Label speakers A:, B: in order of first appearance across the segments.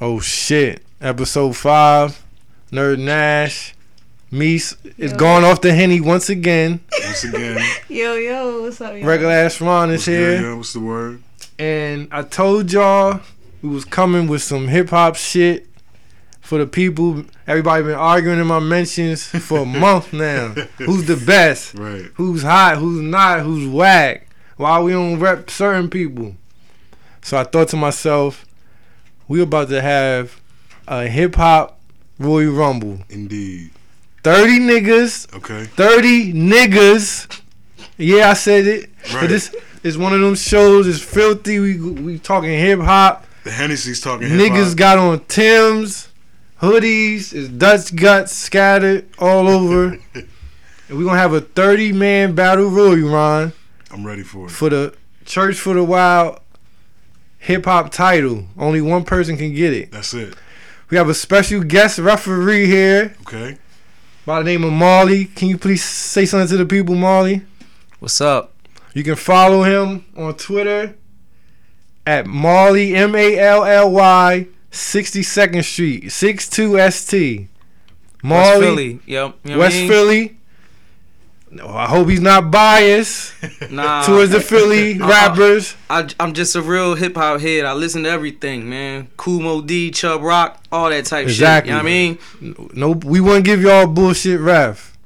A: Oh shit! Episode five, Nerd Nash, Meese is
B: Yo.
A: going off the henny once again.
C: Once again,
B: Yo, yo, what's up? Yo?
A: Regular ass Ron is
C: what's, good,
A: here,
C: yo? what's the word?
A: and I told y'all we was coming with some hip hop shit for the people. Everybody been arguing in my mentions for a month now. Who's the best?
C: Right.
A: who's hot, who's not, who's whack. Why we don't rep certain people? So I thought to myself, we about to have a hip hop Roy Rumble.
C: Indeed.
A: Thirty niggas,
C: Okay.
A: thirty niggas. Yeah, I said it.
C: Right.
A: This is one of them shows. It's filthy. We we talking hip hop.
C: The Hennessy's talking hip
A: Niggas got on Tim's, hoodies, it's Dutch guts scattered all over. and we gonna have a thirty man battle royal, Ron.
C: I'm ready for it.
A: for the Church for the Wild hip hop title. Only one person can get it.
C: That's it.
A: We have a special guest referee here
C: Okay.
A: by the name of Marley. Can you please say something to the people, Marley?
D: What's up?
A: You can follow him on Twitter at Marley M A L L Y 62nd Street 62ST.
D: West
A: Marley
D: Philly. Yep. You know what
A: West
D: I mean?
A: Philly. No, I hope he's not biased
D: Nah.
A: towards the Philly
D: Uh-uh.
A: rappers.
D: I, am just a real hip hop head. I listen to everything, man. Kumo D, Chub Rock, all that type
A: Exactly.
D: shit. You know what I mean?
A: No, we wouldn't give y'all bullshit ref.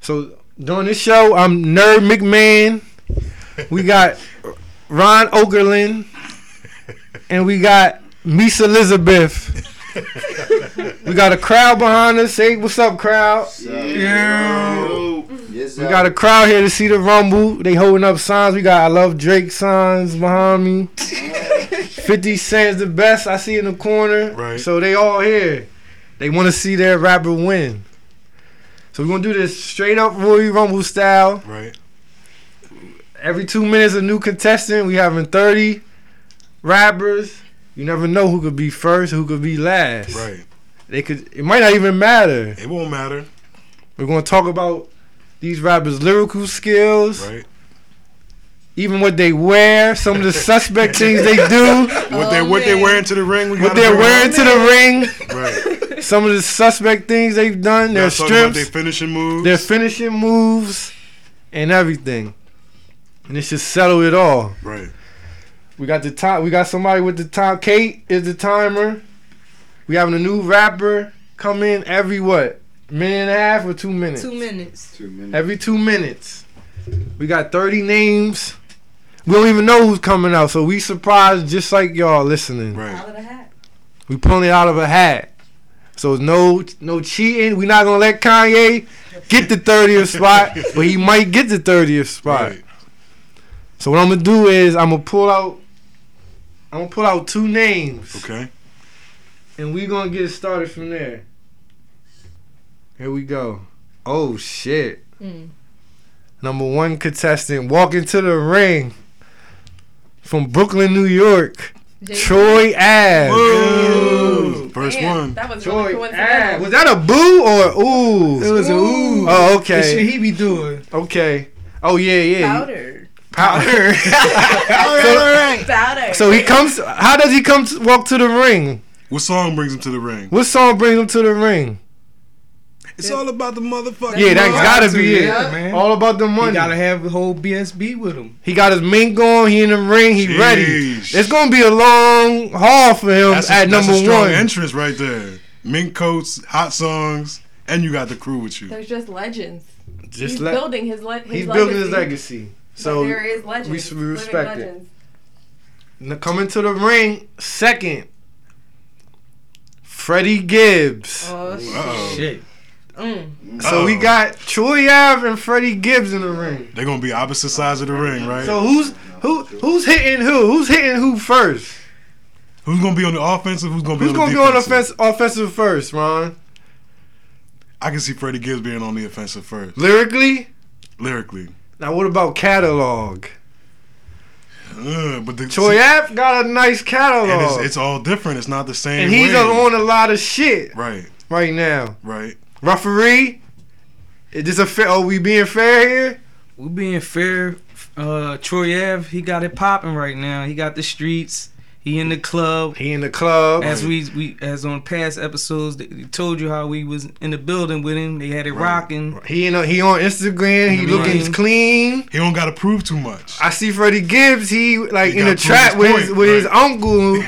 A: So during this show, I'm Nerd McMahon. We got Ron Okerlund, and we got Miss Elizabeth. we got a crowd behind us. Hey, what's up, crowd?
E: Yes,
A: We got a crowd here to see the rumble. They holding up signs. We got I love Drake signs behind me. Fifty Cent's the best I see in the corner.
C: Right.
A: So they all here. They want to see their rapper win. So we're gonna do this straight up Royal Rumble style.
C: Right.
A: Every two minutes, a new contestant. We having thirty rappers. You never know who could be first, who could be last.
C: Right.
A: They could. It might not even matter.
C: It won't matter.
A: We're gonna talk about these rappers' lyrical skills.
C: Right.
A: even what they wear, some of the suspect things they do,
C: What they what they
B: man.
C: wearing to the ring? We
A: Oh,
C: got
A: what they're wearing to the
C: Right.
A: ring, some of the suspect things they've done,
C: Now
A: their
C: talking about They
A: strips,
C: finishing moves.
A: their finishing moves, and everything. And it should settle it all.
C: right.
A: We got the time. We got somebody with the time. Kate is the timer. We having a new rapper come in every what minute and a half or two minutes.
B: Two minutes.
E: Two minutes.
A: Every two minutes. We got 30 names. We don't even know who's coming out, so we surprised just like y'all listening.
C: Right.
B: Out of the hat.
A: We pulling it out of a hat. So no no cheating. We're not gonna let Kanye get the 30th spot, but he might get the 30th spot.
C: Right.
A: So what I'm gonna do is I'm gonna pull out I'm gonna pull out two names
C: Okay.
A: and we're gonna get started from there. Here we go. Oh shit.
B: Mm.
A: Number one contestant walking to the ring from Brooklyn, New York. Troy Ave.
C: Woo. First
B: Damn,
C: one.
B: That was really
A: Troy Ave.
B: coincidental.
A: Was that a boo or ooh?
F: It was a ooh.
A: Oh,
F: The shit
A: okay.
F: he be doing.
A: Okay. Oh yeah, yeah.
B: Powder.
A: Powder. so,
B: Powder.
A: so he comes. How does he come to walk to the ring?
C: What song brings him to the ring?
A: What song brings him to the ring?
C: It's all about the motherfucker.
A: Yeah, that's gotta be it.
F: Yeah, man.
A: All about the money.
F: You gotta have the whole BSB with him.
A: He got his mink on. He in the ring. He ready.
C: Jeez.
A: It's gonna be a long haul for him
C: That's a, that's
A: at number
C: a strong
A: one.
C: entrance right there. Mink coats, hot songs, and you got the crew with you.
B: There's just legends.
A: Just
B: he's
A: let-
B: building his, le- his
A: He's
B: legacy.
A: building his legacy.
B: But
A: So
B: there is legends.
A: we
B: living
A: respect it.
B: legends.
A: n- coming to the ring, second, Freddie Gibbs.
B: Oh, shit.
C: Uh-oh.
F: Shit.
B: Mm.
A: so we
C: uh-oh.
A: got Troy Ave and Freddie Gibbs in the ring.
C: They're gonna be opposite sides of the ring, right?
A: So who's who who's hitting who? Who's hitting who first?
C: who's gonna be on the offensive? Who's gonna be
A: Who's
C: on
A: gonna
C: the
A: be on
C: defensive?
A: offense offensive first, Ron?
C: I can see Freddie Gibbs being on the offensive first,
A: Lyrically?
C: lyrically.
A: Now what about catalog?
C: Ugh, Uh, but the,
A: Troy
C: see,
A: Ave got a nice catalog.
C: and
A: And,
C: it's, it's all different. It's not the same.
A: he's
C: way.
A: on a lot of shit
C: Right,
A: right now.
C: right.
A: Referee? Is this a fair are we being fair here?
D: We being fair. Uh, Troy Ave, he got it popping right now. He got the streets.
F: He in the club.
A: He in the club.
F: As we we as on past episodes, they they told you how we was in the building with him. They had it rocking.
A: He in a, he on Instagram. He
C: Mm-hmm.
F: Right.
A: looking clean.
C: He don't gotta prove too much.
A: I see Freddie Gibbs. He like
C: He
A: in
C: gotta prove
A: the trap
C: his
A: with
C: point,
A: his, with his
C: right.
A: uncle.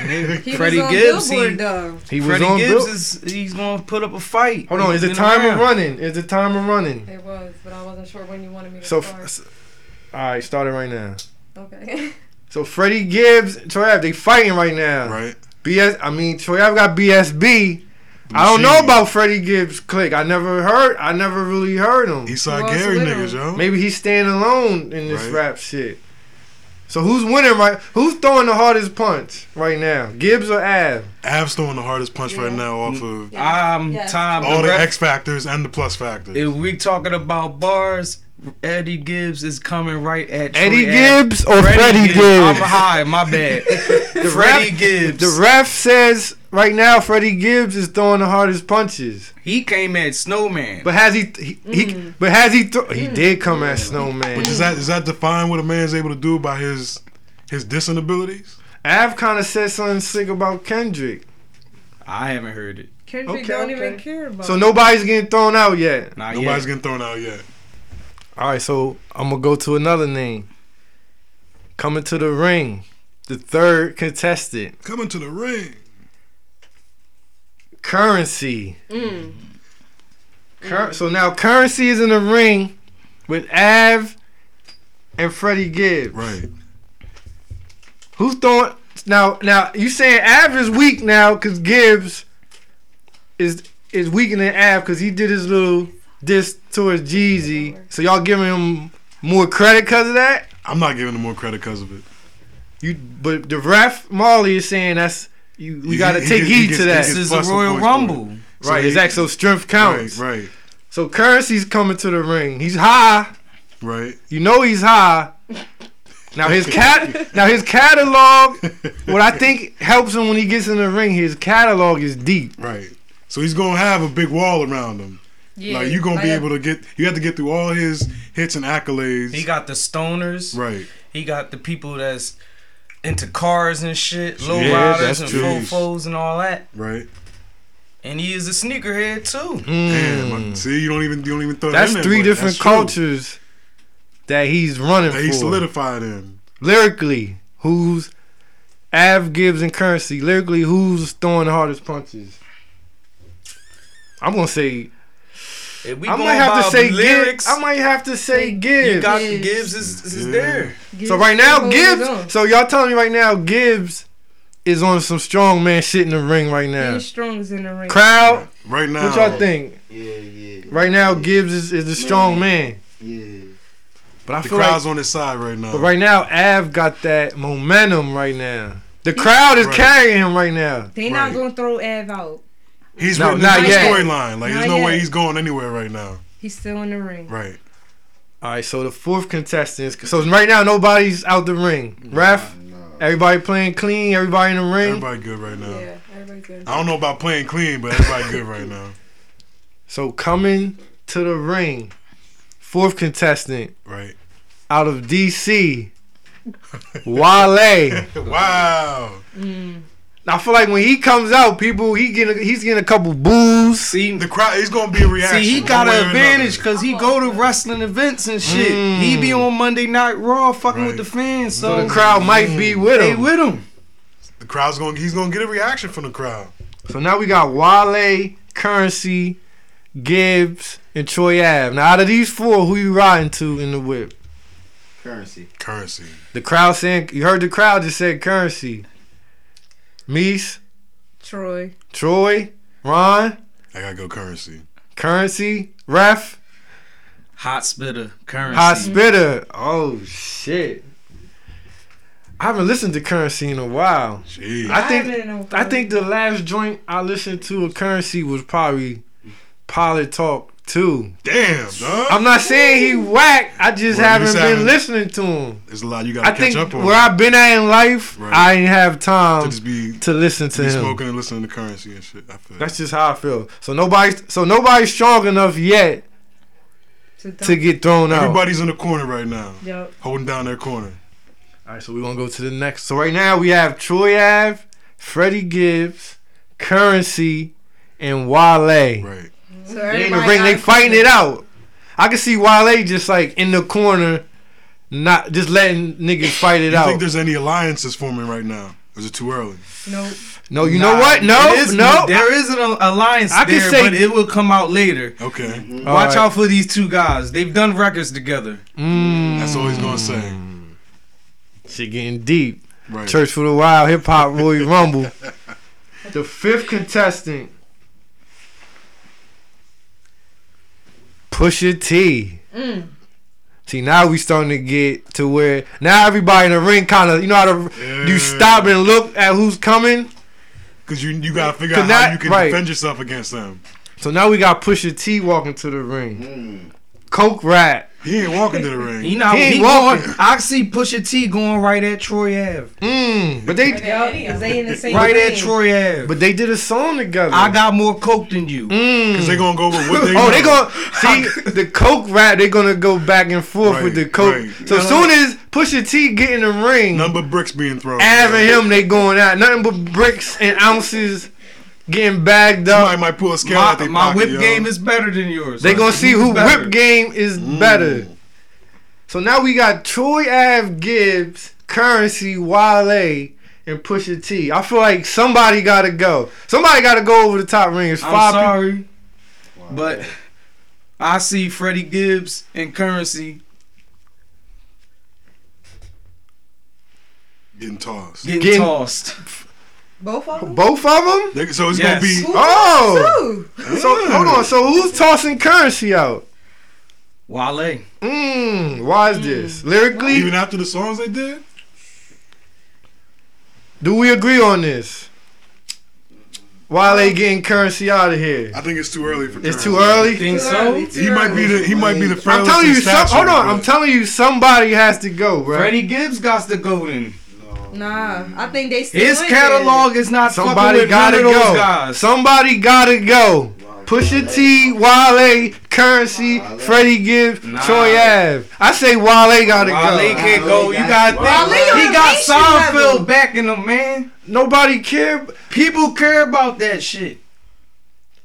B: He
F: Freddie
B: was on
F: Gibbs, he-
B: Billboard, though.
A: He was
F: Freddie
A: on.
F: Gibbs
A: Bill-
F: is he's gonna put up a fight.
A: Hold on,
F: He's
A: is the
F: been
A: timer
F: around.
A: running? Is the timer running?
B: It was, but I wasn't sure when you wanted me to
A: So,
B: start.
A: f- all right, start it right now.
B: okay.
A: So Freddie Gibbs, Troyev, they fighting right now.
C: Right?
A: BS. I mean, Troyev got BSB. I don't know
C: Machine.
A: about Freddie Gibbs' clique. I never heard. I never really heard him.
C: East
B: Who
C: Side
B: else
C: Gary
B: with
C: niggas,
B: him?
C: yo.
A: Maybe he's staying alone in this
C: Right.
A: rap shit. So who's winning right? Who's throwing the hardest punch right now? Gibbs or Av?
C: Av's throwing the hardest punch right
B: Yeah.
C: now off of
F: I'm
B: Yes.
F: Tom.
C: all
F: the
C: the
F: ref-
C: X factors and the plus factors.
F: if we talking about bars, Eddie Gibbs is coming right at
A: Eddie
F: Troy Ave.
A: Gibbs or Freddie Gibbs?
F: I'm high. My bad. Freddie
A: rap-
F: Gibbs.
A: The ref says right now Freddie Gibbs is throwing the hardest punches.
F: he came at Snowman.
A: But has he? He, he but has he? Thro- he did come at Snowman.
C: But does that does that define what a man's able to do by his his dissing abilities?
A: Av kind of said something sick about Kendrick.
F: I haven't heard it.
B: Kendrick
A: Okay,
B: don't even
A: okay.
B: care about.
A: So nobody's getting thrown out yet.
F: Not
C: Nobody's
F: yet.
C: getting thrown out yet.
A: All right, so I'm gonna go to another name. Coming to the ring, the third contestant,
C: Coming to the ring.
A: Currency.
B: Mm.
A: Cur- so now Currency is in the ring with Av and Freddie Gibbs.
C: Right.
A: Who's throwing? Now, now you saying Av is weak now because Gibbs is is weaker than Av because he did his little diss towards Jeezy. So y'all giving him more credit because of that?
C: I'm not giving him more credit because of it.
A: You, but the ref Marley is saying that's you. We
C: He-
A: gotta
C: he
A: take
C: gets- he
A: heed
C: gets-
A: to
C: he
A: that.
F: This is the
C: Plus some
F: Royal
C: points for it.
F: Rumble.
A: right,
C: he-
A: exactly. So strength counts.
C: Right,
A: So currency's coming to the ring. He's high.
C: right,
A: You know he's high. Now his cat. now his catalog. What I think helps him when he gets in the ring, his catalog is deep.
C: right. So he's gonna have a big wall around him.
B: Yeah.
C: Like you gonna be
B: I-
C: able to get you have to get through all his hits and accolades.
F: He got the stoners.
C: right.
F: He got the people that's into cars and shit, low
A: Yeah,
F: riders
A: that's
F: and
C: true.
F: fofos and all that.
C: Right.
F: And he is a sneakerhead too.
C: Damn.
A: Mm.
C: I- See, you don't even you don't even throw
A: That's
C: that in there,
A: three
C: but
A: different
C: that's true.
A: cultures that he's running
C: That he
A: for.
C: solidified in.
A: lyrically, who's Av Gibbs and Currency? Lyrically, who's throwing the hardest punches? I'm gonna say
F: If we
A: I might
F: going
A: have
F: by
A: to say
F: lyrics.
A: Gibbs. I might have to say
B: You
A: Gibbs.
F: you got
B: Gibbs.
F: Gibbs is, is
C: Yeah.
F: there.
B: Gibbs
A: so right now,
B: hold it on.
A: Gibbs. So y'all telling me right now, Gibbs is on some strong man shit in the ring right now.
B: He's strong as in the ring.
A: Crowd,
C: Right now.
A: what y'all think?
E: Yeah, yeah,
A: Right now, Gibbs is, is the strong man.
E: yeah.
A: But I
C: The
A: feel like,
C: crowd's on his side right now.
A: but right now, Av got that momentum right now. The crowd is
C: Right.
A: carrying him right now.
B: They not
C: Right.
B: gonna throw Av out.
C: He's
A: No,
C: no, written
A: not
C: into the
A: yet.
C: storyline. Like there's
B: Not
C: no way
B: yet.
C: he's going anywhere right now.
B: He's still in the ring.
C: Right.
A: All right, so the fourth contestant. is- So right now, nobody's out the ring. Ref,
E: Nah.
A: everybody playing clean. Everybody in the ring.
C: Everybody good right now.
B: Yeah, everybody's good.
C: I don't know about playing clean, but everybody good right now.
A: So coming to the ring, fourth contestant
C: Right.
A: out of DC, Wale.
C: Wow.
B: Mm.
A: I feel like when he comes out, people he getting he's getting a couple boos.
F: See,
C: The crowd it's gonna be a reaction.
F: See, he
C: one
F: got
C: way or
F: an
C: another.
F: advantage because he go to wrestling events and shit.
A: Mm.
F: He be on Monday Night Raw fucking with
C: Right.
F: the fans, so,
A: So the crowd might be with
F: um, they
A: him.
F: with him.
C: The crowd's gonna he's gonna get a reaction from the crowd.
A: So now we got Wale, Currency, Gibbs, and Troy Ave. Now out of these four, who you riding to in the whip?
E: Currency.
C: Currency.
A: The crowd saying, you heard the crowd just said currency. Meese,
B: Troy.
A: Troy, Ron,
C: I gotta go currency.
A: currency, ref,
F: Hot spitter currency.
A: hot spitter. Oh shit! I haven't listened to currency in a while.
C: Jeez.
A: I think
B: haven't in a
A: I
B: while.
A: think the last joint I listened to of currency was probably Pilot Talk too.
C: Damn, dog.
A: I'm not saying he whack. I
C: Well,
A: just
C: you
A: haven't
C: just
A: been
C: haven't-
A: listening to him.
C: There's a lot you gotta
A: I
C: catch
A: think
C: up on.
A: where I've been at in life,
C: Right.
A: I ain't have time
C: to
A: to,
C: just be,
A: listen to
C: be
A: him.
C: smoking and listening to currency and shit. I feel
A: That's just how I feel. So nobody's so nobody's strong enough yet
B: To
A: to
B: dump.
A: get thrown out.
C: everybody's in the corner right now,
B: Yup.
C: holding down their corner.
A: All right, so we're gonna go to the next. So right now we have Troy Ave, Freddie Gibbs, Currency, and Wale.
C: Right.
B: So
A: They in the
B: everybody
A: ring, they
B: out-
A: fighting it out. I can see Wale just like in the corner, not just letting niggas fight
C: You
A: it
C: think
A: out.
C: there's any alliances forming right now? Or Is it too early?
B: Nope.
A: No, you know what? No,
F: It is-
A: no.
F: There is an alliance
A: I can
F: there,
A: say-
F: but it will come out later.
C: Okay,
A: All
F: Watch
A: right.
F: out for these two guys. They've done records together.
A: Mm,
C: that's all he's gonna say.
A: shit getting deep.
C: Right.
A: Church for the Wild, Hip Hop Roy Rumble. The fifth contestant, Pusha T.
B: Mm.
A: See, now we starting to get to where now everybody in the ring kind of you know how to do you
C: Yeah.
A: stop and look at who's coming.
C: Because you you gotta figure
A: Could
C: out
A: not-
C: how you can
A: right.
C: defend yourself against them.
A: So now we got Pusha T walking to the ring.
E: Mm.
A: Coke Rat.
C: He ain't walking to the
F: You
C: ring.
F: know,
A: He
F: he,
A: ain't
F: going.
A: walking.
F: I see Pusha T going right at Troy Ave.
A: Mm. But they
B: Yup, 'cause they in the same
F: Right at
B: ring.
F: Troy Ave.
A: but they did a song together.
F: I got more coke than you.
A: Mm.
C: Because they gonna go with what they.
A: oh, they
C: know.
A: gonna see the Coke rap. They're gonna go back and forth with the
C: Right,
A: Coke.
C: right.
A: So as soon as Pusha T get in the ring,
C: Number bricks being thrown.
A: Av and him they going out. Nothing but bricks and ounces getting bagged
C: Somebody
A: up.
C: might pull a scale out
F: My,
C: their
F: my
C: pocket,
F: whip
C: yo.
F: game is better than yours.
A: They gonna
F: son.
A: see who
F: Who's better?
A: whip game is
C: Mm.
A: better. So now we got Troy Av Gibbs, Currency, Wale, and Pusha T. I feel like somebody gotta go. Somebody gotta go over the top ring. It's
F: I'm
A: five people.
F: sorry, but I see Freddie Gibbs and Currency
C: getting tossed.
F: getting,
A: Getting-
F: tossed.
B: Both of them.
A: Both of them.
C: They- so it's
F: Yes.
C: gonna
B: Who
C: be Ah.
A: Oh!
B: tossed
A: So hold on. So who's tossing currency out?
F: Wale.
A: Mmm. Why is this lyrically?
C: even after the songs they did.
A: Do we agree on this? Why they getting currency out of here?
C: I think it's too early for.
A: It's
C: Currency.
A: too early.
F: Think
B: Too early,
F: so?
B: too
C: He might be
B: early.
C: the he might be the
A: I'm
C: frailest
A: telling
C: in
A: you. Some,
C: stature,
A: hold on.
C: but
A: I'm telling you. Somebody has to go, bro.
F: Freddie Gibbs got the golden.
B: Nah, I think they still.
F: His
B: in
F: catalog is not fucking
A: Somebody
F: with none
A: gotta
F: of those
A: go.
F: guys.
A: Somebody gotta go. Pusha T, Wale, Currency, Freddie Gibbs, Troy Ave. I say Wale gotta
F: Wale
A: go.
F: can't go. You gotta think.
B: Wale on
F: he
B: the
F: got
B: nation
F: Seinfeld
B: level.
F: back in him, man.
A: Nobody care.
F: People care about that shit.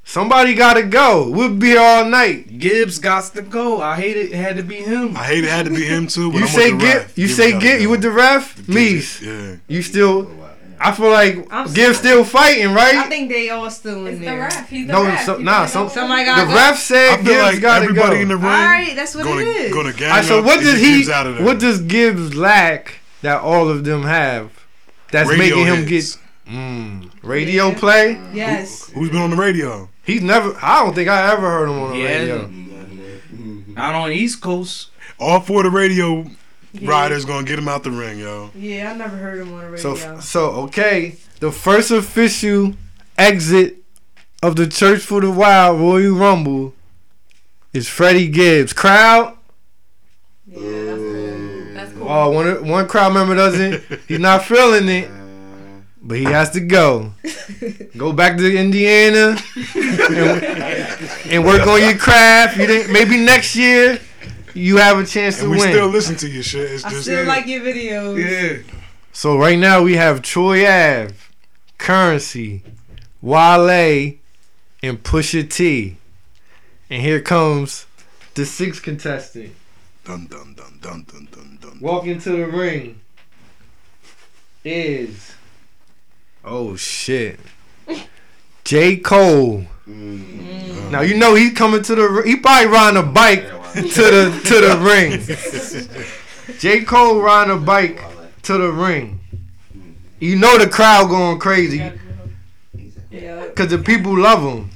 A: Somebody gotta go. We'll be here all night.
F: Gibbs got to go. I hate it. it had to be him.
C: I hate it had to be him too. But
A: You
C: I'm
A: say
C: with the
A: get.
C: ref.
A: You
C: Yeah, we
A: say
C: gotta
A: get. You
C: go.
A: with the ref? Mees.
C: Yeah.
A: You still.
E: Yeah.
A: I feel like
B: I'm
A: Gibbs still fighting,
B: I
A: right?
B: think they all still in
G: It's the
B: there.
G: ref. He's the
A: No,
G: ref.
A: so-
G: You
A: nah,
G: gotta
A: some-
G: go
B: Somebody
G: with
B: gotta
A: The
B: go.
A: ref
C: I
A: said
C: feel
A: Gibbs
C: like
A: gotta go.
C: everybody in the
B: All
C: ring
B: right, that's what
C: gonna
B: it is.
C: gonna gang
A: All right, so
C: up
A: what
C: and
A: does
C: get
A: he?
C: Gibbs out of there.
A: What does Gibbs lack that all of them have? That's
C: Radio
A: making him
C: hits.
A: get mm, radio play.
B: Yes.
C: Who's been on the radio?
A: He's never. I don't think I ever heard him on the
F: Yeah.
A: radio.
F: Out on East Coast.
C: All four of the radio
B: Yeah.
C: riders gonna get him out the ring, yo.
B: Yeah, I never heard him on the radio.
A: So so okay. The first official exit of the Church for the Wild Royal Rumble is Freddie Gibbs. Crowd.
B: yeah, that's cool.
G: him. That's cool.
A: Oh, one one crowd member doesn't. He's not feeling it, but he has to go. Go back to Indiana and, and work on your craft. You didn't, maybe next year you have a chance to
C: And we
A: win.
C: still listen to your shit. It's
B: I
C: just
B: still like your videos.
A: So right now we have Troy Ave, Currency, Wale, and Pusha T. And here comes the sixth contestant
C: dun dun dun dun dun dun dun.
A: walking to the ring. Is oh shit, J Cole.
C: Mm.
A: Now you know he's coming to the. He probably riding a bike to the to the ring. J Cole riding a bike to the ring. You know the crowd going crazy
B: Yeah.
A: because the people love him.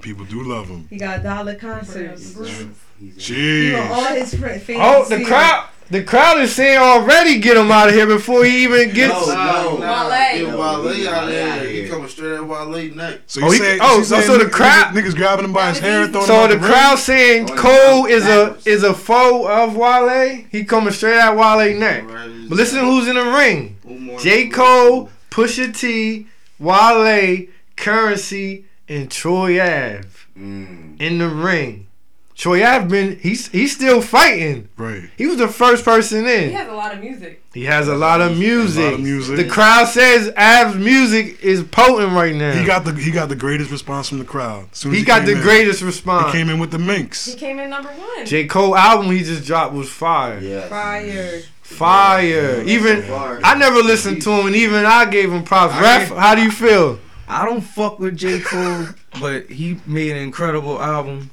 C: People do love him.
B: He got dollar concerts. He want
C: Jeez.
B: all his fr- fans.
A: Oh,
B: to see
A: the
B: him.
A: crowd. The crowd is saying already get him out of here before he even gets.
E: no,
G: Wale.
E: Get Wale out of there. He coming straight at Wale neck.
C: So
A: Oh, he-
C: saying-
A: oh,
C: you
A: so-
C: saying
A: so the
C: niggas-
A: crowd-
C: niggas grabbing him by his hair and throwing him
A: So
C: out
A: the
C: ring?
A: crowd
C: Oh,
A: saying Cole is a is a foe of Wale. He coming straight at Wale neck. But listen, who's in the ring? J Cole, Pusha T, Wale, Currency, and Troy Ave
E: Mm.
A: in the ring. Troy Ave been he's he's still fighting.
C: Right.
A: He was the first person
B: He
A: in.
B: has a lot of music.
A: He has a lot of music.
C: A lot of music.
A: The crowd says Av's music is potent right now.
C: He got the he got the greatest response from the crowd. As soon as
A: he got
C: came
A: the
C: in.
A: greatest
C: He
A: response.
C: came in with the
B: He
C: minx.
B: came in number one.
A: J Cole album he just dropped was fire.
E: Yeah.
B: Fire.
A: Fire. Even
E: Fire.
A: I never listened to him, and even I gave him props. Ref, how do you feel?
F: I don't fuck with J. Cole, but he made an incredible album.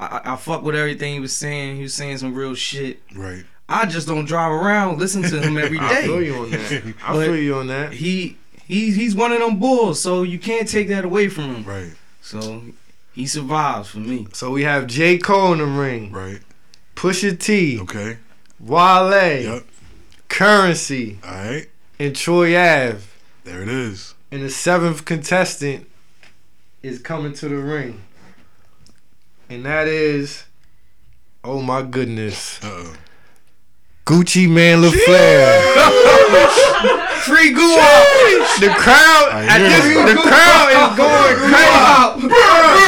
F: I, I- I fuck with everything he was saying. He was saying some real shit.
C: Right.
F: I just don't drive around and listen to him every
A: I feel
F: day.
A: you on that. I
F: But-
A: feel you on that.
F: He he he's one of them bulls, so you can't take that away from him.
C: Right.
F: So he survives for me.
A: So we have J Cole in the ring,
C: Right.
A: Pusha T,
C: Okay.
A: Wale,
C: Yep.
A: Currency,
C: All right.
A: and Troy Ave.
C: There it is.
A: And the seventh contestant is coming to the ring, and that is, oh my goodness,
C: Uh oh.
A: Gucci Man LaFleur. Free Gucci. The crowd,
C: I
A: at
C: hear
A: this,
C: you.
A: the crowd is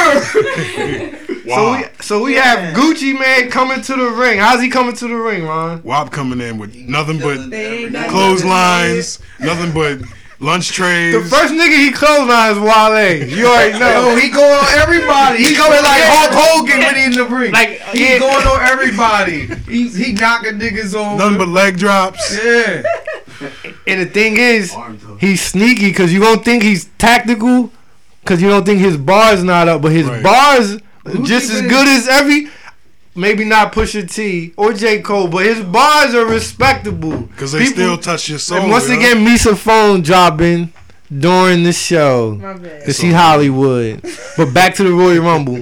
A: going crazy. So
C: Wow.
A: we so we have Gucci Man coming to the ring. How's he coming to the ring, Ron?
C: Wop coming in with nothing but
B: They ain't got
C: clotheslines, nothing but lunch
A: The
C: trays.
A: first nigga he closed on is Wale. You already know.
G: he going on everybody. He going like Hulk Hogan when he in the ring.
A: like
G: he
A: yeah.
G: going on everybody. He he knocking niggas on.
C: Nothing but leg drops.
G: yeah.
A: And the thing is, he's sneaky because you don't think he's tactical because you don't think his bar's not up, but his
C: Right.
A: bar's
F: Gucci
A: just as
F: Man.
A: good as every. Maybe not Pusha T or J Cole, but his bars are respectable.
C: Because they
A: People-
C: still touch your soul.
A: and once
C: yo.
A: again, Misa phone dropping during the show.
B: My bad.
A: Cause she Hollywood. But back to the Royal Rumble.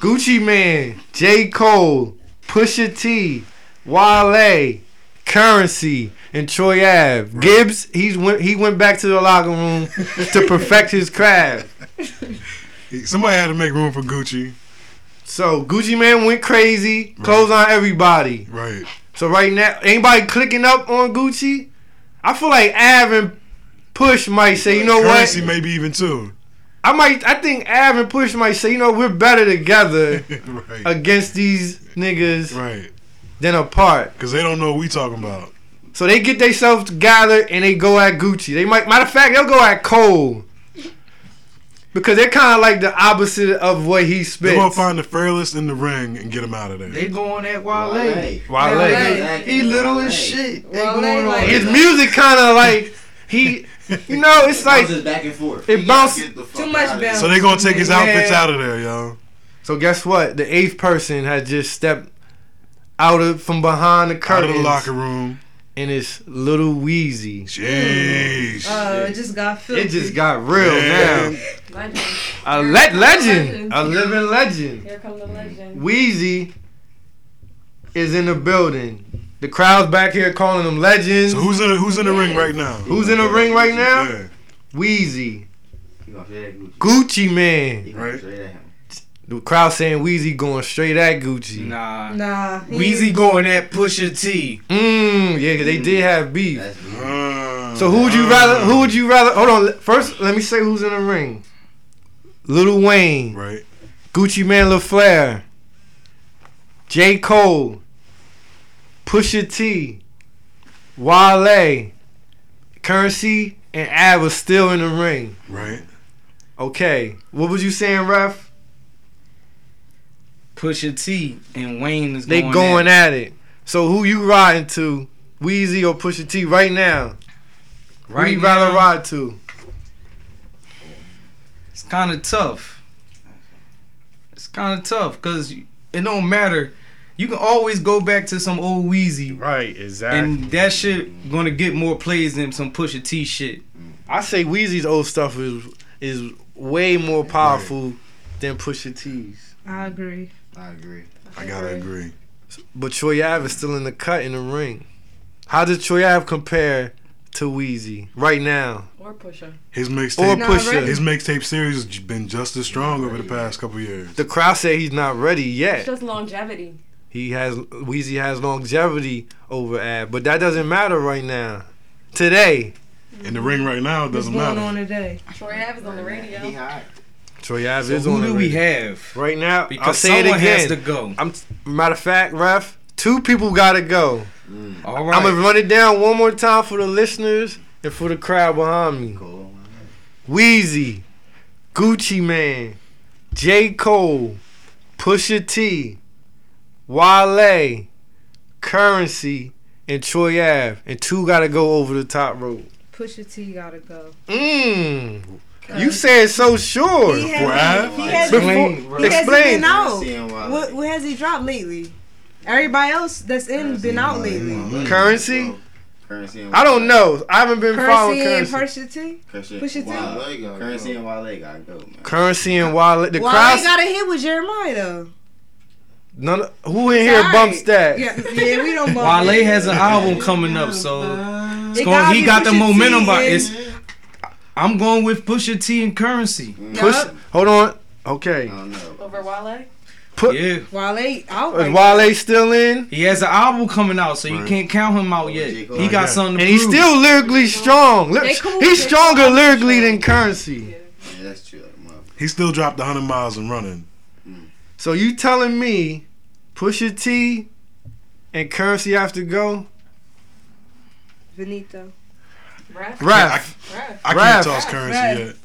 A: Gucci Man, J. Cole, Pusha T, Wale, Currency, and Troy Ave. Gibbs, he's went he went back to the locker room to perfect his craft.
C: somebody had to make room for Gucci.
A: So Gucci Man went crazy, closed on everybody.
C: Right.
A: So right now, anybody clicking up on Gucci? I feel like Av and Push might say, you know what?
C: Currency maybe even too.
A: I might I think Av and Push might say, you know, we're better together.
C: right.
A: against these niggas
C: Right.
A: than apart.
C: Because they don't know what we talking about.
A: So they get themselves together and they go at Gucci. They might, matter of fact, they'll go at Cole because they're kind of like the opposite of what
C: They're going
A: he
C: to
A: spits.
C: find the fearless in the ring and get him out of there.
F: They going at Wale.
A: Wale.
F: He little as shit. They
B: Wale
F: going
B: like-
A: His music kind of like he, you know, it's like
E: just back and forth.
A: it bounces.
E: Get the fuck
B: Too much
E: outta
B: balance.
C: so they going to take his
F: Yeah.
C: outfits out of there, yo.
A: So guess what? The eighth person has just stepped out of from behind the
C: Out of
A: curtain
C: the locker room.
A: and it's little wheezy.
C: Jeez.
B: Uh, it just got filthy.
A: It just got real
C: Yeah.
A: now.
B: Legend.
A: A le- legend, a living legend.
B: Here comes the legend.
A: Wheezy is in the building. The crowd's back here calling them legends.
C: So who's in, who's in the ring right now?
A: Who's in the ring right now?
C: Yeah.
A: Wheezy.
E: He gonna say that Gucci.
A: Gucci man.
E: He gonna
C: Right.
E: say that.
A: The crowd saying Wheezy going straight at Gucci.
F: Nah.
B: Nah. he-
F: Weezy going at Pusha T.
A: Mmm, yeah, 'cause they did have beef.
E: That's me.
C: Uh,
A: So who would you rather who would you rather hold on first let me say who's in the ring. Little Wayne,
C: Right.
A: Gucci Man LaFlair, J. Cole, Pusha T, Wale, Currency, and Ab was still in the ring.
C: Right.
A: Okay, what was you saying, ref?
F: Pusha T and Wayne is
A: They
F: going,
A: going
F: at.
A: at it. So who you riding to, Wheezy or Pusha T, right now? Right
F: Right
A: who you rather
F: now?
A: ride to?
F: It's kind of tough. It's kind of tough because it don't matter. You can always go back to some old Weezy.
A: Right, exactly.
F: And that shit gonna get more plays than some Pusha T shit.
A: I say Wheezy's old stuff is is way more powerful than Pusha T's.
B: I agree.
E: I agree.
C: I got to agree.
A: But Troy Ave is still in the cut in the ring. How does Troy Ave compare to Wheezy right now?
B: Or Pusha.
C: His
A: Or
C: mixtape.
A: Pusha?
C: His mixtape series has been just as strong over the past couple years.
A: The crowd said he's not ready
B: It's
A: yet.
B: just longevity.
A: He has Wheezy has longevity over Av, but that doesn't matter right now. Today,
C: In the ring right now, it doesn't matter.
B: today? Troy Ave is on the
E: He
B: radio.
E: hot.
A: Troy Ave
F: So
A: is
F: who
A: on
F: do
A: the
F: we
A: radar.
F: have?
A: Right now,
F: Because
A: I'll say it
F: someone
A: again.
F: has to go.
A: I'm matter of fact, ref. Two people gotta go.
F: All right.
A: I'm gonna run it down one more time for the listeners and for the crowd behind me. Wheezy, Gucci Man, J. Cole, Pusha T, Wale, Currency, and Troy Ave. And two gotta go over the top rope.
B: Pusha T gotta go.
A: Mmm. You said so sure.
B: He
C: Before
B: hasn't, he
E: I-
B: hasn't,
A: Before-
F: Explain, bro.
B: he hasn't
A: explain.
B: been out.
E: Seeing why.
B: What, what has he dropped lately? Everybody else that's in been out lately.
A: Currency?
E: Currency and
A: I don't know. I haven't been following
B: Percy and
A: currency.
B: Pusha T.
E: Currency
B: Push it down.
E: Wale gotta Currency and Wale gotta go, man.
A: currency and Wale. The
B: Why
A: crowd.
B: got a hit with Jeremiah though?
A: none of, who in here
B: Sorry.
A: bumps that?
B: Yeah, yeah, we don't bump.
F: Wale
B: it.
F: has an album coming up, so
B: It
F: it's going,
B: gotta
F: he
B: be
F: got the
B: Pusha T
F: momentum. By
B: and-
F: it's, I'm going with Pusha T and Currency.
A: Push.
B: Yup.
A: Hold on.
E: I
A: Okay.
E: don't know.
H: Over Wale?
A: Put.
F: Yeah,
B: Wale out.
A: Is
B: right
A: Wale still in?
F: he has an album coming out, so you can't count him out yet.
E: Oh, J. Cole.
F: He got something to
A: And he's
F: prove.
A: still lyrically strong. Ly-
H: They cool.
A: he's
H: They
A: stronger
H: cool.
A: lyrically than currency.
E: Yeah, that's true. Like, motherfucker.
C: He still dropped 100 miles and running.
A: So you telling me Pusha T and currency have to go?
B: Benito.
A: Raph,
H: Raph? Raph.
C: I
A: Raph.
C: can't toss currency
B: Raph.
C: yet.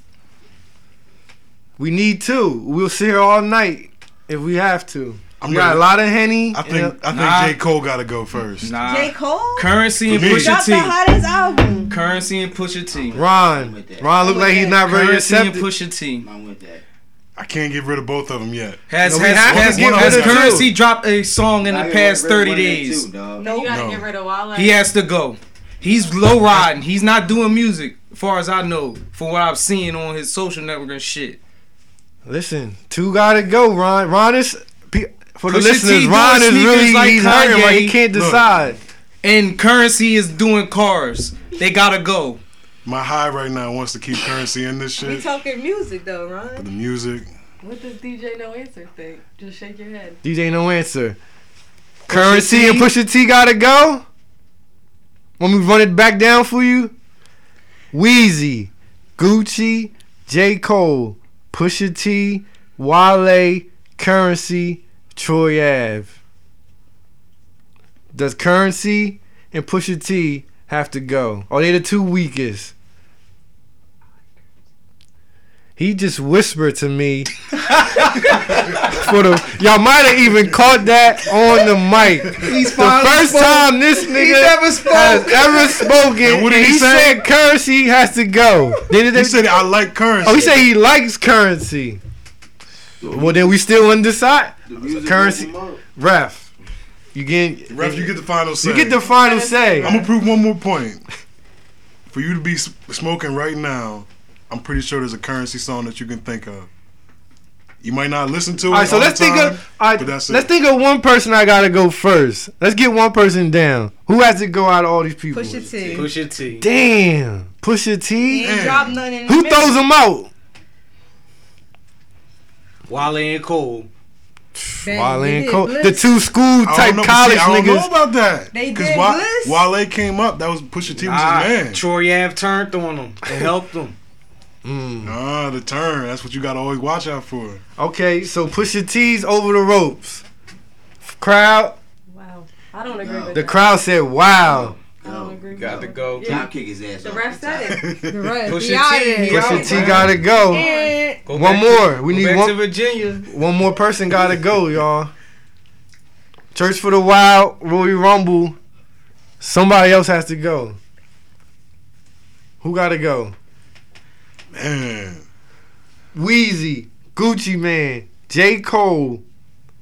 A: we need two. We'll sit here all night if we have to.
C: I'm
A: We got
C: ready.
A: a lot of henny.
C: I
A: and
C: think I think
F: Nah.
C: J. Cole gotta go first.
F: Nah.
B: J Cole.
F: Currency and
C: For me.
F: Pusha
B: Dropped the
F: T.
B: hottest album.
F: Currency and Pusha T.
A: a- Ron. Ron look like he's not very
F: Currency and
A: receptive.
F: Pusha T.
E: I'm with that.
C: I can't get rid of both of them yet.
F: Has,
A: No, we
F: has,
A: have to
F: has,
A: get
F: has
A: rid of
F: Currency dropped a song in
E: I
F: the
E: gotta
F: past
E: get rid
F: 30
E: of one and
F: days?
E: two, dog.
H: You
B: Nope.
H: gotta
C: No.
H: get rid of Wale.
F: He has to go. He's low riding. He's not doing music, far as I know, from what I've seen on his social network and shit.
A: Listen, two gotta go. Ron. Ron is pe- for the
F: Pusha T
A: listeners.
F: doing
A: Ron is
F: sneakers
A: really
F: like
A: he's hurting. Like he
F: Kanye.
A: can't
C: Look.
A: decide.
F: And Currency is doing cars. They gotta go.
C: My high right now wants to keep currency in this
B: We
C: shit.
B: talking music though, Ron.
C: But the music.
H: What does DJ No Answer think? Just shake your head.
A: DJ No Answer. Currency and Pusha T gotta go. Want me to run it back down for you? Wheezy, Gucci, J. Cole, Pusha T, Wale, Currency, Troy Ave. Does Currency and Pusha T have to go? Are they the two weakest? He just whispered to me for the y'all might have even caught that on the mic. He's the first time this nigga has ever spoken.
C: And what did
A: and
C: he
A: he
C: say?
A: said currency has to go. Did
C: He
A: they,
C: said I like currency.
A: oh, he said he likes currency. Well, then we still undecided.
E: The music
A: Currency.
E: woke him up.
A: Ref, you get
C: Ref, you get the final say.
A: you get the final say.
C: I'm gonna prove one more point. For you to be s- smoking right now, I'm pretty sure there's a currency song that you can think of. You might not listen to it.
A: All right, so
C: all
A: let's
C: the
A: think
C: time,
A: of all right,
C: but
A: let's
C: that's it.
A: think of one person. I gotta go first. Let's get one person down. Who has to go out of all these people?
B: Pusha T.
D: Pusha T.
A: Damn, Pusha T.
B: He ain't dropped nothing. in a
A: Who
B: minute.
A: throws him out?
D: Wale and Cole.
B: They
A: Wale and
B: did
A: Cole,
B: Blitz.
A: the two school
C: I don't
A: type
C: know, but see,
A: college
C: I don't know
A: niggas.
C: about that.
B: They
C: Because
B: did
C: Wa-
B: this?
C: Wale came up. That was Pusha T was
D: Ah,
C: his man.
D: Troy Ave turned on him and helped him.
A: Mm.
C: ah, the turn. That's what you gotta always watch out for.
A: Okay, so Pusha T's over the ropes. Crowd,
H: Wow. I don't agree with
A: the
H: that.
A: crowd said, "Wow."
H: I don't agree with
F: Got
H: that.
F: to go.
H: Yeah.
E: I'll kick his ass.
H: The
E: off
H: ref said
E: top.
H: it.
B: The rest.
F: Pusha
B: He outta
F: T.
B: here. eh,
A: Pusha T
H: Yeah.
A: gotta go.
B: And
F: Go
A: One
F: back
A: more.
F: to-
A: We
F: go
A: need
F: back
A: one-
F: to Virginia.
A: One more person gotta go, y'all. Church for the Wild, Roy Rumble. Somebody else has to go. Who gotta go?
C: Man,
A: Wheezy, Gucci Man, J. Cole,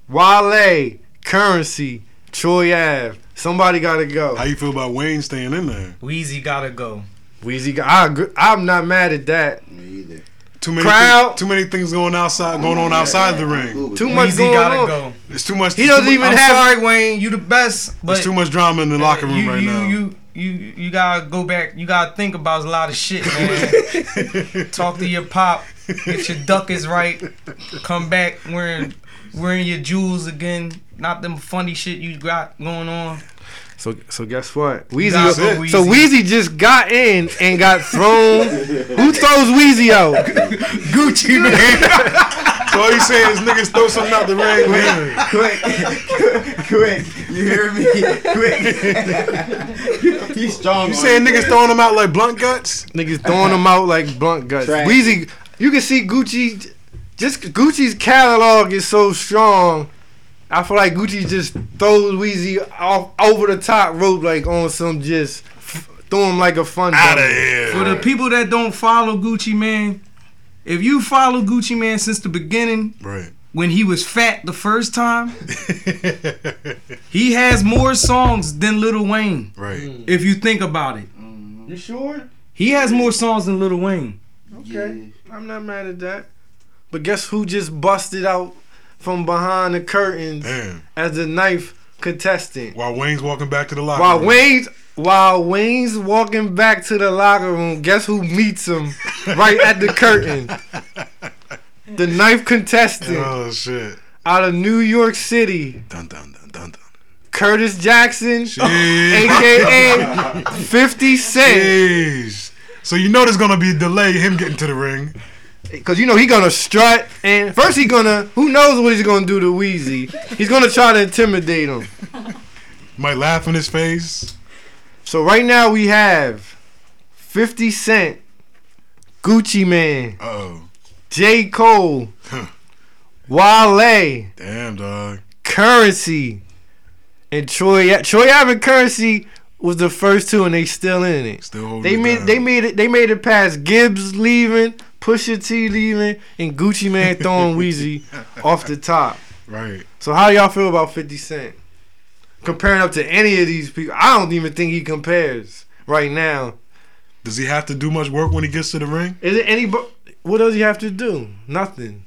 A: Wale, Currency, Troy Ave. Somebody gotta go.
C: how you feel about Wayne staying in there?
F: Wheezy gotta go.
A: Wheezy, go- I agree. I'm not mad at that.
E: Me either.
C: Too many thi-
A: Crowd.
C: too many things going outside, going on outside of the ring.
E: Cool.
A: Too much
F: Wheezy
A: going
F: gotta
A: on.
F: go.
C: It's too much.
A: He doesn't even
F: I'm
A: have.
F: sorry, Wayne. You the best, but
C: It's too much drama in the locker room
F: Uh, you,
C: right
F: you,
C: now.
F: You, you, you gotta go back. You gotta think about a lot of shit, man. Talk to your pop. Get your duck is right. Come back wearing wearing your jewels again. Not them funny shit you got going on.
A: So so guess what?
F: Nah,
A: Weezy.
F: so
A: So Weezy just got in and got thrown. Who throws Weezy out?
F: Gucci man.
C: So all you saying is niggas throw something out the ring. man.
G: quick, quick, you hear me? Quick. He's strong.
C: You
G: on
C: saying
G: it.
C: niggas throwing them out like blunt guts?
A: Niggas throwing them out like blunt guts.
G: Trash.
A: Weezy, you can see Gucci. Just Gucci's catalog is so strong. I feel like Gucci just throws Weezy off over the top rope, like on some just f- throw him like a fun.
C: Out of
A: dummy.
C: here.
F: For the people that don't follow Gucci man, if you follow Gucci man since the beginning,
C: Right.
F: when he was fat the first time, he has more songs than Lil Wayne.
C: right.
F: If you think about it,
G: Mm-hmm.
A: You sure?
F: he has more songs than Lil Wayne.
A: Okay, I'm not mad at that. But guess who just busted out from behind the curtains
C: Damn.
A: as the knife contestant?
C: While Wayne's walking back to the locker
A: While
C: room.
A: Wayne's while Wayne's walking back to the locker room, guess who meets him right at the curtain? The knife contestant
C: Oh shit.
A: out of New York City,
C: Dun dun dun dun dun.
A: Curtis Jackson,
C: Jeez.
A: aka 50 Cent.
C: Jeez. So you know there's gonna be a delay in him getting to the ring.
A: Cause you know he gonna strut and first he gonna who knows what he's gonna do to Wheezy. He's gonna try to intimidate him.
C: Might laugh in his face.
A: So right now we have 50 Cent, Gucci Man,
C: Uh oh.
A: J. Cole,
C: Huh.
A: Wale,
C: Damn dog.
A: Currency, and Troy. Troy Ave Currency was the first two, and they still in it.
C: Still holding.
A: They
C: it
A: made
C: down.
A: they made it they made it past Gibbs leaving, Pusha T leaving, and Gucci Man throwing Weezy off the top.
C: Right.
A: So how y'all feel about Fifty Cent? Comparing up to any of these people, I don't even think he compares right now.
C: Does he have to do much work when he gets to the ring?
A: Is it any? bu- What does he have to do? Nothing.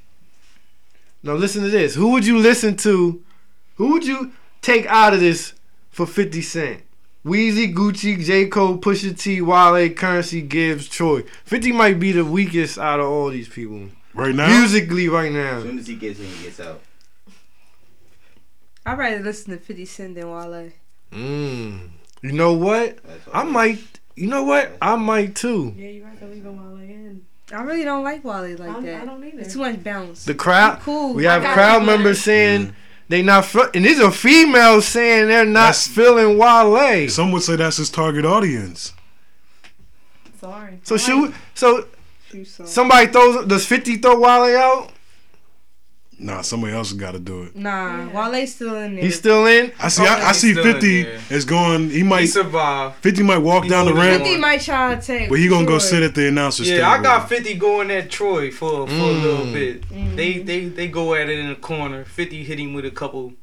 A: Now listen to this. Who would you listen to? Who would you take out of this for Fifty Cent? Weezy, Gucci, J. Cole, Pusha T, Wale, Currency, Gibbs, Troy. Fifty might be the weakest out of all these people
C: Right now.
A: musically right
G: As
A: now.
G: soon as he gets in, he gets out.
B: I'd rather listen to 50 Cent than Wale.
A: Mm. You know what?
G: That's all.
A: I might. You know what? I might too.
H: Yeah, you're right. Don't even while I in.
B: I really don't like Wale like
H: I,
B: that.
H: I don't either.
B: it's too much bounce.
A: The crowd.
B: cool.
A: We
B: I
A: have
B: got
A: crowd
B: you.
A: members saying they not, fe- and these are females saying they're not
C: That's-
A: feeling Wale.
C: Some would say that's his target audience.
H: Sorry.
A: So
H: I
A: should we,
H: like
A: so
H: you, so-
A: somebody throws does Fifty throw Wale out?
C: Nah, somebody else has got to do it.
B: Nah,
H: Yeah.
B: Wale's still in there.
A: He's still in.
C: I see. I, I
F: he's
C: see.
F: still in
C: Fifty
F: there.
C: is going. He
F: He
C: might.
F: survived.
C: Fifty might walk
F: He
C: down the
F: moved it.
C: ramp,
B: 50 might try to take.
C: but he gonna go
B: sure.
C: sit at the announcer's table.
F: Yeah, I got 50 going at Troy for, for a little
A: Mm.
F: bit. They they they go at it in the corner. 50 hit him with a couple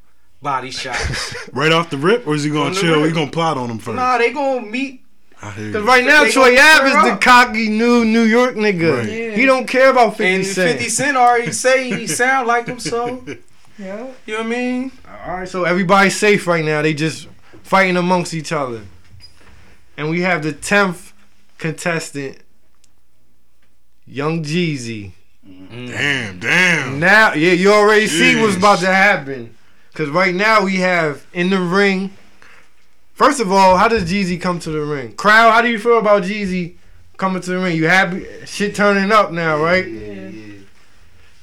F: body shots.
C: right off the rip, or is he
F: On
C: gonna
F: the
C: chill?
F: rip.
C: He gonna plot on him first.
F: nah, they gonna meet.
C: I hear you.
A: Cause right now
F: They
A: Troy
F: gonna
A: Ave is
F: square
A: the
F: up.
A: cocky new New York nigga.
C: Right.
B: Yeah.
A: He don't care about Fifty
F: And
A: Cent.
F: 50 Cent already say he sound like him, so
B: Yeah.
F: you know what I mean.
A: All right, so everybody's safe right now. They just fighting amongst each other, and we have the tenth contestant, Young Jeezy.
C: Damn, damn.
A: Now, yeah, you already see what's
C: Jeez.
A: about to happen. Cause right now we have in the ring. First of all, how does Jeezy come to the ring? Crowd, how do you feel about Jeezy coming to the ring? You happy? Shit turning up now, right?
E: Yeah, yeah.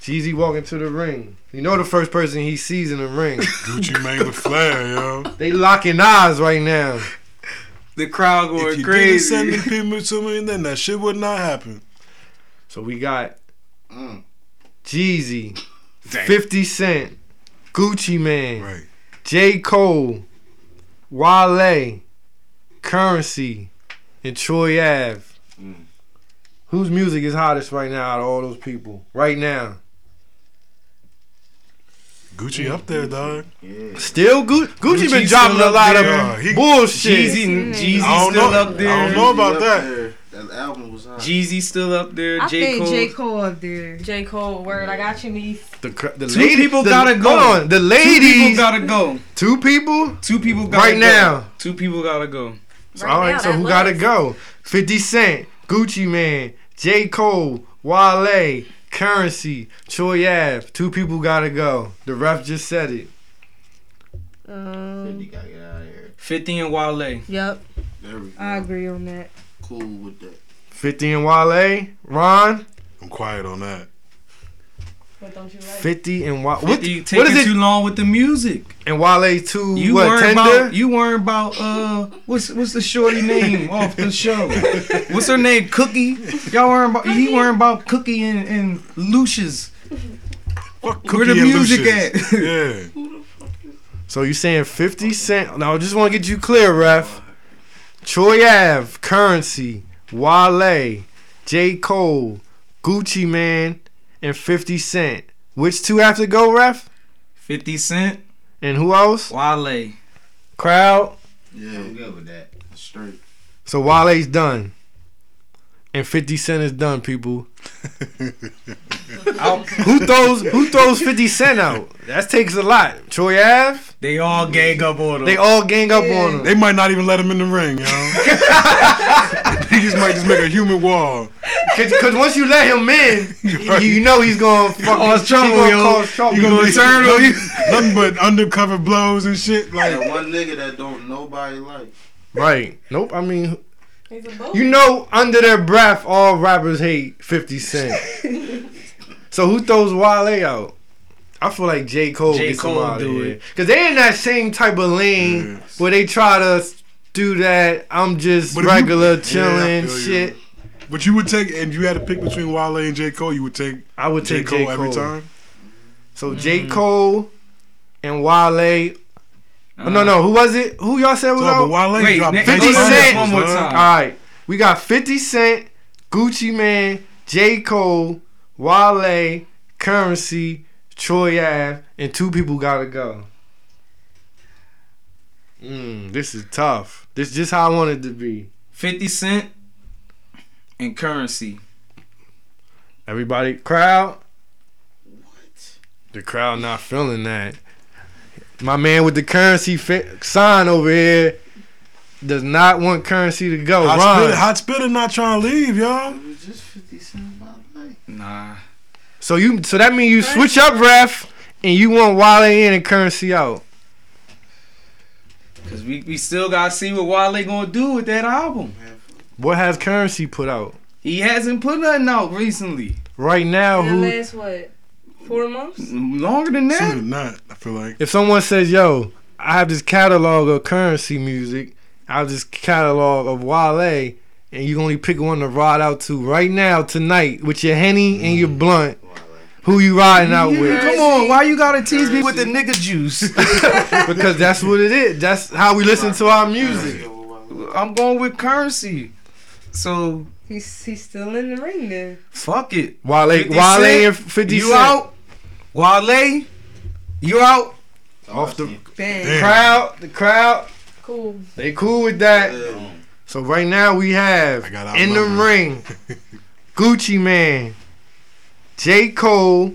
A: Jeezy walking to the ring. You know the first person he sees in the ring.
C: Gucci Mane with flair, yo.
A: they locking eyes right now.
F: The
C: If
F: crowd going
C: you didn't send
F: crazy.
C: the people to me, then that shit would not happen.
A: So we got
G: Mm.
A: Jeezy,
C: Damn.
A: Fifty Cent, Gucci Man,
C: Right.
A: J. Cole, Wale, Currency, and Troy Ave.
G: Mm.
A: Whose music is hottest right now out of all those people? Right now.
C: Gucci up there, dog.
G: Yeah.
A: Still Gucci, Gucci
F: Gucci
A: been dropping
F: still
A: a
F: up
A: lot
F: there.
A: of
C: Yeah, he-
A: bullshit.
F: Jeezy, Jeezy
C: I don't
F: still
C: know.
F: up there.
C: I don't know about that.
E: There. That album was hot.
F: Jeezy still up there.
B: I
F: J
B: think
F: Cole.
B: J. Cole up there.
H: J. Cole, word. I got you, me.
A: The, cr- the
F: Two people gotta go.
A: hold on, the
F: Two people
A: ladies.
F: gotta go.
A: Two people.
F: Two people gotta
A: Right
F: go.
A: now.
F: Two people gotta go.
A: So, all right,
H: now,
A: so
H: that
A: who gotta
H: list.
A: go? 50 Cent, Gucci Man, J. Cole, Wale, Currency, Troy Ave. Two people gotta go. The ref just said it.
B: Um,
G: Fifty gotta get out of here.
F: Fifty and Wale.
B: Yep,
E: There we go.
B: I agree on that.
E: cool with that.
A: 50 and Wale. Ron,
C: I'm quiet on that.
H: But don't you like?
A: 50 and Wale. What, what
F: Fifty taking
A: is
F: too
A: it?
F: long with the music.
A: And Wale too,
F: You
A: what,
F: worry
A: tender?
F: about you worry about uh what's what's the shorty name off the show? What's her name? Cookie. Y'all worry about he worrying about Cookie and, and Lucius.
C: Fuck
F: Where the
C: Cookie and
F: music
C: Lucius. yeah.
A: so you saying 50 Cent. No, I just want to get you clear, ref. Troy Ave, Currency, Wale, J. Cole, Gucci Man, and 50 Cent. Which two have to go, ref?
F: Fifty Cent,
A: And who else?
F: Wale.
A: Crowd.
G: I'm
E: Yeah,
G: good with that.
E: straight.
A: So Wale's done. And 50 Cent is done, people. who throws who throws 50 Cent out? That takes a lot. Troy Ave,
F: They all gang up on him.
A: they all gang up on him.
C: they might not even let him in the ring, yo. Niggas might just make a human wall.
A: Cause, 'cause once you let him in, you know he's gonna fucking
F: Cause
A: he
F: trouble,
A: gonna
F: yo.
A: cause trouble.
C: You gonna
F: gonna turn on you.
C: Nothing but undercover blows and shit. Like
E: That one nigga that don't nobody like.
A: Right. Nope. I mean,
H: He's a bull.
A: you know, under their breath, all rappers hate 50 Cent. so who throws Wale out? I feel like J. Cole
F: J.
A: gets him
F: Cole
A: out
F: do
A: of here.
F: it.
A: Because they in that same type of lane where they try to do that. I'm
C: Mm.
A: just
C: But if you-
A: regular,
C: Yeah, I
A: chilling,
C: feel you.
A: shit.
C: But you would take, and you had to pick between Wale and J. Cole, you would take
A: I would
C: J.
A: take
C: Cole, every time?
A: So
H: Mm.
A: J. Cole and Wale. oh, no,
F: Uh,
A: no. Who was it? Who y'all said was
C: So,
A: out?
C: but Wale
F: Wait,
C: dropped
F: Nick-
A: 50
C: 50
A: Cent.
C: albums,
F: One more
C: huh?
F: time.
A: All right. We got 50 Cent, Gucci Man, J. Cole, Wale, Currency, Troy Ave, and two people got to go. Mm, this is tough. This is just how I want it to be.
F: Fifty Cent and currency.
A: Everybody, crowd. The crowd not feeling that. My man with the currency fi- sign over here does not want currency to go.
C: Hot
A: Ron.
C: Spitter, Hot Spitter not trying to leave, y'all.
E: It was just 50 Cent by life.
F: Nah.
A: So you so that mean you switch up ref and you want Wale in and currency out.
F: Cause we, we still gotta see what Wale gonna do with that album.
A: What has currency put out?
F: He hasn't put nothing out recently.
A: Right now,
H: In the
A: who
H: last what? Four months?
F: Longer than
C: Sooner
F: that.
C: than not, I feel like.
A: if someone says, yo, I have this catalog of currency music, I have this catalog of Wale, and you only pick one to ride out to right now, tonight, with your henny and your blunt, who you riding out
F: Mm. Yeah,
A: with.
F: come on, why you gotta tease me with the nigga juice?
A: Because that's what it is. That's how we listen to our music.
F: I'm going with currency. So
B: He's he's still in the ring then.
F: fuck it.
A: Wale,
F: 50
A: Wale
F: Cent,
A: and 50
F: you
A: Cent.
F: out? Wale, you out?
A: Off the
B: Bang.
C: Damn.
A: crowd, the crowd,
H: Cool.
A: they cool with that. So right now we have
C: I got
A: in the
C: outnumbered.
A: ring Gucci Man, J. Cole,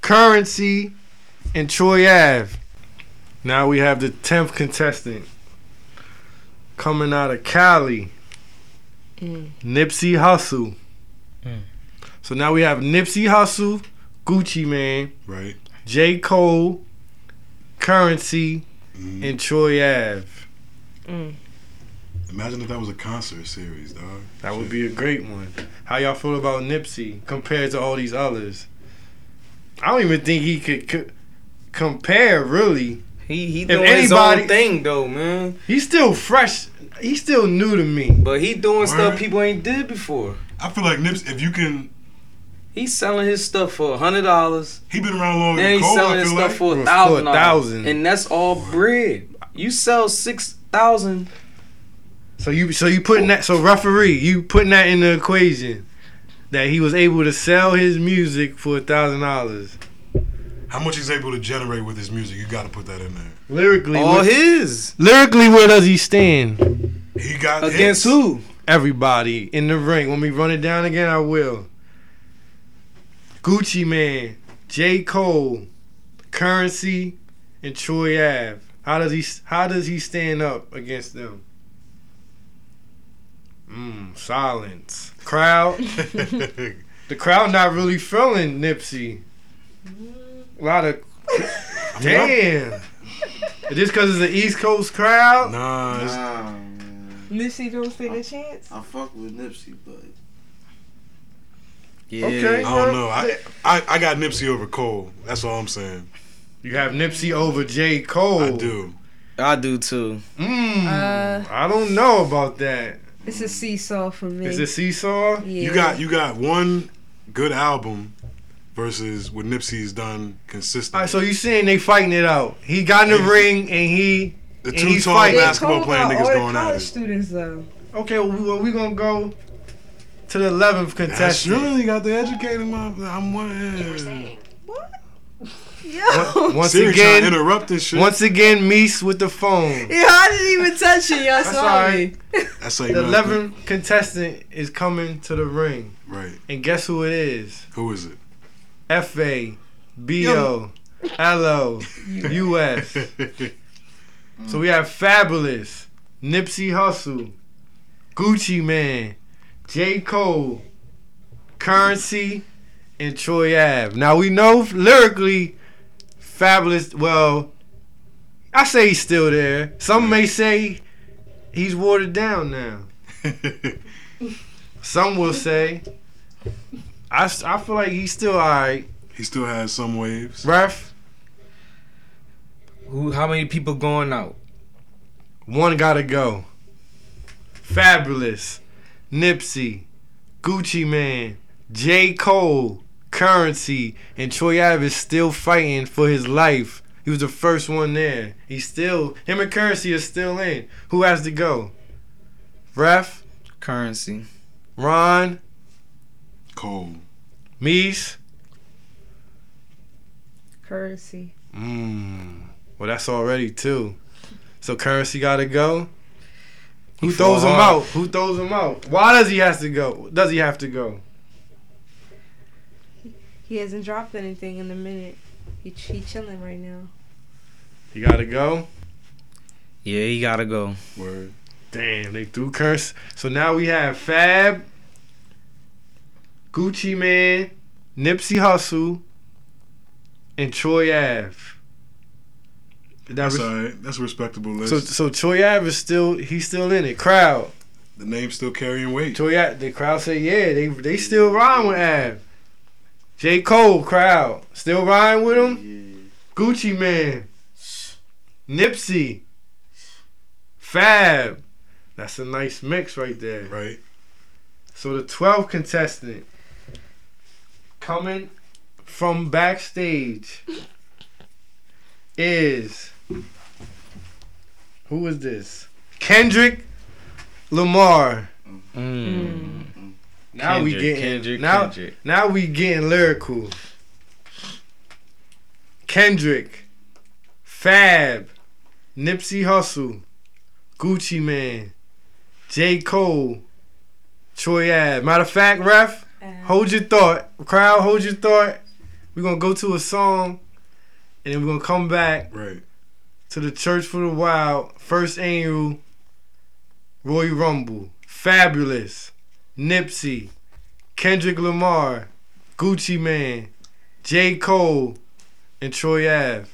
A: Currency, and Troy Ave. Now we have the 10th contestant coming out of Cali, Nipsey Hussle. So now we have Nipsey Hussle, Gucci Man,
C: Right.
A: J. Cole, Currency,
C: Mhm.
A: and Troy Ave.
C: Imagine if that was a concert series, dog.
A: That would be a great one. How y'all feel about Nipsey compared to all these others? I don't even think he could c- compare. Really,
D: He he
A: If
D: doing his own
A: anybody-
D: thing though, man.
A: he's still fresh. He's still new to me.
D: But he doing stuff
C: Word.
D: people ain't did before.
C: I feel like Nips, if you can,
D: He's selling his stuff for hundred dollars,
C: he been around longer
D: and
C: than
D: he's
C: Cole.
D: selling
C: I
D: his
C: feel
D: stuff
C: like.
D: for
A: For
D: a thousand dollars,
A: $1,000.
D: and that's all bread. You sell six thousand.
A: So you, so you putting that. So referee, you putting that in the equation that he was able to sell his music for a thousand dollars
C: How much he's able to generate with his music, you got to put that in there.
A: lyrically.
D: All
A: where-
D: his
A: lyrically, where does he stand?
C: He got hits.
D: against who?
A: Everybody in the ring. When we run it down again, I will. Gucci Man, J. Cole, Currency, and Troy Ave. How does he how does he stand up against them? Mmm, silence. Crowd. The crowd not really feeling Nipsey. A lot of
C: I mean, I'm-
A: damn. Just because it's an East Coast crowd?
C: Nah, it's,
E: Nah, man.
B: Nipsey don't stand a chance.
E: I fuck with Nipsey, but
D: Yeah.
A: Okay.
C: I don't know. I, I I got Nipsey over Cole. That's all I'm saying.
A: You have Nipsey over J. Cole.
C: I do.
D: I do too.
A: Mm,
B: Uh,
A: I don't know about that.
B: It's a seesaw for me.
A: Is it Seesaw?
B: yeah.
C: You got you got one good album versus what Nipsey's done
A: All
C: consistently.
A: right, so you saying they fighting it out? He got in the
C: Yeah.
A: ring and he
C: the
A: and
C: two
A: he's
C: tall
A: fighting.
C: basketball playing niggas going
B: college
C: at it.
B: students though.
A: okay. Well, we- well, we gonna go to the eleventh
C: That's
A: contestant.
C: really got the educated mother. I'm one. Yeah.
B: What? Yo.
A: Once, once
C: Siri trying to
A: again,
C: interrupt this shit.
A: once again, Meese with the phone.
B: Yeah, I didn't even touch it. Y'all
A: That's
B: saw me.
A: alright.
C: That's like
A: The eleventh contestant is coming to the ring,
C: Right.
A: and guess who it is?
C: Who is it?
A: F A B O L O U S. So we have Fabulous, Nipsey Hussle, Gucci Man, J. Cole, Currency, and Troy Ave. Now we know lyrically, Fabulous, well, I say he's still there. Some may say he's watered down now. Some will say, I, s- I feel like he's still alright.
C: he still has some waves.
A: Ref,
F: Who? How many people going out?
A: one gotta go. Fabulous, Nipsey, Gucci Man, J. Cole, Currency, and Troy Ave is still fighting for his life. He was the first one there. He's still him and Currency is still in. Who has to go? Ref,
F: Currency.
A: Ron,
C: Cole.
A: Meese.
B: Currency.
A: Mmm. Well, that's already two. So currency gotta go. Who
F: He
A: throws him
F: fall
A: out?
F: hard.
A: Who throws him out? Why does he has to go? Does he have to go?
B: He hasn't dropped anything in a minute. He he chilling right now.
A: He gotta go.
F: Yeah, he gotta go.
C: Word.
A: Damn, they threw curse. So now we have Fab, Gucci Man, Nipsey Hussle, and Troy Ave. That
C: That's
A: res-
C: all right. That's a respectable list.
A: so so Troy Ave is still he's still in it. Crowd.
C: the name's still carrying weight.
A: So yeah, the crowd said yeah, they they still riding with Ab. J. Cole crowd still riding with him. Gucci Man, Nipsey, Fab. That's a nice mix right there.
C: Right.
A: So the 12th contestant coming from backstage is who is this? Kendrick Lamar.
F: Mm.
A: Now we
F: Kendrick,
A: getting
F: Kendrick,
A: now
F: Kendrick.
A: now we getting lyrical. Kendrick, Fab, Nipsey Hussle, Gucci Man, J Cole, Troy Ave. Matter of fact, ref, hold your thought. Crowd, hold your thought. We're gonna go to a song, and then we're gonna come back
C: Right.
A: to the Church for the Wild first annual Roy Rumble. Fabulous, Nipsey, Kendrick Lamar, Gucci Man, J. Cole, and Troy Ave.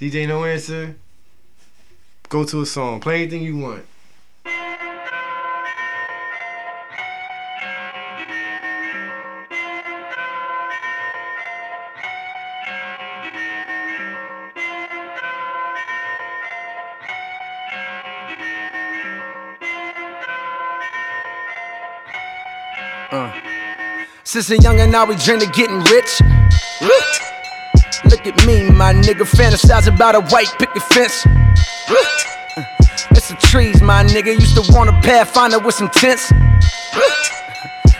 A: DJ No Answer, go to a song. Play anything you want.
I: Since a young and now we dream of getting rich. Look at me, my nigga, fantasize about a white picket fence. It's some trees, my nigga. Used to want a pathfinder with some tents.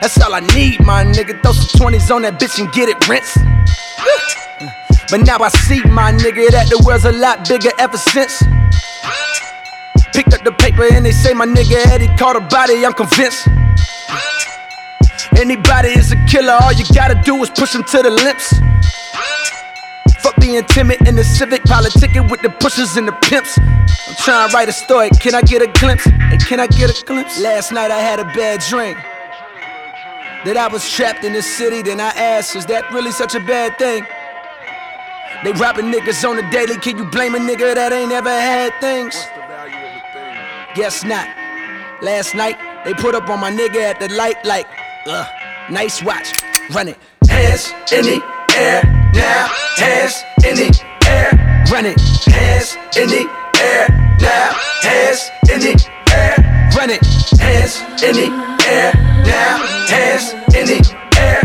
I: That's all I need, my nigga. Throw some 20s on that bitch and get it rinsed. But now I see, my nigga, that the world's a lot bigger ever since. Picked up the paper and they say my nigga Eddie caught a body, I'm convinced. Anybody is a killer, all you gotta do is push them to the limps. Fuck being timid in the civic, politicking with the pushers and the pimps. I'm trying to write a story, can I get a glimpse? Hey, can I get a glimpse? Last night I had a bad dream. That I was trapped in this city, then I asked, is that really such a bad thing? They robbing niggas on the daily. Can you blame a nigga that ain't ever had things? Guess not. Last night, they put up on my nigga at the light like, uh, nice watch. Run it. Hands in the air now. Hands in the air. Run it. Hands in the air now. Hands in the air. Run it. Hands in the air now. Hands in the air.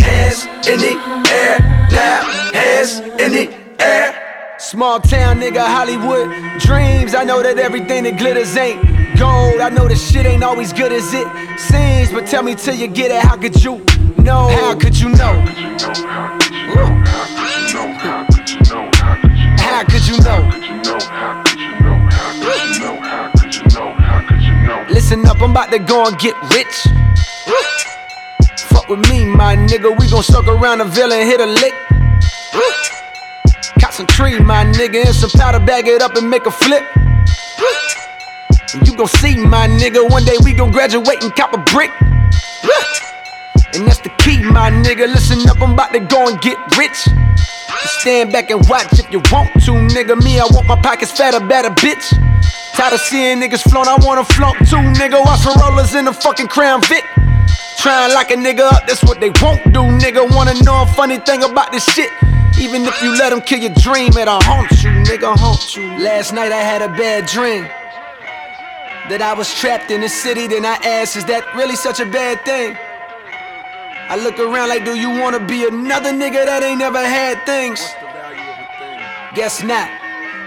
I: Hands in the air now. Hands in the air. Small town nigga, Hollywood dreams. I know that everything that glitters ain't gold. I know that shit ain't always good as it seems. But tell me till you get it, how could you know? How could you know? How could you know? Listen up, I'm about to go and get rich. Fuck with me, my nigga. We gon' suck around the villain, hit a lick. Cop some tree, my nigga, and some powder, bag it up and make a flip. And you gon' see, my nigga, one day we gon' graduate and cop a brick. And that's the key, my nigga. Listen up, I'm about to go and get rich. Stand back and watch if you want to, nigga. Me, I want my pockets fatter, better, bitch. Tired of seeing niggas flaunt, I wanna flaunt too, nigga. Watch for rollers in the fucking crown Vic. Try and lock a nigga up, that's what they won't do, nigga. Wanna know a funny thing about this shit? Even if you let 'em kill your dream, it'll haunt you, nigga, haunt you. Last night I had a bad dream that I was trapped in the city. Then I asked, is that really such a bad thing? I look around like, do you wanna be another nigga that ain't never had things? Guess not.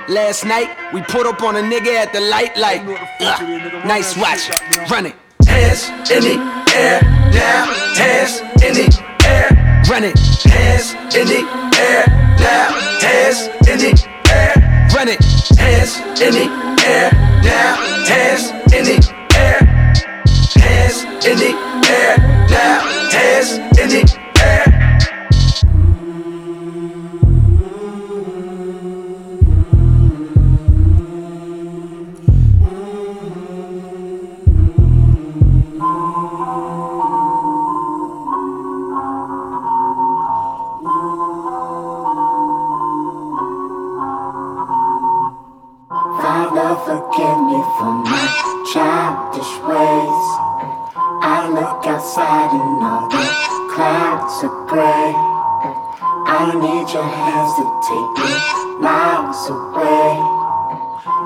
I: Last night we put up on a nigga at the light like, "Ugh, nice watch, run it. Hands in the air now, hands in the air, run it. Hands in the air now, hands in the air, run it. Hands in the air now, hands in the air, hands in the air now, hands in the air.
J: Father, forgive me for my childish ways. I look outside and all the clouds are gray. I need your hands to take me miles away.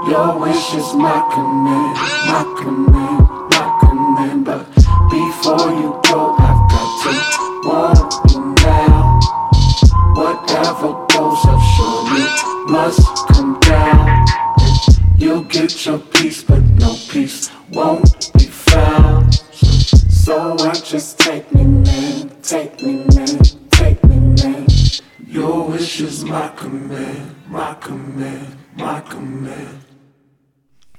J: Your wish is my command, my command, my command. But before you go, I've got to warn you now. Whatever goes up surely must come down. You'll get your peace, but no peace won't be found. So I just take me, man, take me, man, take me, man. Your wish is my command, my command, my command.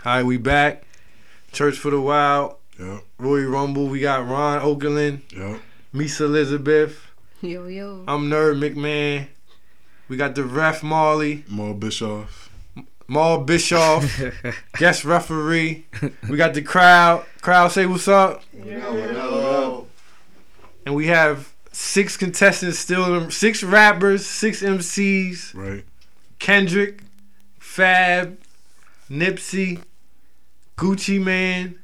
A: All right, we back. Church for the Wild. Roy Rumble. We got Ron Okerlund.
C: Yep.
A: Misa Elizabeth.
K: Yo, yo.
A: I'm Nerd McMahon. We got the ref Marley.
C: Maul Bischoff.
A: Maul Bischoff. guest referee. We got the crowd. Crowd say what's up. And we have six contestants still six rappers, six MCs.
C: Right.
A: Kendrick, Fab, Nipsey, Gucci Man,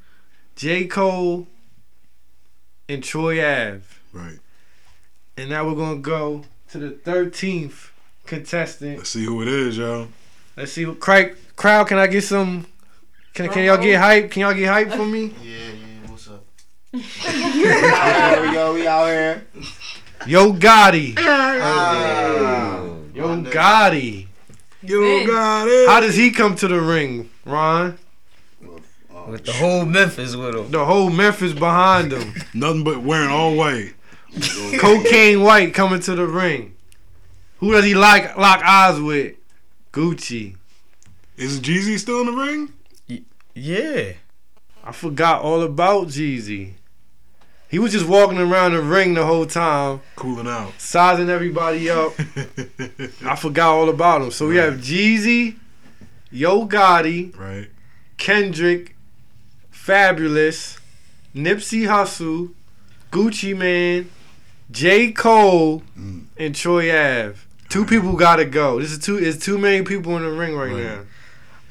A: J. Cole, and Troy Ave.
C: Right.
A: And now we're gonna go to the thirteenth contestant.
C: Let's see who it is, y'all.
A: Let's see what crack crowd. Can I get some? Can can y'all get hype? Can y'all get hype for me?
E: Yeah, yeah, what's up? Here we go, we out here.
A: Yo Gotti.
E: Yo
A: Gotti. Yo Gotti. How does he come to the ring, Ron?
F: With the whole Mm. Memphis with him.
A: The whole Memphis behind him.
C: Nothing but wearing all white.
A: Cocaine White coming to the ring. Who does he like lock eyes with? Gucci.
C: Is Jeezy still in the ring?
A: yeah. I forgot all about Jeezy. He was just walking around the ring the whole time.
C: Cooling out.
A: Sizing everybody up. I forgot all about him. So we have Jeezy, Yo Gotti,
C: right.
A: Kendrick, Fabulous, Nipsey Hussle,
C: Mm.
A: Gucci Man, J. Cole, and Troy Ave. Two people gotta go. This is too. It's too many people in the ring right, now.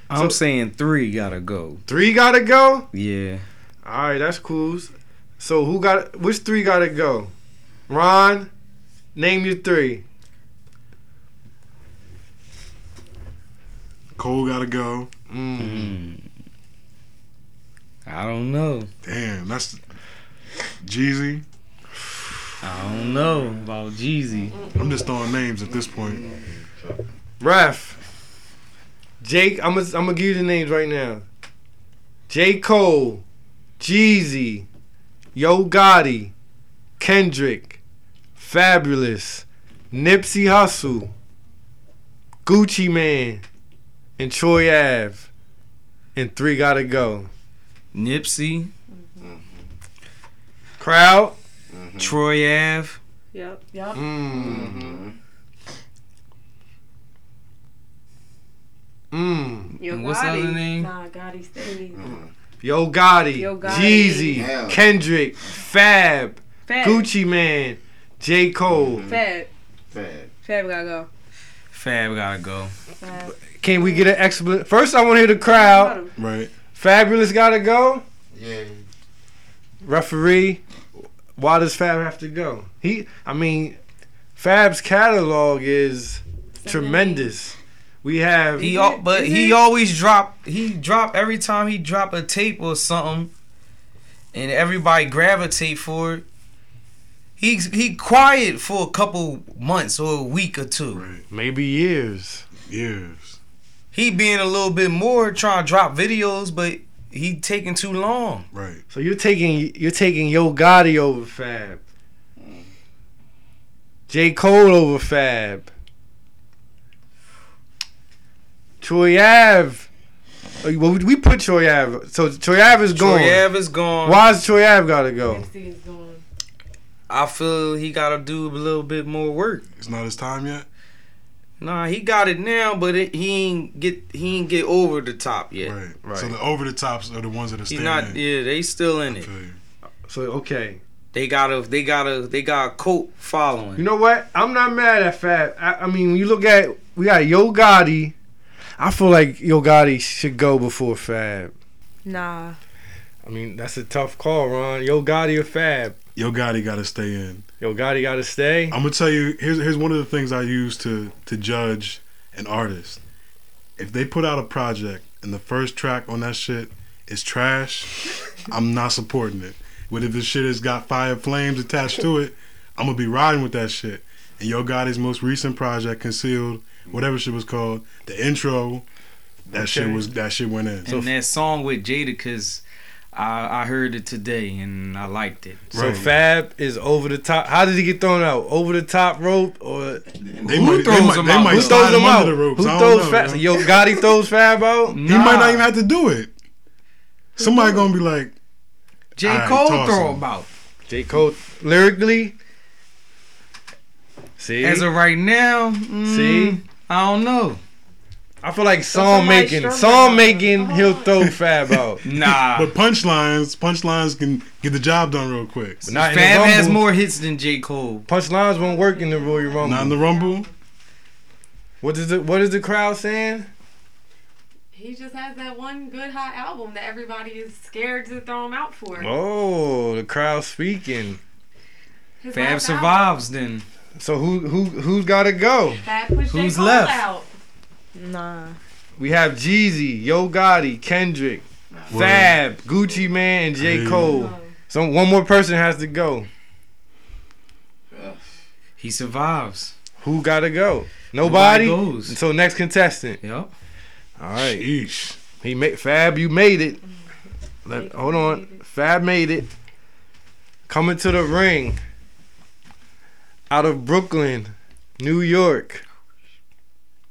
F: I'm saying three gotta go.
A: Three gotta go.
F: Yeah.
A: All right, that's cool. So who got? Which three gotta go? Ron, name your three.
C: Cole gotta go.
A: Mm.
F: I don't know.
C: Damn, that's Jeezy.
F: I don't know about Jeezy.
C: I'm just throwing names at this point.
A: Ref. Jake, I'm gonna I'm gonna give you the names right now. J. Cole, Jeezy, Yo Gotti, Kendrick, Fabulous, Nipsey Hussle, Gucci Man, and Troy Ave. And three gotta go.
F: Nipsey,
A: Crowd.
F: Troy Ave,
H: Yep. Yep.
E: Mm-hmm.
A: Mm.
G: Mm-hmm.
A: Mm.
H: Yo,
F: And what's the other
H: Gotti.
F: name?
H: Nah, Gotti stayed.
G: Mm-hmm.
A: Yo Gotti,
H: Yo Gotti.
A: Jeezy,
E: Yeah.
A: Kendrick, Fab,
B: Fab.
A: Gucci Man, J. Cole.
B: Fab.
E: Fab.
B: Fab gotta go.
F: Fab gotta go.
H: Fab.
A: Can we get an explanation? First, I want to hear the crowd.
C: Right.
A: Fabulous gotta go.
E: Yeah.
A: Referee, why does Fab have to go? He, I mean, Fab's catalog is tremendous. We have
F: He al- but he always drop he drop every time he drop a tape or something, and everybody gravitate for it. He he quiet for a couple months or a week or two.
C: Right.
A: maybe years.
C: Years.
F: He being a little bit more trying to drop videos, but he taking too long.
C: Right.
A: So you're taking you're taking Yo Gotti over Fab, J Cole over Fab, Troy Ave. Uh, Well, we put Troy Ave. So Troy Ave is
F: Troy
A: going.
F: Ave is gone.
A: Why is Troy Ave gotta go?
H: Nipsey is gone.
F: I feel he gotta do a little bit more work.
C: It's not his time yet.
F: Nah, he got it now, but it, he ain't get he ain't get over the top yet.
C: Right.
A: Right.
C: So the over the tops are the ones that are
F: He
C: staying.
F: not
C: in.
F: yeah, they still in
C: I
F: it.
C: feel you.
A: So okay,
F: They got a they got a they got a cult
A: you
F: following.
A: know what? I'm not mad at Fab. I, I mean, when you look at we got Yo Gotti. I feel like Yo Gotti should go before Fab.
B: Nah.
A: I mean, that's a tough call, Ron. Yo Gotti or Fab?
C: Yo Gotti gotta stay in.
A: Yo Gotti gotta stay.
C: I'm gonna tell you. Here's here's one of the things I use to to judge an artist. If they put out a project and the first track on that shit is trash, I'm not supporting it. But if the shit has got fire flames attached to it, I'm gonna be riding with that shit. And Yo Gotti's most recent project, Concealed, whatever shit was called, the intro, that shit
A: Okay.
C: was that shit went in.
F: and that song with Jada, cause I I heard it today and I liked it.
A: So
C: Right.
A: Fab is over the top. How did he get thrown out? Over the top rope or
C: they
F: who
C: might,
F: throws
C: they might,
F: him
C: they
F: out?
C: might
A: who
C: slide
A: throws him
C: under
A: out?
C: The ropes. I
A: Who
C: don't
A: throws
C: know, Mm-hmm.
A: Fab?
C: yo.
A: Yo Gotti throws Fab out.
C: He might not even have to do it. Somebody gonna be like,
F: J
C: All right,
F: Cole
C: toss
F: throw
C: him.
F: about.
A: J Cole lyrically. See,
F: As of right now, mm,
A: see,
F: I don't know.
A: I feel like song
B: somebody
A: making,
B: struggling
A: song
B: out
A: making,
F: Oh.
A: he'll throw Fab out.
F: Nah,
C: But punchlines, punchlines can get the job done real quick.
A: But not in the
F: Fab has
A: Rumble.
F: more hits than J Cole.
A: Punchlines won't work in the Royal Rumble.
C: Not in the Rumble.
A: what is the What is the crowd saying?
H: He just has that one good hot album that everybody is scared to throw him out for.
A: Oh, the crowd speaking.
H: His
F: Fab
H: last album,
F: survives then.
A: So who who who's got to go?
H: Fab pushed J.
F: Who's
H: Cole
F: left?
H: out.
B: Nah.
A: We have Jeezy, Yo Gotti, Kendrick, Fab, Gucci Man, and J
C: Hey.
A: Cole. So one more person has to go.
F: He survives.
A: Who gotta go?
F: Nobody
A: Nobody.
F: goes.
A: So next contestant.
F: Yep.
A: All right.
C: Sheesh.
A: He made Fab. You made it. Let, hold on. Fab made it. Coming to the ring. Out of Brooklyn, New York.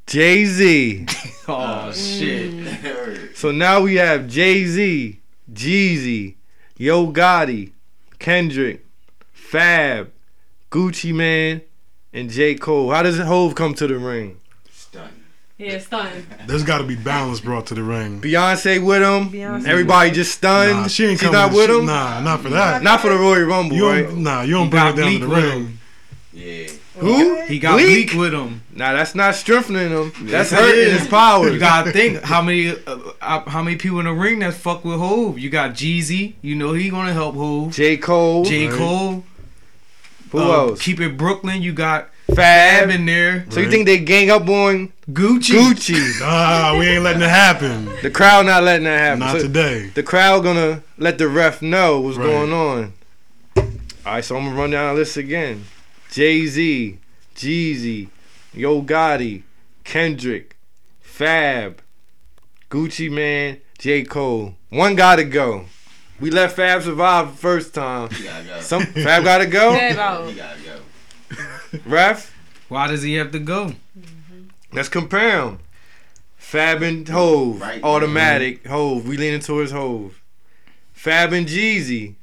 A: Jay Z.
F: Oh shit.
A: So now we have Jay Z, Jeezy, Yo Gotti, Kendrick, Fab, Gucci Man, and J. Cole. How does Hove come to the ring?
E: Stunned.
H: Yeah, stunned.
C: There's got to be balance brought to the ring.
A: Beyonce with him.
B: Beyonce.
A: Everybody just stunned.
C: Nah, she ain't
A: She's
C: coming.
A: not
C: to-
A: with
C: she-
A: him.
C: Nah, not for that.
A: Not for the Royal Rumble,
C: You
A: right?
C: don't, nah, you don't
F: He
C: bring
F: got
C: it down to
F: Bleak
C: the
F: with
C: ring.
F: him.
E: Yeah.
A: Who?
F: He got weak with him.
A: Nah, that's not strengthening him. That's
F: Yes, it
A: hurting
F: is.
A: his power.
F: You gotta think how many uh, uh, how many people in the ring that fuck with Hove. You got Jeezy. You know he gonna help Hove.
A: J Cole.
F: J
A: Right.
F: Cole.
A: Who
F: Uh,
A: else?
F: Keep it Brooklyn. You got
A: Fab.
F: Fab in there.
A: So you think they gang up on
F: Gucci?
A: Gucci?
C: Nah, we ain't letting it happen.
A: The crowd not letting that happen.
C: Not
A: So
C: today.
A: The crowd gonna let the ref know what's
C: Right.
A: going on. All right, so I'm gonna run down the list again: Jay Z, Jeezy, Yo Gotti, Kendrick, Fab, Gucci Man, J Cole. One gotta go. We let Fab survive the first time. Some Fab gotta go. Ref,
F: Why does he have to go?
A: let's compare them. Fab and Hove, automatic Hove. We leaning towards Hove. Fab and Jeezy,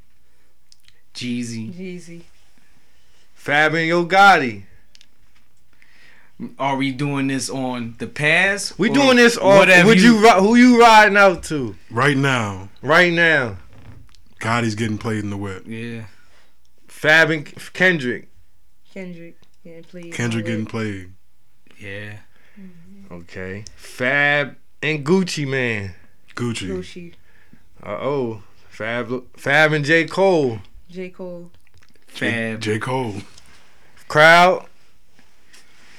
F: Jeezy.
B: Jeezy.
A: Fab and Yo Gotti.
F: Are we doing this on the past?
A: We
F: or
A: doing this all.
F: whatever
A: Would you, ri- who you riding out to
C: Right now,
A: right now?
C: Gotti's getting played in the whip.
F: Yeah.
A: Fab and K- Kendrick.
B: Kendrick. Yeah, please.
C: Kendrick getting played.
F: Yeah.
A: Okay. Fab and Gucci Man.
C: Gucci.
B: Gucci.
A: Uh oh. Fab Fab and J Cole.
B: J. Cole.
F: Fab.
C: J. Cole.
A: Crowd.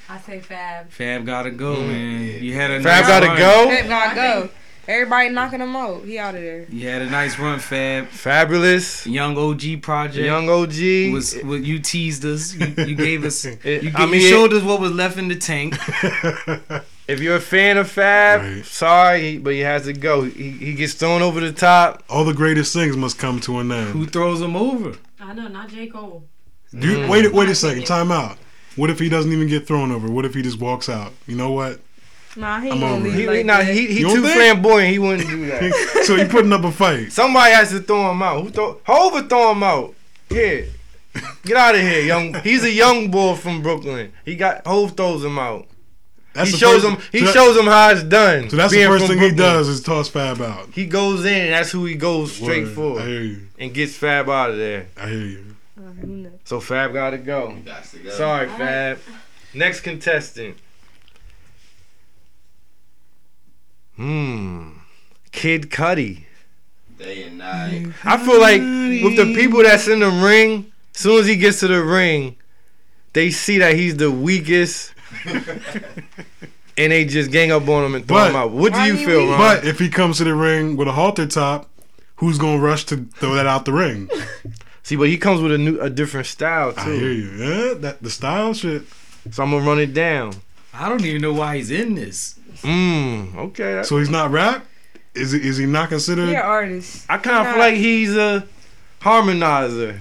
H: I say Fab.
F: Fab gotta go, man. You had a
A: Fab
F: nice
A: gotta
F: run.
A: go.
B: Fab gotta go. Everybody knocking him out. He out of there.
F: You had a nice run, Fab.
A: Fabulous.
F: Young OG project.
A: Young OG.
F: was what you teased us. You, you gave us. You, gave,
A: I mean,
F: you showed us what was left in the tank.
A: if you're a fan of Fab,
C: Right.
A: sorry, but he has to go. He, he gets thrown over the top.
C: All the greatest things must come to an
F: Who
C: end.
F: throws him over?
H: I know, not J. Cole.
C: Do you- wait, wait a second. Time out. What if he doesn't even get thrown over? What if he just walks out? You know what?
B: Nah, he
C: I'm
B: ain't gonna
C: over
B: leave.
C: it.
A: He,
B: like
A: nah,
B: that.
A: he, he
C: You don't
A: too
C: think?
A: flamboyant. He wouldn't do that.
C: so you putting up a fight.
A: Somebody has to throw him out. Who throw? Hova throw him out. Yeah, get out of here, young. He's a young boy from Brooklyn. He got Hove throws him out.
C: That's
A: he
C: the
A: shows
C: first-
A: him. He
C: so that-
A: shows him how it's done.
C: So that's the
A: being
C: first
A: from
C: thing he
A: Brooklyn.
C: does is toss Fab out.
A: He goes in. and That's who he goes straight
C: Word.
A: for
C: I hear you.
A: and gets Fab out of there.
C: I hear you.
B: Uh, who knows?
A: So Fab gotta go. Sorry, Fab. Next contestant. Hmm. Kid Cudi.
E: Day and night.
A: I feel like with the people that's in the ring, as soon as he gets to the ring, they see that he's the weakest, and they just gang up on him and throw
C: But-
A: him out. What do
B: Why
A: you
B: he
A: feel, Ron?
B: weak?
C: But if he comes to the ring with a halter top, who's gonna rush to throw that out the ring?
A: see, but he comes with a new, a different style
C: I hear
A: too.
C: you. Yeah, that the style shit.
A: So I'm gonna run it down.
F: I don't even know why he's in this.
A: Mm, okay. That's-
C: So he's not rap. Is he, is he not considered?
B: He an artist.
A: I kind of feel like he's a harmonizer.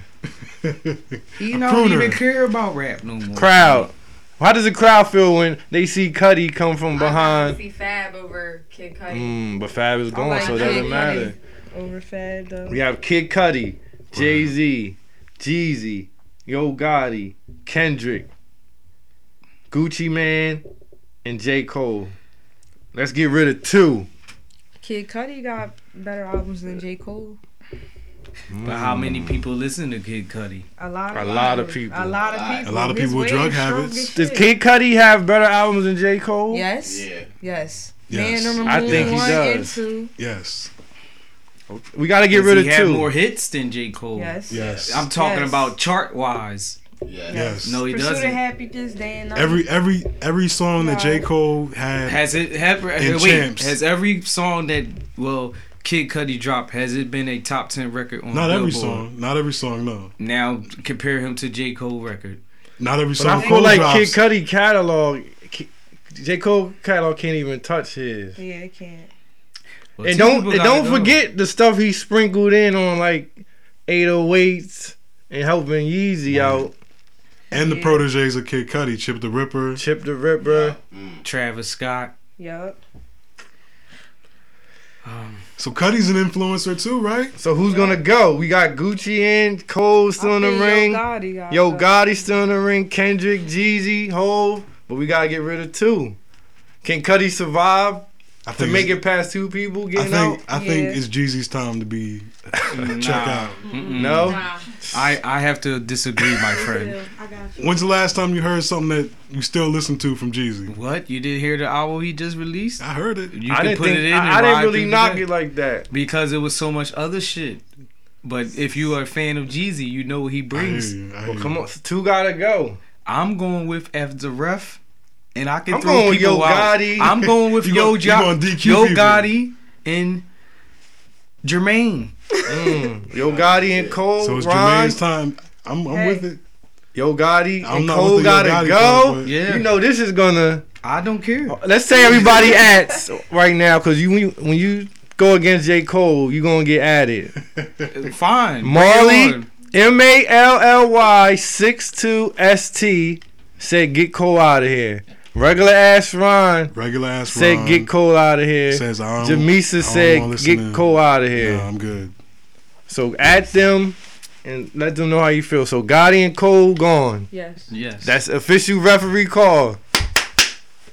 F: He
C: A
F: don't even
C: pruner.
F: care about rap no more.
A: Crowd. How does the crowd feel when they see Cuddy come from
H: I
A: behind?
H: see oh, Fab over Kid Cudi.
A: Mm, but Fab is gone,
B: like
A: so it
B: Kid
A: doesn't
B: Cudi.
A: matter.
B: Overfed though.
A: We have Kid Cudi, Jay Z, Jeezy, Yo Gotti, Kendrick, Gucci Man, and J. Cole. Let's get rid of two.
B: Kid Cudi got better albums than J. Cole.
F: But how many people listen to Kid Cudi?
B: A lot. Of
A: A lot of people.
B: A lot of
C: A
B: people.
C: lot of
B: His
C: people with
B: way
C: drug
B: is strong
C: habits.
B: as
A: Does
B: shit.
A: Kid Cudi have better albums than J. Cole?
B: Yes.
E: Yeah.
B: Yes.
C: Yes.
B: Man on the moon.
A: I think he
B: one
A: does.
B: And two.
C: Yes.
A: We gotta get
F: Does
A: rid of
F: he have
A: two.
F: more hits than J
A: Oh.
F: Cole.
B: Yes.
C: Yes.
F: I'm talking
B: Yes.
F: about chart wise.
E: Yeah.
C: yes.
F: No, he
B: Pursuit of
F: doesn't.
B: happiness, day and night.
C: Every every every song that J
B: No.
C: Cole had.
F: Has it have
C: And
F: wait?
C: Champs.
F: Has every song that well Kid Cudi dropped has it been a top ten record on?
C: not every
F: Billboard?
C: song. Not every song. No.
F: Now compare him to J Cole record.
C: Not every
A: But
C: song.
A: I feel like Kid
C: drops.
A: Cudi catalog, Ki- J. Cole catalog can't even touch his.
B: Yeah, it can't.
F: Well,
A: And
F: two
A: don't
F: people
A: and
F: gotta
A: don't
F: go.
A: forget the stuff he sprinkled in on like 808s and helping Yeezy out.
C: and the proteges of Kid Cudi, Chip the Ripper.
A: Chip the Ripper.
F: Travis Scott.
B: Yup.
C: So Cudi's an influencer too, right?
A: So who's gonna go? We got Gucci in, Cole still in the ring,
B: Yo Gotti got
A: Yo
B: the-
A: Gotti still in the ring, Kendrick, Jeezy, Hove, but we gotta get rid of two. Can Cuddy survive
C: I
A: to
C: think
A: make
C: it's-
A: it past two people
C: I
A: getting
C: think
A: out.
C: I think it's Jeezy's time to be check out.
A: Mm-mm. No?
F: I, I have to disagree, my friend.
C: When's the last time you heard something that you still listen to from Jeezy?
F: What? You did hear the album he just released? I
C: heard it.
F: You
A: I
F: can
A: didn't
F: put
A: think-
F: it in.
A: I-
F: and
A: I didn't
F: ride
A: really
F: people
A: knock
F: back.
A: it like that.
F: because it was so much other shit. But if you are a fan of Jeezy, you know what he brings.
A: Well, come on, two gotta go.
F: I'm going with F the ref, and I can
A: I'm
F: throw
A: going with
F: people
A: Yo
F: out.
A: Gotti.
F: I'm going with
A: You
F: Yo
A: gon- you
F: Jo-
A: gonna DQ
F: Yo
A: people.
F: Gotti and Jermaine.
A: Yo Gotti and Cole.
C: So it's
A: Ron.
C: Jermaine's time. I'm, I'm with it.
A: Yo Gotti
C: I'm
A: and
C: not
A: Cole
C: with the Yo
A: gotta
C: Gotti
A: go.
C: thing, but-
A: yeah. You know this is gonna.
F: I don't care.
A: Let's say everybody adds right now because you when, you when you go against J Cole, you gonna get added.
F: Fine. bring it
A: Oh. Marley
F: on.
A: M A L L Y six two S T said get Cole out of here. Regular ass Ron.
C: Regular ass
A: said
C: Ron
A: get Cole out of here.
C: says, "I don't- I
A: Jamisa
C: don't wanna
A: said
C: listen
A: get
C: to-
A: Cole out of here.
C: Nah, I'm good.
A: So at them and let them know how you feel. So Gotti and Cole gone.
K: Yes.
F: Yes.
A: That's official referee call.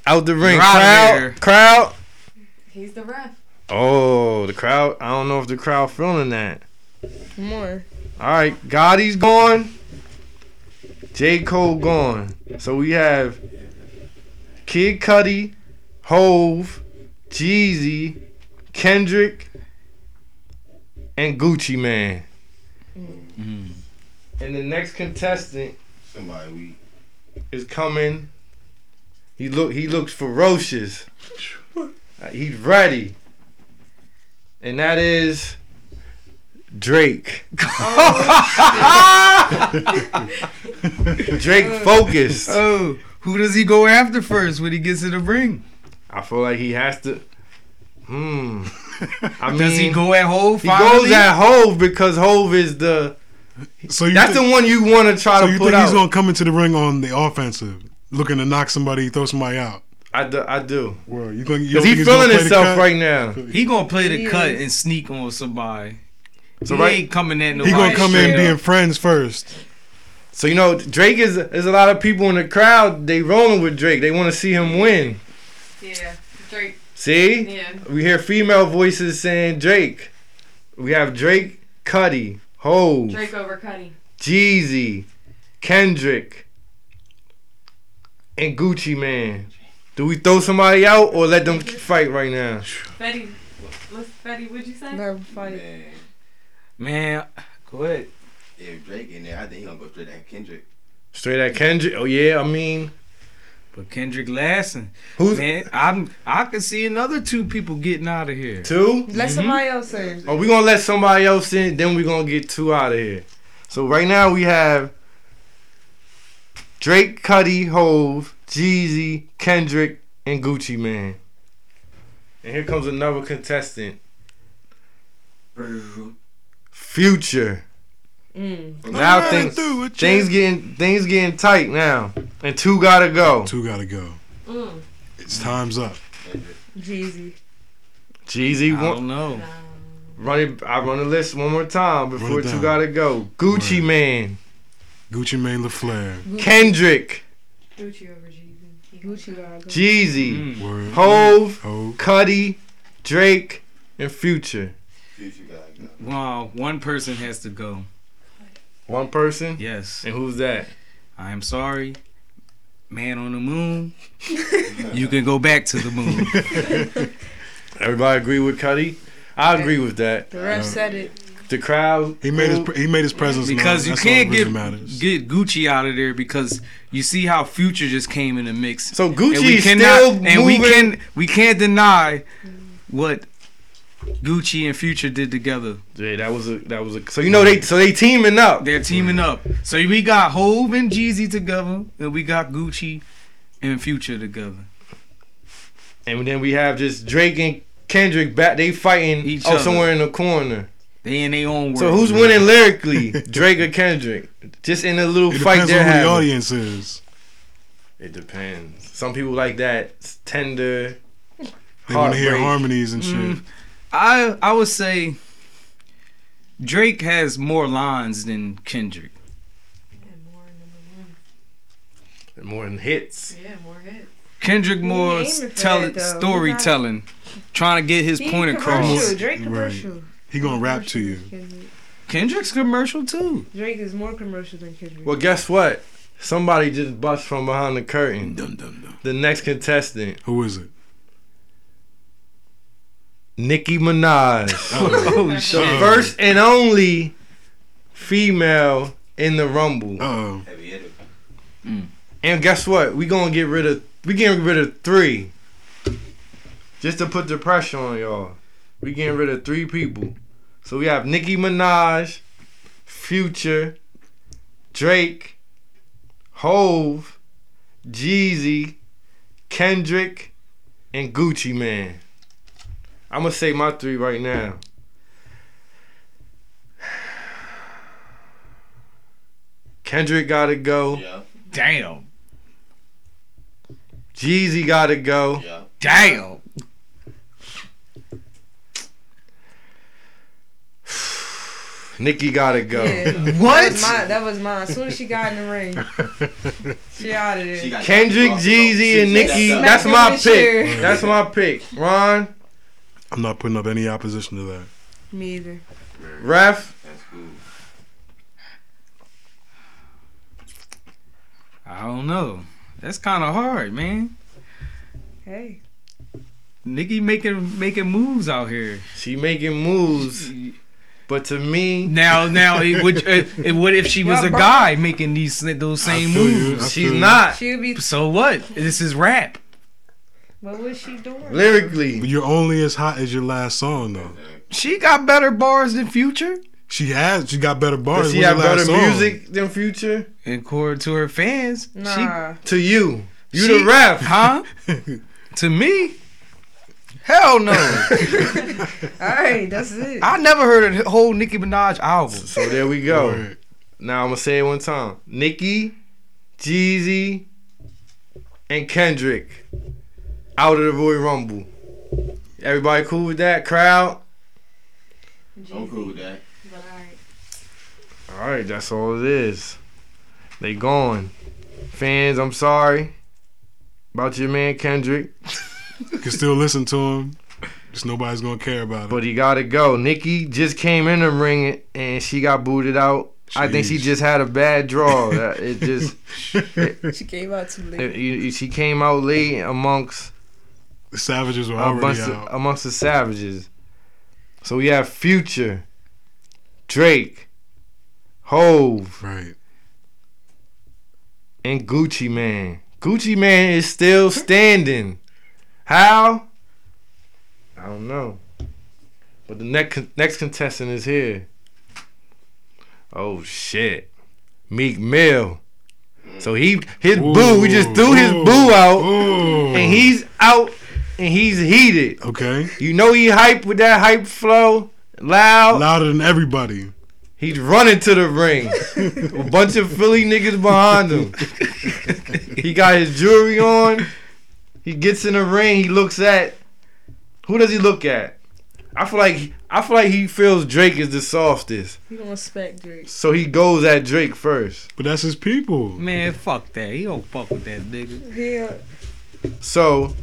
A: Out the ring.
F: You're outta here.
A: Crowd. Crowd.
H: He's the ref.
A: Oh, the crowd. I don't know if the crowd feeling that.
K: More.
A: All right, Gotti's gone. J. Cole gone. So we have Kid Cudi, Hove, Jeezy, Kendrick, and Gucci Man. And the next contestant
E: Somebody we
A: is coming. He look he looks ferocious. Uh, He's ready. And that is Drake. Drake focused.
F: Oh, who does he go after first when he gets to the ring?
A: I feel like he has to. Hmm. I mean,
F: Does he go at Hove
A: He
F: finally?
A: goes at Hove because Hove is the.
C: So you
A: that's
C: thi-
A: the one you want to try
C: So
A: to
C: you
A: put
C: think
A: out.
C: he's gonna come into the ring on the offensive, looking to knock somebody, throw somebody out?
A: I do. I do.
C: Well, you gonna? you
A: Because
C: don't think
A: he
C: he's gonna
A: feeling
C: play the
A: himself
C: cut?
A: right now.
F: He gonna play the
A: He
F: cut
A: is.
F: and sneak on somebody.
A: So
F: he
A: right-
F: ain't coming at nobody.
C: He gonna come in
F: straight
C: being
F: up.
C: friends first.
A: So you know, Drake is is a lot of people in the crowd. They rolling with Drake. They want to see him win.
H: Yeah. Drake.
A: See,
H: Yeah.
A: we hear female voices saying Drake. We have Drake, Cuddy, Hove,
H: Drake over Cuddy.
A: Jeezy, Kendrick, and Gucci Man. Do we throw somebody out or let them fight right now?
H: Fetty. Let's Fetty, what'd you say?
K: Never fight.
A: Mm-hmm.
E: man.
F: Man, go ahead.
E: If Drake in there, I think he gonna go straight at Kendrick.
A: Straight at Kendrick. Oh yeah, I mean,
F: But Kendrick Lassen,
A: Who's-
F: man, I'm I can see another two people getting out of here.
A: two.
K: Let somebody else in.
A: Are Oh, we gonna let somebody else in? Then we gonna get two out of here. So right now we have Drake, Cuddy, Hove, Jeezy, Kendrick, and Gucci Man. And here comes another contestant, Future.
F: Mm.
A: Now things things getting things getting tight now, and two gotta go.
C: Two gotta go.
H: Mm.
C: It's time's up.
K: Jeezy.
A: Jeezy,
F: I
A: one,
F: don't know.
A: run it. I run the list one more time before
C: it
A: two
C: down.
A: gotta go. Gucci Man,
C: Gucci Mane LaFlair.
A: Kendrick,
H: Gucci over Jeezy.
K: Gucci gotta go.
A: Jeezy.
F: Mm.
C: Word.
A: Hove,
C: Hov.
A: Cuddy, Drake, and Future.
F: Wow, one person has to go.
A: One person.
F: Yes,
A: And who's that?
F: I am sorry, man on the moon. you can go back to the moon.
A: Everybody agree with Cuddy? I agree with that.
K: The ref said it.
A: The crowd.
C: He made his he made his presence known.
F: because you
C: That's
F: can't
C: all that
F: get
C: really matters.
F: get Gucci out of there because you see how Future just came in the mix.
A: So Gucci
F: and we
A: is
F: cannot,
A: still
F: and we
A: moving.
F: can we can't deny what Gucci and Future did together.
A: Yeah, that was a that was a. So you know they so they teaming up.
F: They're teaming up. So we got Hove and Jeezy together, and we got Gucci and Future together.
A: And then we have just Drake and Kendrick back. They fighting
F: Each
A: oh,
F: other.
A: somewhere in the corner.
F: They in their own world.
A: So who's winning lyrically, Drake or Kendrick? Just in a little
C: It
A: fight
C: depends on
A: they're
C: who the
A: having.
C: audience is.
A: It depends. Some people like that tender.
C: They want to hear
A: heartbreak. Mm.
C: harmonies and shit.
F: I I would say Drake has more lines than Kendrick.
H: And more number one.
A: more than hits.
H: Yeah, more hits.
F: Kendrick more
K: aiming for
F: tell
K: that, though.
F: storytelling. trying to get his
B: He
F: point across.
B: commercial, Drake commercial.
C: He gonna rap to you.
B: Kendrick.
F: Kendrick's commercial too.
B: Drake is more commercial than Kendrick.
A: Well, guess what? Somebody just bust from behind the curtain. The next contestant.
C: Who is it?
A: Nicki Minaj.
F: Oh,
A: the
F: shit.
A: first and only female in the Rumble.
C: Oh.
A: And guess what? We gonna get rid of. We getting rid of three. Just to put the pressure on y'all. We getting rid of three people. So we have Nicki Minaj, Future, Drake, Hove, Jeezy, Kendrick, and Gucci Man. I'm gonna say my three right now. Kendrick gotta go.
L: Damn.
A: Jeezy gotta go.
L: Damn.
A: Nicki gotta go.
B: Yeah. That was, my, that was mine. As soon as she got in the ring, she out of there.
A: Kendrick, Jeezy, and Nicki. That's
B: Smack
A: my
B: this
A: pick.
B: year.
A: That's my pick. Ron,
C: I'm not putting up any opposition to that.
B: Me either.
A: Ref.
F: I don't know. That's kind of hard, man.
B: Hey.
F: Nikki making making moves out here.
A: She making moves, but to me
F: now now it would, uh, it, what if she was
A: Y'all
F: a
A: burn-
F: guy making these those same
A: feel you, I
F: moves?
A: She's feel you. not.
B: She'll be.
F: So what? This is rap.
B: What was she doing?
A: Lyrically.
C: But you're only as hot as your last song though.
F: She got better bars than Future.
C: She has she got better bars.
A: Does she
C: What's
A: have
C: her last
A: better
C: song?
A: music than Future?
F: According to her fans,
B: Nah.
A: To you, you
F: She-
A: the ref,
F: huh? to me, hell no.
B: All right, that's it.
F: I never heard a whole Nicki Minaj album.
A: So there we go. Now I'm gonna say it one time. Nicki, Jeezy, and Kendrick out of the Royal Rumble. Everybody cool with that? Crowd?
H: I'm cool with that.
M: But alright.
A: All right, that's all it is. They gone. Fans, I'm sorry about your man Kendrick,
C: You can still listen to him. Just nobody's gonna care about it.
A: but he gotta go. Nikki just came in the ring and she got booted out. I think she
C: Jeez.
A: just had a bad draw. oh, That- it just
B: She came out too late.
A: it- you- she came out late amongst
C: the savages were
A: a bunch
C: already
A: of,
C: out.
A: amongst the savages. So we have Future, Drake, Hove,
C: right.
A: and Gucci Man. Gucci Man is still standing. How? I don't know. But the next next contestant is here. Oh shit, Meek Mill. So he his boo. We just threw his
C: ooh,
A: boo out,
C: ooh.
A: and he's out, and he's heated.
C: Okay.
A: You know he hype with that hype flow, loud.
C: Louder than everybody.
A: He's running to the ring. a bunch of Philly niggas behind him. he got his jewelry on. He gets in the ring. He looks at who does he look at? I feel like I feel like he feels Drake is the softest.
B: You gonna spec Drake?
A: So he goes at Drake first.
C: But that's his people.
F: Man, fuck that. He don't fuck with that nigga.
B: Yeah.
A: So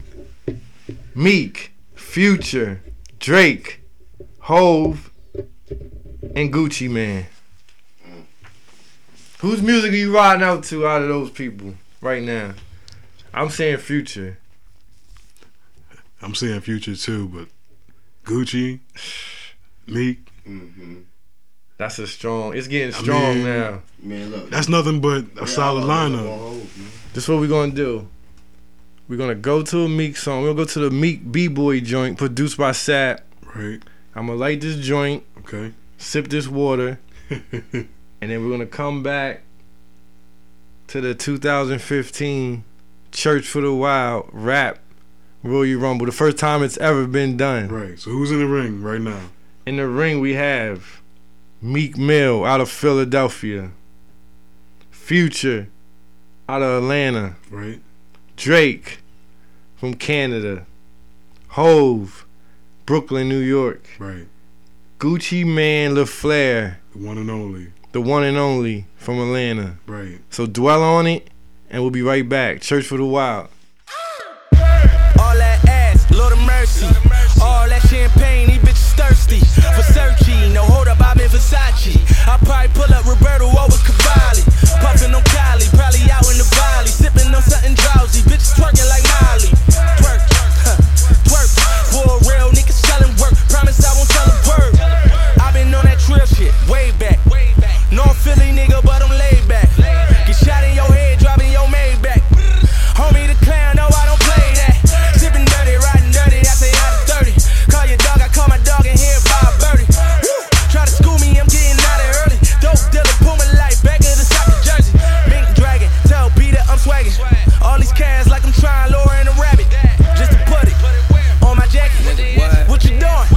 A: Meek, Future, Drake, Hove, and Gucci Man. Whose music are you riding out to out of those people right now? I'm saying Future.
C: I'm saying future too, but Gucci, Meek,
A: That's a strong. It's getting strong
C: mean-
A: now.
H: Man, look. Oh,
C: that's nothing but a solid lineup.
A: This what we gonna do. We're gonna go to a Meek song. We're gonna go to the Meek B Boy joint produced by Sap.
C: Right.
A: I'm gonna light this joint,
C: Okay.
A: sip this water, and then we're gonna come back to the 2015 Church for the Wild rap Royal Rumble. The first time it's ever been done.
C: right. So who's in the ring right now?
A: In the ring, we have Meek Mill out of Philadelphia, Future out of Atlanta,
C: Right.
A: Drake from Canada, Hove, Brooklyn, New York,
C: Right.
A: Gucci Man LaFlair,
C: The one and only.
A: the one and only from Atlanta.
C: Right.
A: So dwell on it, and we'll be right back. Church for the Wild.
N: All that ass, Lord of mercy. champagne, these bitches thirsty. Versace, no hold up, I'm in Versace. I probably pull up Roberto over Cavalli. Puffin' on Cali, probably out in the valley. Sippin' on something drowsy, bitches twerking like Molly. Twerk, huh, twerk. For a real nigga selling work, promise I won't tell a bird. i been on that trip shit, way back. North Philly nigga, but I'm laid back. Get shot in your head, driving your Maybach. Homie the clown, no, I don't play that. Sippin' dirty, riding dirty, I say I'm dirty. Call your dog, I call my dog and hear by a birdie. Woo! Try to school me, I'm getting out of early. Dope dealer, pull my life back of the soccer jersey. Mink dragon, tell Peter I'm swagging. All these cats like I'm trying lower in a rabbit. Just to put it on my jacket. What you doing?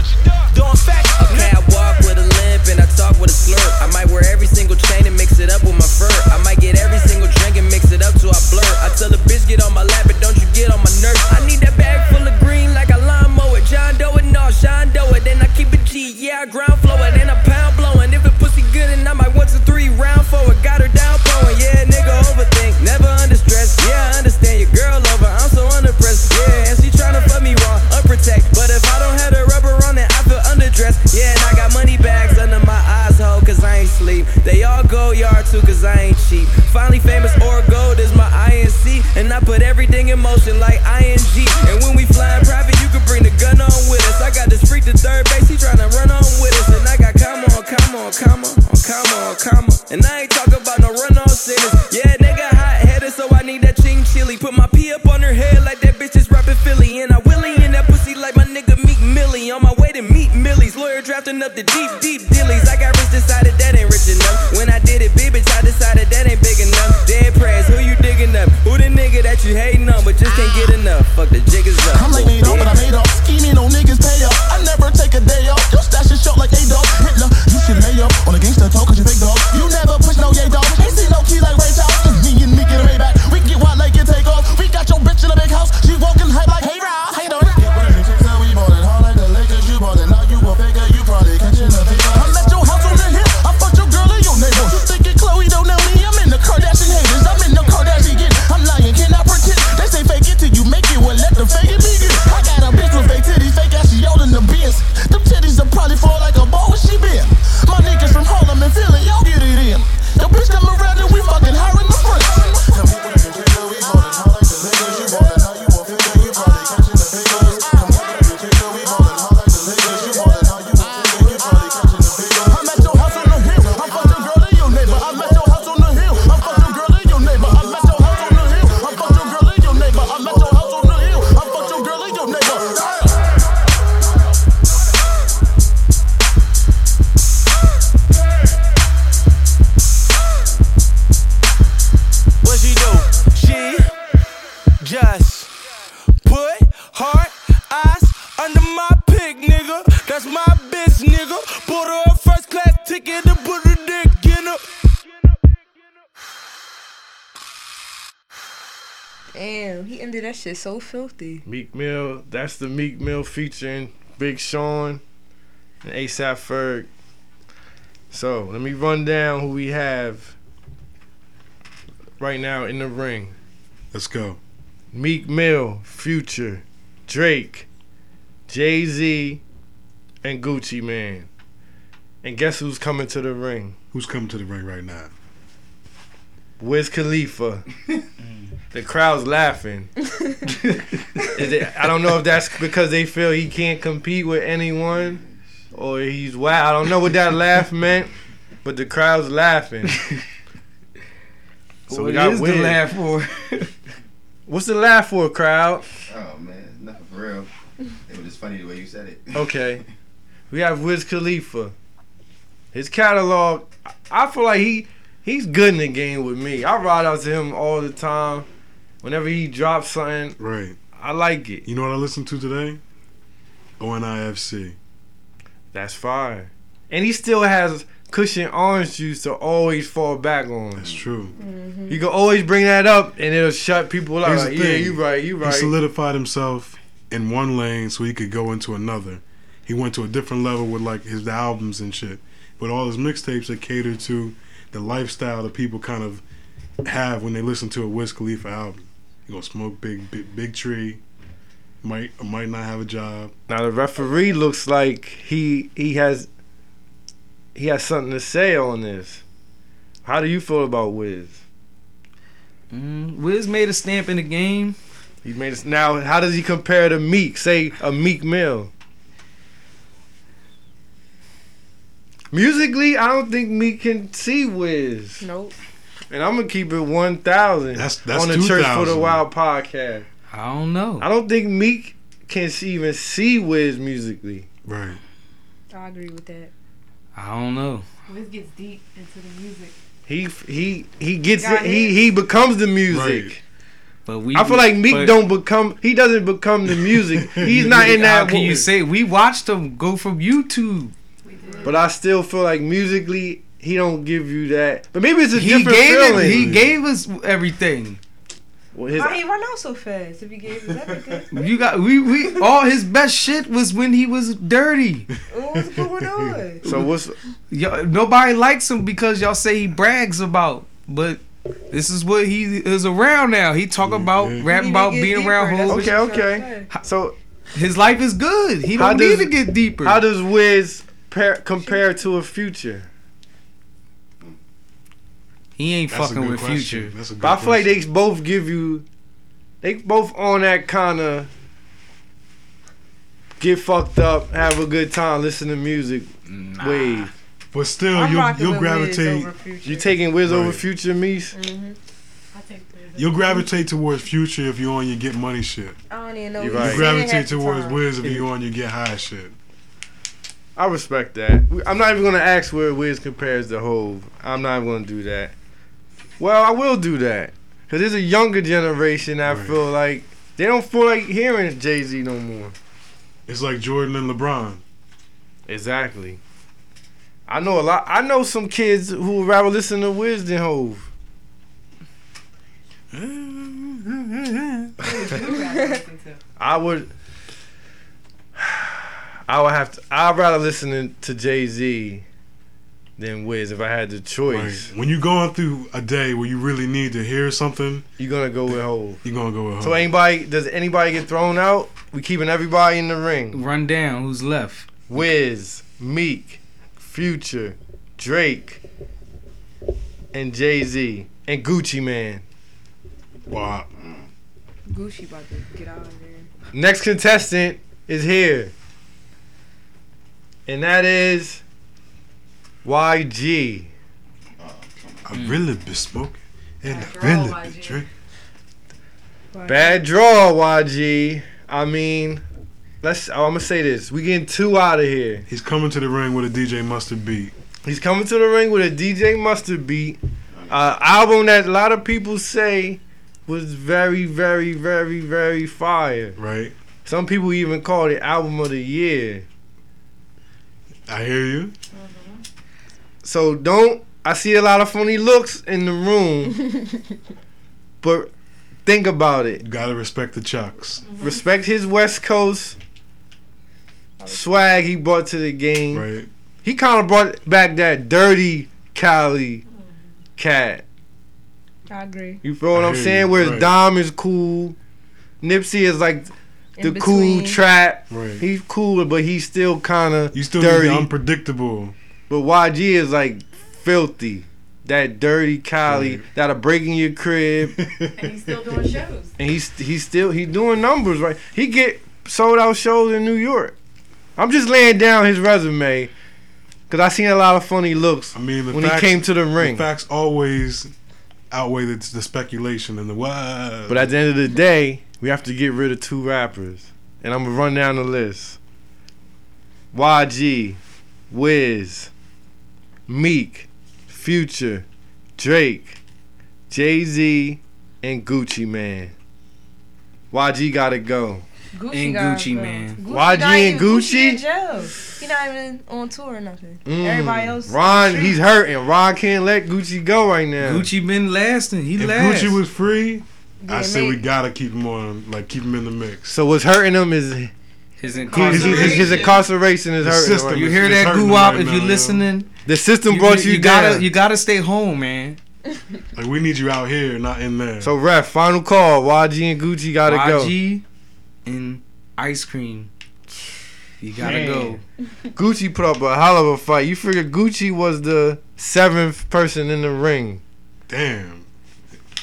N: Doing facts.
O: Okay, I walk with a limp and I talk with a slurp. I might wear every single chain and mix it up with my fur. I might get every single drink and mix it up till I blur. I tell a bitch get on my lap, but don't you get on my nerves. I need that bag full of green like a lawnmower. John Doe and all Sean Doe it. Then I keep it G, yeah, I ground flow it. And I pound blowing. If a pussy good, and I might one, two, three round for it. Got her down blowing. Yeah, nigga overthink, never under stress. Yeah, I understand your girl over. I'm so under press. Yeah, and she tryna fuck me raw, unprotect. But if I don't have the rubber on it, I feel underdressed. Yeah, and I got money bags under my eyes, ho, cause I ain't sleep. They all go yard too, cause I ain't cheap. Finally famous or gold is my INC. And I put everything in motion like ING. And when we fly in private, you can bring the gun on with us. I got this freak to third base, he tryna run on with us. And I got come on, come on, come on, come on, come on. And I ain't talking about no run on sentence. Yeah, nigga hot headed, so I need that ching chili. Put my pee up on her head like that bitch is rapping Philly. And I willy in that pussy like my nigga Meek Millie. On my way to meet Millie's lawyer drafting up the deep, deep dillies. I got rich, decided that ain't rich enough. When I did it, big bitch, I decided that ain't big enough. Dead prayers, who you digging up? Who the nigga that you hating on but just can't get enough? Fuck the jiggers up.
L: I'm like made up, but I made up. Scheming on niggas pay up. I never take a day off. Your stash is short like Adolf Hitler. You should lay up on a gangster talk cause you fake dog. You never push no yay dog. Ain't see no key like Ray Charles. It's me and me get a Maybach. We get wild like it take off. We got your bitch in a big house. She walking hype like hey Ra, hey dog. Get with me, chicks, we ballin' hard like the Lakers. You ballin' now you a faker. You probably catching a fever. I'm at your house on the hill. I fucked your girl and your neighbor. You thinking Chloe don't know me? I'm in the Kardashian haters. I'm in the Kardashian get. I'm lying, can I pretend? They say fake it till you make it. Well, let the fake it be good. I got a bitch with fake titties, fake ass, she old in the bins. Them titties will probably fall like a ball. Where she been? My niggas from Harlem and Philly, y'all get it in. Yo, bitch, come around and we fucking high in the front. Come here, we can kill her, we ballin' hard like the Lakers. You ballin' how you want figure, you probably catching the figures. Come here, we can kill her, we ballin' hard like the Lakers. You ballin' how you want figure, you probably catching the figures. I'm at your house on the hill, I fucked your girl and your neighbor. I'm at your house on the hill, I fucked your girl and your neighbor. I'm at your house on the hill, I fucked your girl and your neighbor. I'm at your house on the hill, I fucked your girl and your neighbor.
N: What she do? She just put her eyes under my pig, nigga. That's my bitch, nigga. Bought her a first class ticket and put her dick in her.
K: Damn, he ended that shit so filthy.
A: Meek Mill. That's the Meek Mill featuring Big Sean and ASAP Ferg. So let me run down who we have right now in the ring.
C: Let's go.
A: Meek Mill, Future, Drake, Jay Z, and Gucci Man. And guess who's coming to the ring?
C: Who's coming to the ring right now?
A: Wiz Khalifa. the crowd's laughing. Is it- I don't know if that's because they feel he can't compete with anyone or he's wow. I don't know what that laugh meant, but the crowd's laughing. So we
F: What
A: got
F: is the
A: Wiz.
F: laugh for?
A: What's the laugh for, crowd?
E: Oh man, nothing for real. It was just funny the way you said it.
A: Okay. We have Wiz Khalifa. His catalog, I- I feel like he he's good in the game with me. I ride out to him all the time. Whenever he drops something,
C: right?
A: I like it.
C: You know what I listened to today? ONIFC.
A: That's fire. And he still has cushion orange juice to always fall back on. That's
C: true.
A: You can always bring that up and it'll shut people out.
C: Here's
A: Like,
C: the
A: yeah,
C: thing.
A: you right, you right.
C: He solidified himself in one lane so he could go into another. He went to a different level with like his albums and shit. But all his mixtapes that cater to the lifestyle that people kind of have when they listen to a Wiz Khalifa album. You gonna smoke big, big, big tree. might or might not have a job.
A: Now the referee looks like he he has he has something to say on this. How do you feel about Wiz?
D: Mm, Wiz made a stamp in the game.
A: He made it. Now, how does he compare to Meek? Say a Meek Mill. Musically, I don't think Meek can see Wiz.
K: Nope.
A: And I'm gonna keep it one thousand
C: That's- that's
A: on the Church for the
C: 2,000.
A: Wild podcast.
D: I don't know.
A: I don't think Meek can see, even see Wiz musically.
C: Right.
K: I agree with that.
D: I don't know.
H: Wiz gets deep into the music.
A: He he he gets
H: Got
A: it. He
H: hit.
A: he becomes the music.
D: But we.
A: I feel like Meek
D: but-
A: don't become. He doesn't become the music. He's not in
D: How
A: that.
D: Can you say we watched him go from YouTube?
A: But I still feel like musically, he don't give you that. But maybe it's a
D: He
A: different
D: gave it-
A: feeling.
D: he gave us everything.
A: Well, his,
K: Why he run out so fast if he gave us everything?
D: You got we we all his best shit was when he was dirty.
K: What's going on?
A: So what's
D: y'all, nobody likes him because y'all say he brags about, but this is what he is around now. He talk about rapping about being around hoes.
A: Okay, okay. So
D: his life is good. He
A: How
D: don't need
A: does-
D: to get deeper.
A: how does Wiz par- compare to a future?
D: he ain't
C: That's a
D: fucking
C: good
D: with
C: question.
D: Future.
C: That's a good
A: But I feel like
C: question.
A: they both give you, they both on that kind of get fucked up, have a good time, listen to music. Wave.
C: But still, I'm you'll- rocking you'll with Wiz gravitate- over
A: You taking Wiz over
C: Right.
A: Future, Meese?
C: You'll gravitate towards Future if you're on your get money shit.
K: I don't even know.
A: You're
K: what
A: right.
K: he's
C: You
K: saying half
C: gravitate
K: the
C: towards
K: time.
C: Wiz if you're on your get high shit.
A: I respect that. We- I'm not even gonna ask where Wiz compares to Hove. I'm not even gonna do that. Well, I will do that because there's a younger generation. I feel like they don't feel like hearing Jay Z no more.
C: It's like Jordan and LeBron.
A: Exactly. I know a lot. I know some kids who would rather listen to Wiz than Hove. I would. I would have to. I'd rather listen to Jay Z than Wiz if I had the choice.
C: When you're going through a day where you really need to hear something,
A: you're gonna go with Hove.
C: You're gonna go with Hov.
A: So anybody does anybody get thrown out? We keeping everybody in the ring.
D: Run down. Who's left?
A: Wiz, Meek, Future, Drake, and Jay Z, and Gucci Man.
C: Wow.
K: Gucci about to get out of there.
A: Next contestant is here, and that is YG.
C: I really been smoking, and I really been drinking.
A: Bad draw, YG. I mean, let's. I'm gonna say this. We getting two out of here.
C: He's coming to the ring with a DJ Mustard beat.
A: He's coming to the ring with a DJ Mustard beat, uh, album that a lot of people say was very, very, very, very fire.
C: Right.
A: Some people even called it album of the year.
C: I hear you.
A: So don't. I see a lot of funny looks in the room, but think about it.
C: Gotta respect the Chucks.
A: Mm-hmm. Respect his West Coast swag he brought to the game.
C: Right.
A: He kind of brought back that dirty Cali cat.
K: I agree.
A: You feel what I'm
C: Hey,
A: saying? Whereas
C: right.
A: Dom is cool, Nipsey is like
K: In
A: the cool
K: between.
A: trap.
C: Right.
A: He's cool, but he's still kind of
C: You still
A: dirty.
C: need the unpredictable.
A: but YG is like filthy. That dirty Cali that'll break in your crib,
H: And he's still doing shows.
A: and he's he's still he doing numbers right. He get sold out shows in New York. I'm just laying down his resume because I seen a lot of funny looks.
C: I mean, the
A: when
C: facts-
A: he came to the ring,
C: facts always outweigh the, the speculation and the wow.
A: But at the end of the day, we have to get rid of two rappers. And I'm gonna run down the list. YG, Wiz, Meek, Future, Drake, Jay Z, and Gucci Man. YG gotta go.
K: Gucci
D: And
K: got
D: Gucci
K: him.
D: Man.
A: YG
K: not
A: and
K: even-
A: Gucci?
K: in jail. He not even on tour or nothing.
A: Mm.
K: Everybody else.
A: Ron, he's hurting. Ron can't let Gucci go right now.
D: Gucci been lasting. He
C: if
D: last.
C: Gucci was free,
K: Yeah,
C: I say we
K: maybe.
C: gotta keep him on, like keep him in the mix.
A: So what's hurting him is
D: his
A: his,
D: incarceration.
A: his, his incarceration is
C: The
A: hurting.
C: system
A: him.
D: You
C: is-
D: hear
C: it's
D: that
C: hurting
D: goo
C: him
D: wop
C: right
D: if
C: now,
D: you're
C: yo.
D: listening.
A: The system brought you, down.
D: gotta you gotta stay home, man.
C: Like we need you out here, not in there.
A: So ref, final call. YG and Gucci gotta go.
D: YG and
F: ice cream. You gotta
A: Man.
F: go.
A: Gucci put up a hell of a fight. You figure Gucci was the seventh person in the ring.
C: Damn.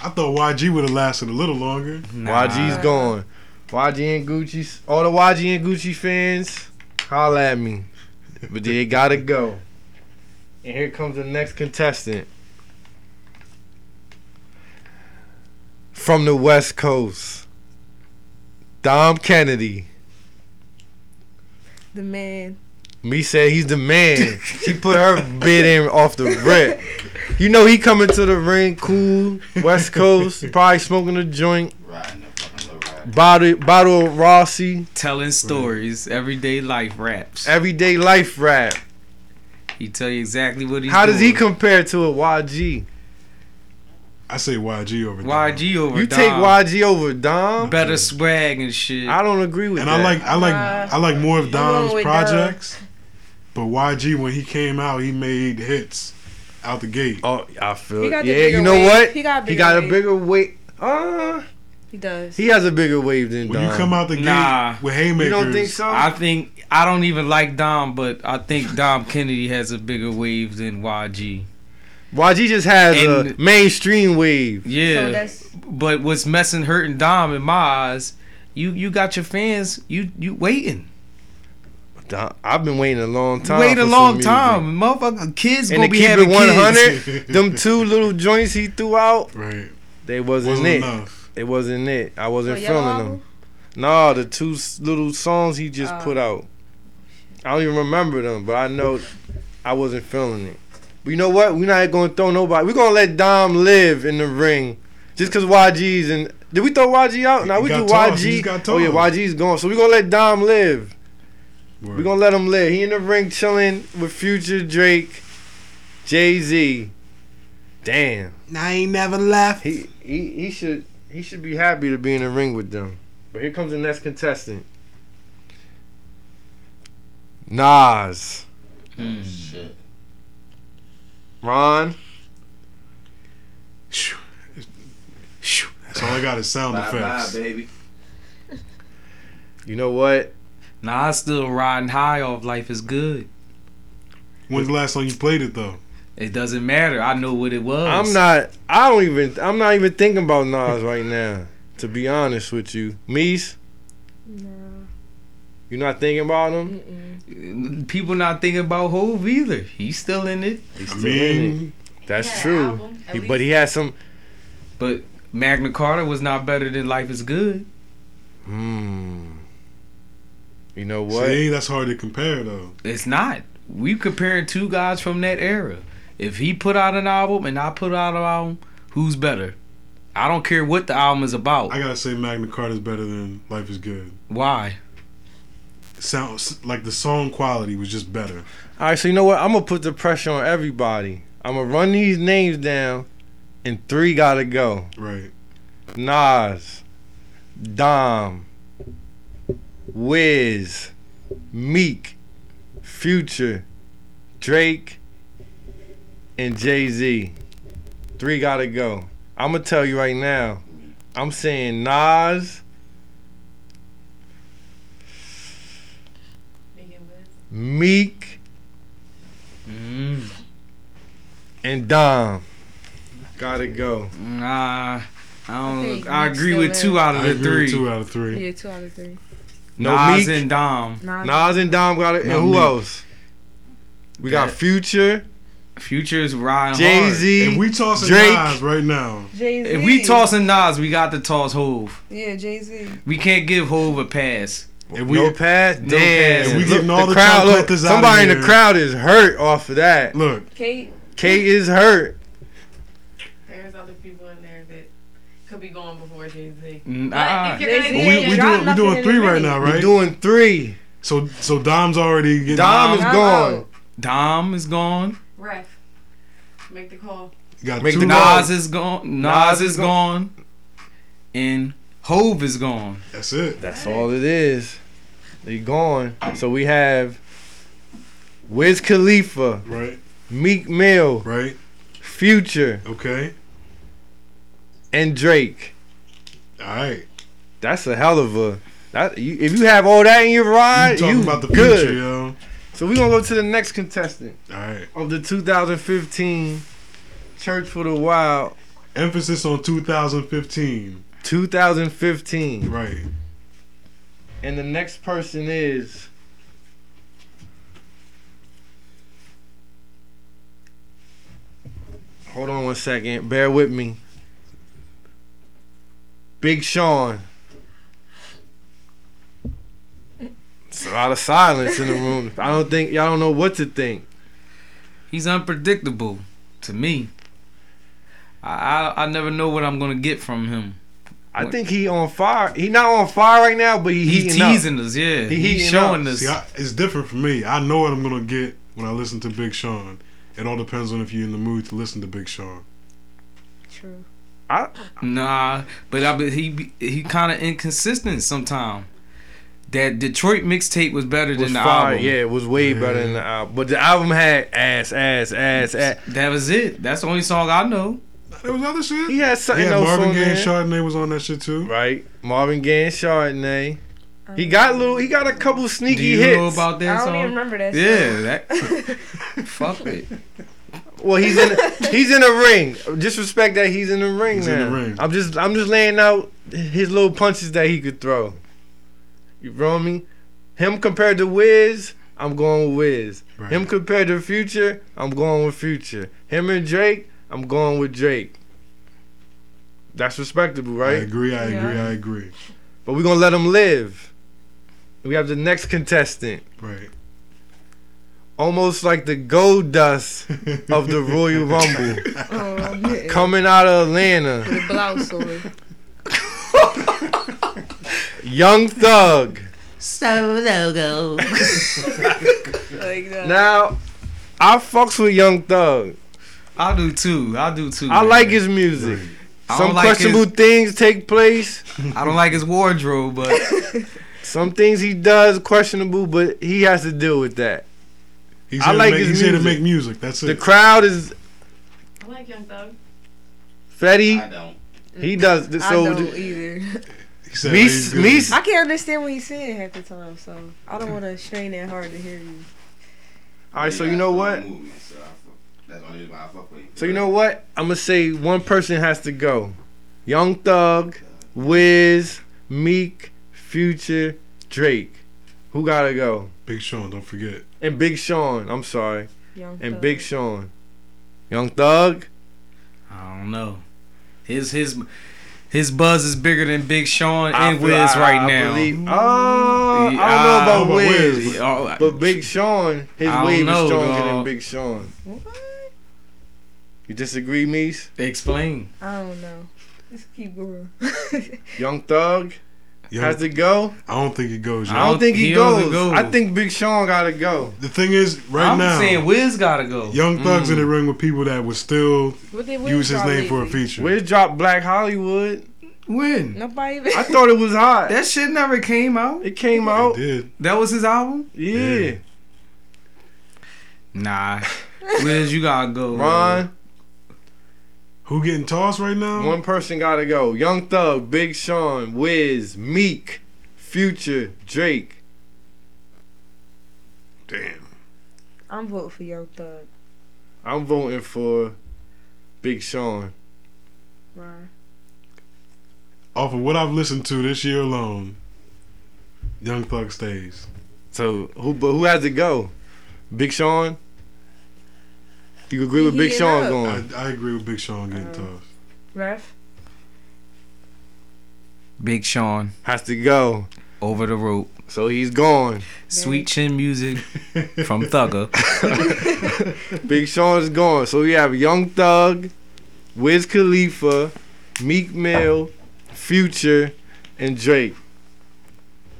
C: I thought YG would have lasted a little longer.
A: YG's gone. YG and Gucci's all the YG and Gucci fans, holla at me. But they gotta go. And here comes the next contestant. From the West Coast. Dom Kennedy.
K: The man.
A: Me said he's the man. she put her bid in off the rip. You know he coming to the ring, cool, West Coast, probably smoking a joint. Bottle bottle of Rossi.
F: Telling stories, everyday life raps.
A: Everyday life rap.
F: He tell you exactly what he's
A: How does he
F: doing.
A: compare to a YG?
C: I say YG over
F: YG over
A: You
F: Dom.
A: take YG over Dom?
F: Better swag and shit.
A: I don't agree with
C: And
A: that.
C: I like I like I like more of Dom's
A: with
C: projects. But YG when he came out, he made hits out the gate.
A: Oh, I feel
K: He got the
A: yeah,
K: bigger
A: you know
K: wave.
A: what?
K: He got a
A: he
K: bigger
A: got a
K: wave.
A: bigger weight. Uh,
K: He does.
A: he has a bigger wave than
C: When
A: Dom.
C: you come out the gate
F: Nah.
C: with haymakers,
F: I think I don't even like Dom, but I think Dom Kennedy has a bigger wave than YG.
A: YG just has
F: And-
A: a mainstream wave.
K: So
F: Yeah.
K: that's-
F: but what's messing hurting Dom in my eyes, you you got your fans, you you waiting.
A: Dom- I've been waiting a long time.
F: Wait
A: for
F: a
A: some
F: long
A: music.
F: time. Motherfucker kids
A: And
F: gonna
A: to
F: be
A: keep it
F: having
A: one hundred,
F: kids.
A: them two little joints he threw out,
C: right.
A: they wasn't,
C: Wasn't
A: it.
C: enough.
A: It wasn't it. I wasn't
K: The Yellow
A: feeling them.
K: Album?
A: No, the two s- little songs he just
K: Oh.
A: put out. I don't even remember them, but I know I wasn't feeling it. But you know what? We're not gonna throw nobody. We're gonna let Dom live in the ring, just cause YG's and did we throw YG out? Now
C: He
A: we
C: got
A: do
C: tossed. He
A: YG.
C: just got
A: oh yeah,
C: tossed.
A: YG's gone. So we're gonna let Dom live.
C: Word.
A: We're gonna let him live. He in the ring chilling with Future, Drake, Jay Z. Damn.
C: I ain't never left.
A: He he he should he should be happy to be in the ring with them. But here comes the next contestant. Nas.
E: Shit.
A: Ron.
C: That's all I got is sound
E: Bye bye,
C: effects.
E: baby.
A: You know what?
F: Nah, I still riding high off life is good.
C: When's the last time you played it though?
F: It doesn't matter. I know what it was.
A: I'm not I don't even I'm not even thinking about Nas right now, to be honest with you. Meese,
K: No.
A: you're not thinking about him?
F: People not thinking about Hove either. He's still in it.
A: He's
C: I
A: still in
C: mean-
A: it. That's
H: He had an
A: true.
H: album, at
A: He- but he has some
F: But Magna Carta was not better than Life is Good.
A: Hmm. You know what?
C: See, that's hard to compare though.
F: It's not. We comparing two guys from that era. If he put out an album and I put out an album, who's better? I don't care what the album is about.
C: I gotta say, Magna Carta is better than Life Is Good.
F: Why?
C: Sounds like the song quality was just better.
A: All right, so you know what? I'm gonna put the pressure on everybody. I'm gonna run these names down, and three gotta go:
C: Right.
A: Nas, Dom, Wiz, Meek, Future, Drake, and Jay Z. Three gotta go. I'm gonna tell you right now. I'm saying Nas, Meek,
F: Mm,
A: and Dom. Gotta go.
F: nah, I don't.
K: think
F: I
K: Meek's
F: agree
K: still
F: with
K: in.
F: two out of
C: I
F: the
C: agree
F: three.
C: with two out of three.
K: Yeah, two out of three.
A: No
F: Nas
A: Meek.
F: and Dom.
K: Nah.
A: Nas and Dom got it. And
C: Not
A: who
C: me.
A: else? We
F: That-
A: got
F: Uh-huh.
A: Future,
F: Future's riding
A: Jay
F: hard.
A: Z.
C: If we tossing
A: Drake.
C: Nas right now,
K: Jay Z.
F: If we tossing Nas, we got to toss Hove.
K: Yeah, Jay Z.
F: We can't give Hove a pass.
C: if we
A: no pass. Damn.
F: pass.
C: We
A: Look,
C: getting all the
A: crowd.
C: top
A: Look,
C: collectors outta
A: somebody in the
C: here. Mm-hmm.
A: crowd is hurt off of that.
C: look,
K: Kate.
A: Kate is hurt.
H: There's other people in there that could be going before Jay Z.
F: Nah.
H: If you're
K: Jay-Z
H: gonna
C: we,
K: Yeah,
H: do
C: we
K: yeah, y'all
C: doing
H: it,
C: we
K: nothing in
C: doing
K: the
C: three right
K: ring.
C: now,
A: We're
C: right?
A: doing three.
C: so so Dom's already getting.
A: Dom is
K: Dom
A: gone.
K: out.
F: Dom is gone.
H: ref, make the call.
C: You got
A: Make
C: two
A: the
C: more.
F: Nas is gone. Nas, is gone. And Hove is gone.
C: That's it.
A: That's all it is. They gone. So we have Wiz Khalifa,
C: Right.
A: Meek Mill,
C: Right.
A: Future,
C: Okay.
A: and Drake.
C: All right.
A: That's a hell of a That, you, if you have all that in your ride,
C: You
A: you,
C: talking about the
A: good.
C: future, yo.
A: So we gonna go to the next contestant.
C: All right.
A: Of the 2015 Church for the Wild.
C: Emphasis on 2015.
A: 2015.
C: Right.
A: And the next person is Hold on one second. Bear with me. Big Sean. It's a lot of silence in the room. I don't think y'all don't know what to think.
F: He's unpredictable to me. I, I I never know what I'm gonna get from him.
A: I think he on fire. He not on fire right now, but he
F: He's
A: heating up.
F: teasing us, yeah.
A: He
F: He's
A: heating
F: showing
A: up.
F: us.
C: See, I, it's different for me. I know what I'm gonna get when I listen to Big Sean. It all depends on if you're in the mood to listen to Big Sean.
K: True.
A: I
F: nah, but I be, he be- he kind of inconsistent sometimes. That Detroit mixtape was better
A: was
F: than the
A: fire.
F: album.
A: Yeah, it was way better than the album. But the album had ass, ass, ass, ass.
F: That was it. That's the only song I know.
C: There was other shit.
A: He had something
C: yeah,
A: else
C: Marvin
A: on
C: Gaye
A: there.
C: and Chardonnay was on that shit too.
A: Right. Marvin Gaye and Chardonnay. He got little. He got a couple sneaky
F: Do you
A: hits.
F: know about that
K: I don't
F: song?
K: even remember that
F: Yeah,
K: song.
F: that. fuck it.
A: Well, he's in. he's in a ring. Just respect that he's in the ring
C: He's in
A: now.
C: the ring.
A: I'm just. I'm just laying out his little punches that he could throw. You feel me? Him compared to Wiz, I'm going with Wiz.
C: Right.
A: Him compared to Future, I'm going with Future. Him and Drake, I'm going with Drake. That's respectable,
C: I
A: right?
C: agree. I agree. I agree.
A: But we're gonna let him live. We have the next contestant.
C: Right.
A: Almost like the gold dust of the Royal Rumble.
K: Oh, man.
A: Coming out of Atlanta.
K: With a blouse on.
A: Young Thug.
K: So logo. like that.
A: Now, I fucks with Young Thug.
F: I do too. I do too.
A: I
F: man.
A: like his music.
F: I don't
A: Some
F: like
A: questionable things take place.
F: I don't like his wardrobe, but
A: Some things he does questionable, but he has to deal with that.
C: He's
A: I
C: here to
A: like
C: make-
A: his
C: he's here
A: music.
C: to make music. That's
A: The
C: it.
A: crowd is
H: I like Young Thug.
A: Fetty. I don't. He does. th-
K: I
A: So
K: don't either.
C: He said,
A: Me-
C: "Ladies, good."
A: me-
K: I can't understand what he's saying half the time, so I don't want to strain that hard to hear you.
A: All right, so you know what?
E: That's the only reason why I fuck with you.
A: So you know what? I'm gonna say one person has to go. Young Thug, Wiz, Meek, Future, Drake. Who gotta go?
C: Big Sean, don't forget.
A: And Big Sean. I'm sorry.
K: Young
A: and
K: Thug.
A: Big Sean. Young Thug.
F: I don't know. His his his buzz is bigger than Big Sean
A: I
F: and
A: feel-
F: Wiz
A: I-
F: right
A: I
F: now.
A: believe- oh, I don't know about Wiz,
F: oh,
A: But Big Sean, his
F: I don't
A: wave
F: know,
A: is stronger than
F: dog.
A: Big Sean. You disagree, Meese?
F: Explain.
K: I don't know. Let's keep going.
A: Young Thug
C: Young-
A: has to go.
C: I don't think it goes.
A: I don't think he,
F: don't
A: goes.
F: go.
A: I think Big Sean gotta go.
C: The thing is, right
F: I'm
C: now,
F: saying Wiz gotta go.
C: Young Thug's in
A: Mm.
C: the ring with people that would still
K: What did Wiz
C: use his
K: drop
C: name for a
K: lately?
C: feature.
A: Wiz dropped Black Hollywood.
F: When
K: Nobody even.
A: I thought it was hot.
F: that shit never came out.
A: It came out.
C: did.
F: That was his album.
A: Yeah.
F: Nah, Wiz, you gotta go.
A: Ron,
C: Who getting tossed right now?
A: one person gotta go. Young Thug, Big Sean, Wiz, Meek, Future, Drake.
C: Damn.
K: I'm voting for Young Thug.
A: I'm voting for Big Sean.
K: Ron.
C: Off of what I've listened to this year alone, Young Thug stays.
A: So who but who has to go? Big Sean. You agree with
K: He
A: Big
K: heating
A: Sean
K: up.
A: going?
C: I, I agree with Big Sean getting tossed.
K: Ref.
F: Big Sean
A: Has to go.
F: over the rope.
A: So he's gone.
F: Sweet chin music from Thugger.
A: Big Sean's gone. So we have Young Thug, Wiz Khalifa, Meek Mill, Future, and Drake.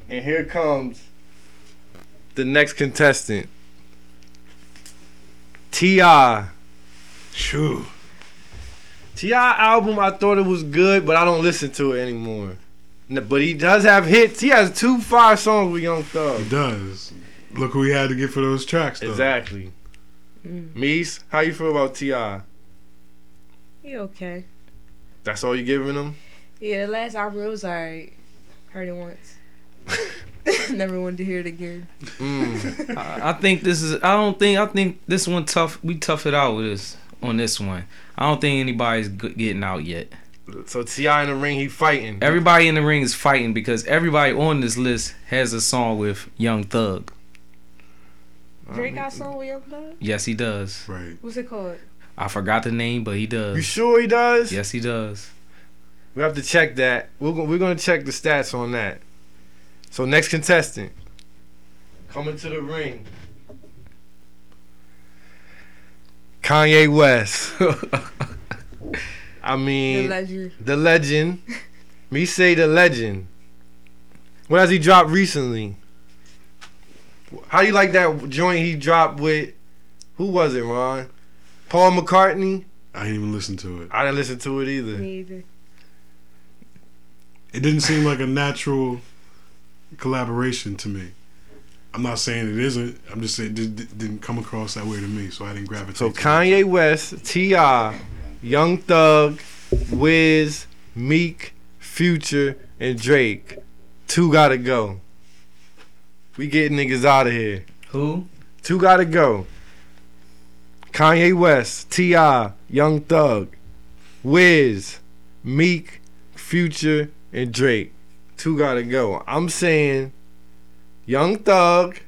A: And here comes the next contestant. T.I.
C: Shoo.
A: Ti album, I thought it was good, but I don't listen to it anymore. N- But he does have hits. He has two fire songs with Young Thug.
C: He does. Look who he had to get for those tracks, though.
A: Exactly. Meese, how you feel about Ti?
K: He okay.
A: That's all you giving him?
K: Yeah, the last album it was alright. Heard it once. Never wanted to hear it again.
F: Mm. I, I think this is. I don't think. I think this one tough. We tough it out with this on this one. I don't think anybody's g- getting out yet.
A: So Ti in the ring, he fighting.
F: Everybody in the ring is fighting because everybody on this list has a song with Young Thug.
K: Drake got song with Young Thug.
F: Yes, he does. Right.
K: What's it called?
F: I forgot the name, but he does.
A: You sure he does?
F: Yes, he does.
A: We have to check that. We're go- we're gonna check the stats on that. So next contestant coming to the ring. Kanye West. I mean,
K: The legend.
A: The legend. Me say the legend. What has he dropped recently? How do you like that joint he dropped with? Who was it, Ron? Paul McCartney.
C: I didn't even listen to it.
A: I didn't listen to it either.
K: Me either.
C: It didn't seem like a natural collaboration to me. I'm not saying it isn't. I'm just saying it did- did- didn't come across that way to me, so I didn't gravitate.
A: So Kanye West, T.I., Young Thug, Wiz, Meek, Future, and Drake. Two gotta go. We getting niggas out of here.
F: Who?
A: Two gotta go. Kanye West, T.I., Young Thug, Wiz, Meek, Future, and Drake. Two gotta go. I'm saying Young Thug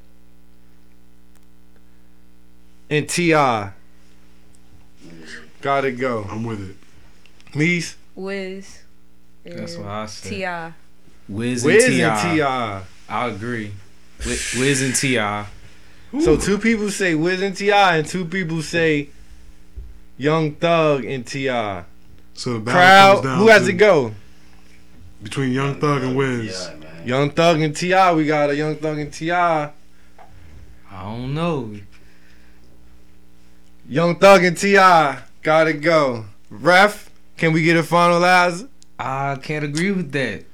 A: and T.I. Gotta go.
C: I'm with it.
A: Meese,
K: Wiz.
F: That's
K: and
F: what I said.
K: Ti.
F: Wiz,
A: Wiz and
F: and Ti.
A: T.I.
F: I agree. Wi- Wiz and Ti.
A: So two people say Wiz and T.I. and two people say Young Thug and T.I.
C: So the battle
A: Crowd,
C: comes down
A: who has
C: to-
A: it go?
C: Between Young Thug and Wiz.
A: Young Thug and T.I. We got a Young Thug and T.I.
F: I don't know.
A: Young Thug and T.I. Gotta go. Ref, can we get a finalizer?
F: I can't agree with that.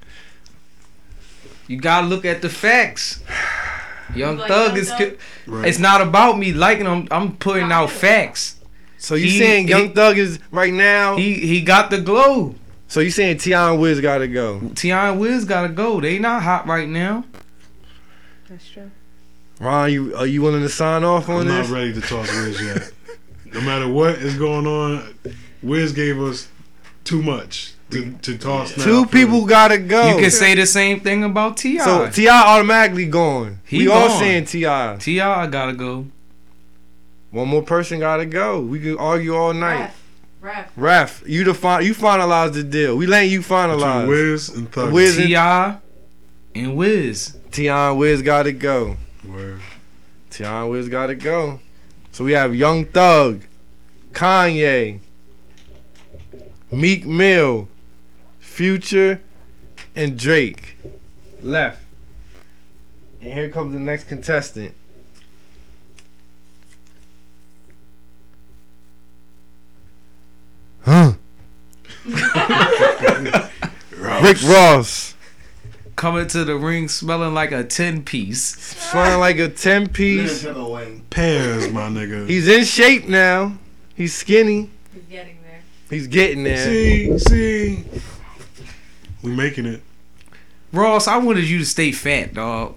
F: You gotta look at the facts. Young
A: You like
F: Thug
A: Young
F: is.
A: Thug?
F: ki-
A: Right.
F: It's not about me liking him. I'm putting out facts.
A: So you saying Young Thug is right now?
F: He he got the glow.
A: So you saying T.I. and Wiz gotta go?
F: Ti and Wiz gotta go. They not hot right now.
K: That's true.
A: Ron, you are you willing to sign off
C: I'm
A: on this?
C: not ready to talk Wiz yet. no matter what is going on, Wiz gave us too much to, to toss now.
A: Two people gotta go.
F: You can say the same thing about Ti.
A: Oh. So Ti automatically gone.
F: He
A: we all
F: gone.
A: saying Ti.
F: Ti gotta go.
A: One more person gotta go. We can argue all night.
H: Ref.
A: Ref, you define. You finalize the deal. We letting you finalize.
C: Between Wiz and Thug.
A: Wiz and-
F: Ti and Wiz.
A: Ti and Wiz gotta go.
C: Word.
A: Ti and Wiz gotta go. So we have Young Thug, Kanye, Meek Mill, Future, and Drake left. And here comes the next contestant. Huh? Rick Ross.
F: Coming to the ring smelling like a 10 piece.
A: Flying like a 10 piece.
C: Pairs, my nigga.
A: He's in shape now. He's skinny.
H: He's getting there.
A: He's getting there.
C: See, see. We making it.
F: Ross, I wanted you to stay fat, dog.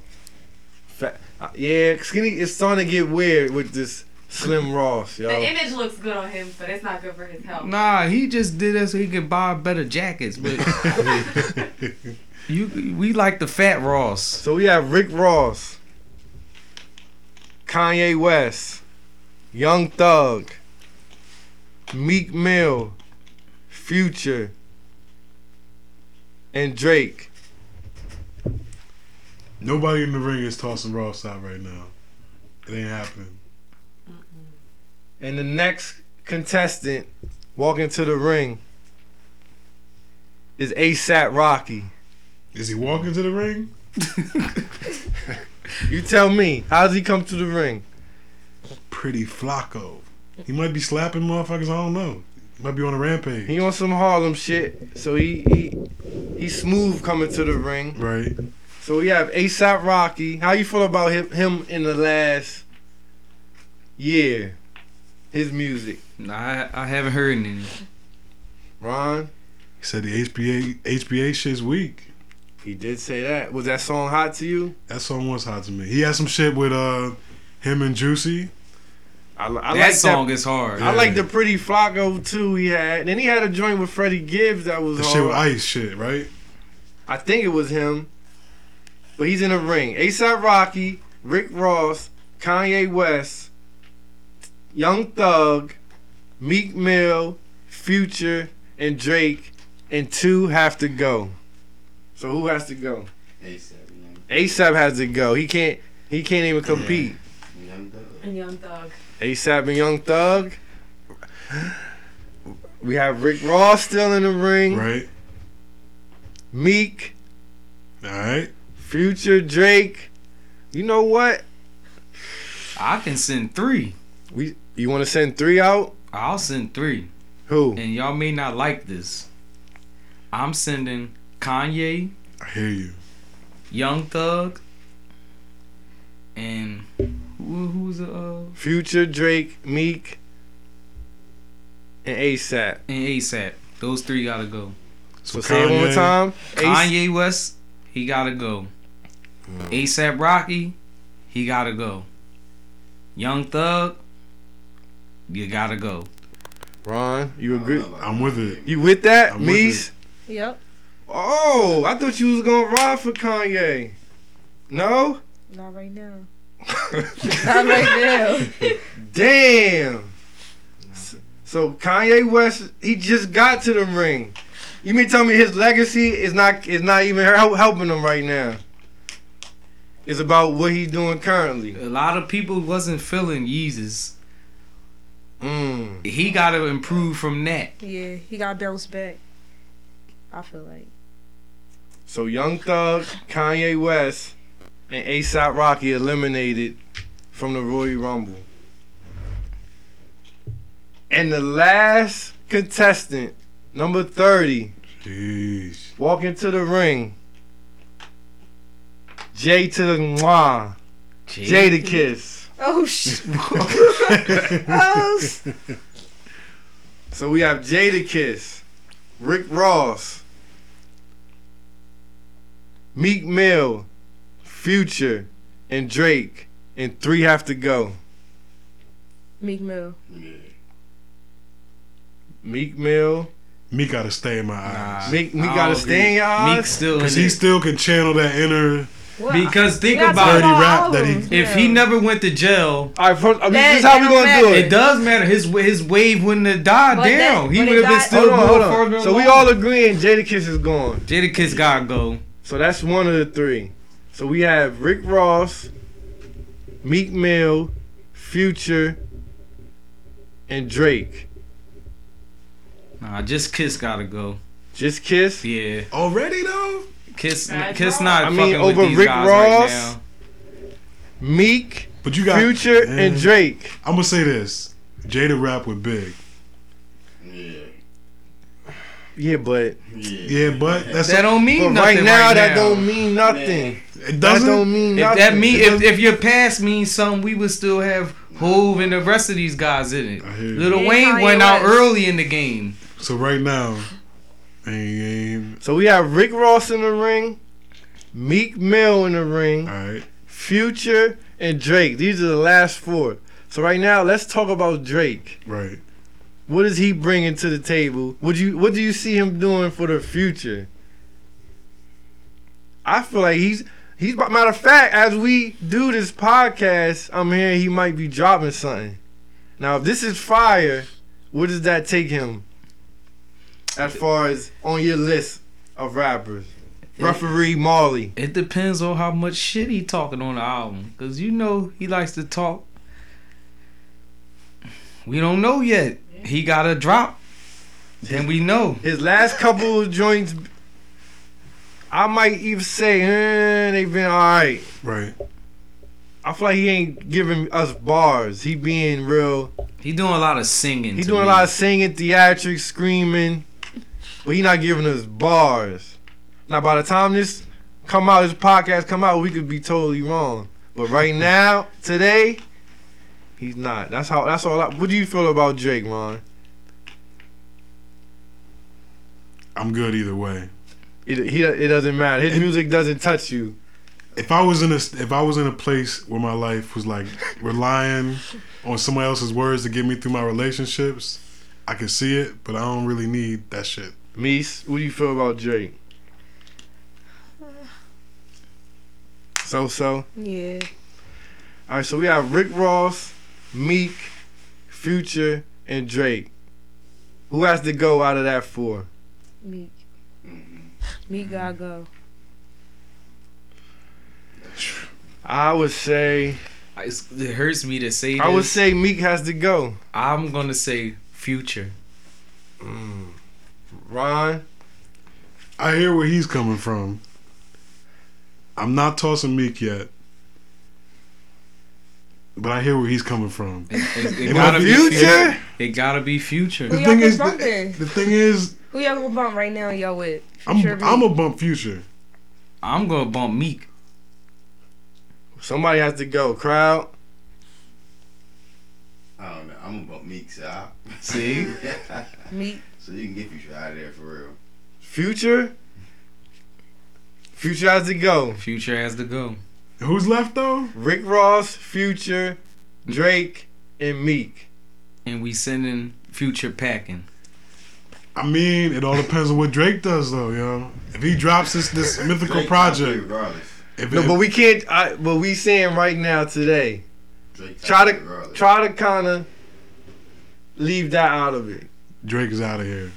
A: Fa- uh, Yeah, skinny. It's starting to get weird with this Slim Ross, yo.
H: The image looks good on him, but it's not good for his health.
F: Nah, he just did that so he could buy better jackets, but you we like the fat Ross. So
A: we have Rick Ross, Kanye West, Young Thug, Meek Mill, Future, and Drake.
C: Nobody in the ring is tossing Ross out right now. It ain't happening.
A: And the next contestant walking to the ring is ASAP Rocky.
C: Is he walking to the ring?
A: you tell me. How's he come to the ring?
C: Pretty Flacco. He might be slapping motherfuckers. I don't know. He might be on a rampage.
A: He on some Harlem shit, so he he he smooth coming to the ring.
C: Right.
A: So we have ASAP Rocky. How you feel about him, him in the last year? His music,
F: Nah, I, I haven't heard any.
A: Ron.
C: He said the HBA HBA shit's weak.
A: He did say that. Was that song hot to you?
C: That song was hot to me. He had some shit with uh him and Juicy.
A: I, li-
C: That song is hard.
A: I like
C: Yeah.
A: the pretty Flocko too. He had, then he had a joint with Freddie Gibbs that was
C: The
A: hard.
C: shit with Ice shit, right?
A: I think it was him, but he's in a ring. ASAP Rocky, Rick Ross, Kanye West, Young Thug, Meek Mill, Future, and Drake, and two have to go. So who has to go?
P: ASAP.
A: ASAP has to go. He can't. He can't even compete.
H: And Young Thug.
A: ASAP and Young Thug. We have Rick Ross still in the ring.
C: Right.
A: Meek.
C: All right.
A: Future Drake. You know what?
F: I can send three.
A: We you want to send three out?
F: I'll send three.
A: Who?
F: And y'all may not like this. I'm sending Kanye,
C: I hear you.
F: Young Thug, and who, who's the uh,
A: Future Drake, Meek, and ASAP.
F: and ASAP. Those three gotta go.
A: So say it one more Kanye- time.
F: Kanye West, he gotta go.
A: Mm.
F: ASAP Rocky, he gotta go. Young Thug, you gotta go.
A: Ron, you agree?
C: I'm with it.
A: You with that,
F: I'm with
A: Meese?
B: Yep.
A: Oh, I thought you was gonna ride for Kanye. No.
B: Not right now. Not right now.
A: Damn. S- So Kanye West, he just got to the ring. You mean tell me his legacy is not is not even hel- helping him right now? It's about what he's doing currently.
F: A lot of people wasn't feeling Yeezus.
A: Mm.
F: He gotta improve from that.
B: Yeah, he got bounced back. I feel like.
A: So Young Thug, Kanye West, and ASAP Rocky eliminated from the Royal Rumble. And the last contestant, number 30, walking to the ring. Jay to the mwah.
F: Jay,
A: to kiss.
B: Oh shit.
K: Oh.
A: So we have Jada Kiss, Rick Ross, Meek Mill, Future, and Drake, and three have to go.
B: Meek Mill.
A: Meek Mill.
C: Meek gotta stay in my eyes.
A: Meek- Meek I gotta agree. stay in your eyes? Meek still
C: because
A: in
C: he
A: it.
C: still can channel that inner.
F: Because think
C: That's
F: about it.
C: Dirty rap that he-
F: if he never went to jail,
A: I mean, That- this how we that don't gonna do matter. it.
F: It does matter. His his wave wouldn't have died
A: But
F: down.
A: that-
F: he
A: but it
F: would have been
A: died-
F: still
A: Hold on,
F: more
A: hold on.
F: further.
A: So we all agreeing Jada Kiss is gone.
F: Jada Kiss gotta go.
A: So that's one of the three. So we have Rick Ross, Meek Mill, Future, and Drake.
F: Nah, just Kiss gotta go.
A: Just Kiss?
F: Yeah.
C: Already though.
F: Kiss,
A: That's
F: Kiss
A: wrong.
F: not.
A: I mean,
F: fucking with
A: over
F: these
A: Rick
F: guys Right
A: Ross.
F: now.
A: Meek,
C: but you got
A: Future, and Drake.
C: I'm gonna say this: Jada rap with Big.
A: Yeah, but
C: yeah, but that's
F: That don't mean
A: But
F: nothing
A: right now,
F: right
A: that
F: now.
A: don't mean nothing.
C: It
A: That don't mean
F: if
A: nothing.
F: that mean if, if your past means something, we would still have Hove and the rest of these guys in it. Little
Q: And
F: Wayne
Q: Kanye
F: went out
Q: West.
F: early in the game.
C: So right now, ain't
A: So we have Rick Ross in the ring, Meek Mill in the ring, Future, and Drake. These are the last four. So right now, let's talk about Drake.
C: Right.
A: What is he bringing to the table? Would you What do you see him doing for the future? I feel like he's he's. Matter of fact, as we do this podcast, I'm hearing he might be dropping something. Now, if this is fire, where does that take him? As far as on your list of rappers, referee Marley.
F: It depends on how much shit he talking on the album, cause you know he likes to talk. We don't know yet. He got a drop, then we know.
A: His last couple of joints, I might even say eh, they've been all right.
C: Right.
A: I feel like he ain't giving us bars. He being real.
F: He doing a lot of singing.
A: He
F: to
A: doing
F: me.
A: a lot of singing, theatrics, screaming, but he not giving us bars. Now, by the time this come out, this podcast come out, we could be totally wrong. But right now, today, he's not. That's how. That's all. I, what do you feel about Drake, Ron?
C: I'm good either way.
A: It, he, it doesn't matter. His music doesn't touch you.
C: If I was in a if I was in a place where my life was like relying on someone else's words to get me through my relationships, I could see it, but I don't really need that shit.
A: Meese, what do you feel about Drake? So so.
B: Yeah.
A: All right, so we have Rick Ross, Meek, Future, and Drake. Who has to go out of that four?
B: Meek.
F: Mm-hmm.
B: Meek gotta go.
A: I would say.
F: It's, it hurts me to say.
A: I would
F: this.
A: say Meek has to go.
F: I'm gonna say Future.
A: Mm. Ron,
C: I hear where he's coming from. I'm not tossing Meek yet. But I hear where he's coming from.
F: It,
C: It
F: it
C: might
F: gotta be
C: be
F: future.
C: Future.
F: It gotta be future.
C: The
B: Who y'all
C: thing
B: gonna
C: is,
B: bump then?
C: the thing is,
B: Who y'all gonna bump right now? Y'all with?
C: I'm
B: Sure,
C: I'm
B: Meek.
C: a bump future.
F: I'm gonna bump Meek.
A: Somebody has to go. Crowd.
R: I don't know. I'm about Meek, so I,
A: See?
B: Meek.
R: so you can get Future out of there for real.
A: Future. Future has to go.
F: Future has to go.
C: Who's left though?
A: Rick Ross, Future, Drake, and Meek.
F: And we sending Future packing.
C: I mean, it all depends on what Drake does though, yo. If he drops this this
R: Drake not
C: mythical
R: free
C: project,
R: regardless.
C: if
A: No,
C: it-
A: but we can't. I, but we saying right now today.
R: Drake
A: Try
R: not free
A: to
R: regardless.
A: try to kind of leave that out of it.
C: Drake is out of here.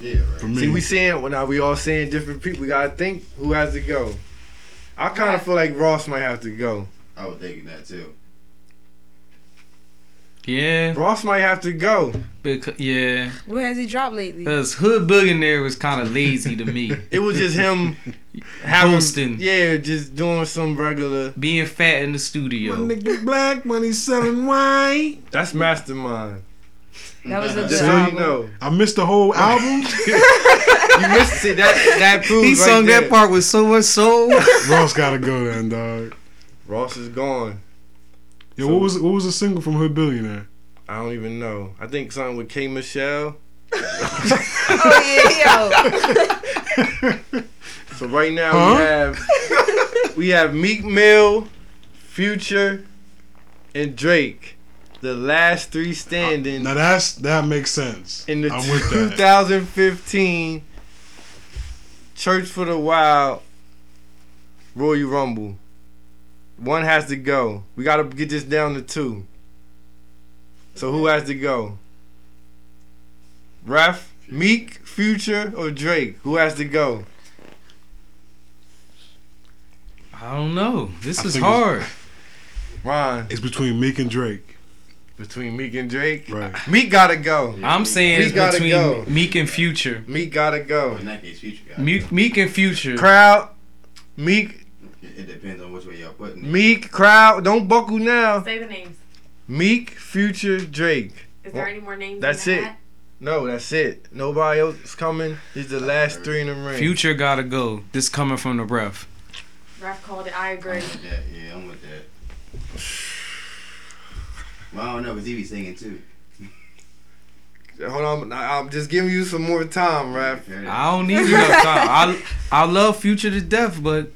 R: Yeah, right.
C: For me,
A: See,
F: Mm.
A: we saying well, now we all saying different people. We gotta think who has to go. I kind of feel like Ross might have to go.
R: I was thinking that too.
F: Yeah.
A: Ross might have to go.
F: Because, yeah.
B: What has he dropped lately?
F: Because Hood Billionaire was kind of lazy to me.
A: It was just him having,
F: Posting.
A: yeah, just doing some regular.
F: Being fat in the studio.
C: nigga black money selling white.
A: That's Mastermind.
B: That was a
A: Just
B: good
A: so you
B: album.
A: know,
C: I missed the whole album.
A: you missed it. That that proves
F: He
A: right
F: sung
A: there.
F: that part with so much soul.
C: Ross gotta go then, dog.
A: Ross is gone.
C: Yo, what was what was a single from Hood Billionaire?
A: I don't even know. I think something with K Michelle.
B: Oh yeah, yo.
A: So right now
C: Huh?
A: we have we have Meek Mill, Future, and Drake. The last three standing
C: Now that's that makes sense.
A: in the
C: I'm with that.
A: 2015 Church for the Wild Royal Rumble. One has to go. We gotta get this down to two. So who has to go? Ref, Meek, Future, or Drake? Who has to go?
F: I don't know. This
C: I
F: is
C: think it's-
F: hard.
A: Ron,
C: It's between Meek and Drake.
A: between Meek and Drake.
C: Right.
A: Meek gotta go.
F: I'm saying
A: We
F: it's
A: gotta
F: between
A: go.
F: Meek and Future.
A: Meek gotta go.
R: But in that case, Future got
F: Meek, Meek and Future.
A: Crowd, Meek,
R: it. It depends on which way y'all putting it.
A: Meek, crowd. Don't buckle now.
H: Say the names.
A: Meek, Future, Drake.
H: Is there
A: Well,
H: any more names?
A: that's
H: in
A: it.
H: That?
A: No, that's it. Nobody else is coming. It's the last three in the ring.
F: Future gotta go. This coming from the ref.
H: Ref called it. I agree.
R: Yeah, yeah, I'm with that. Well, I don't know, cause he be singing too.
A: Hold on, I- I'm just giving you some more time, Raph.
F: I don't need enough time. I I love Future to death, but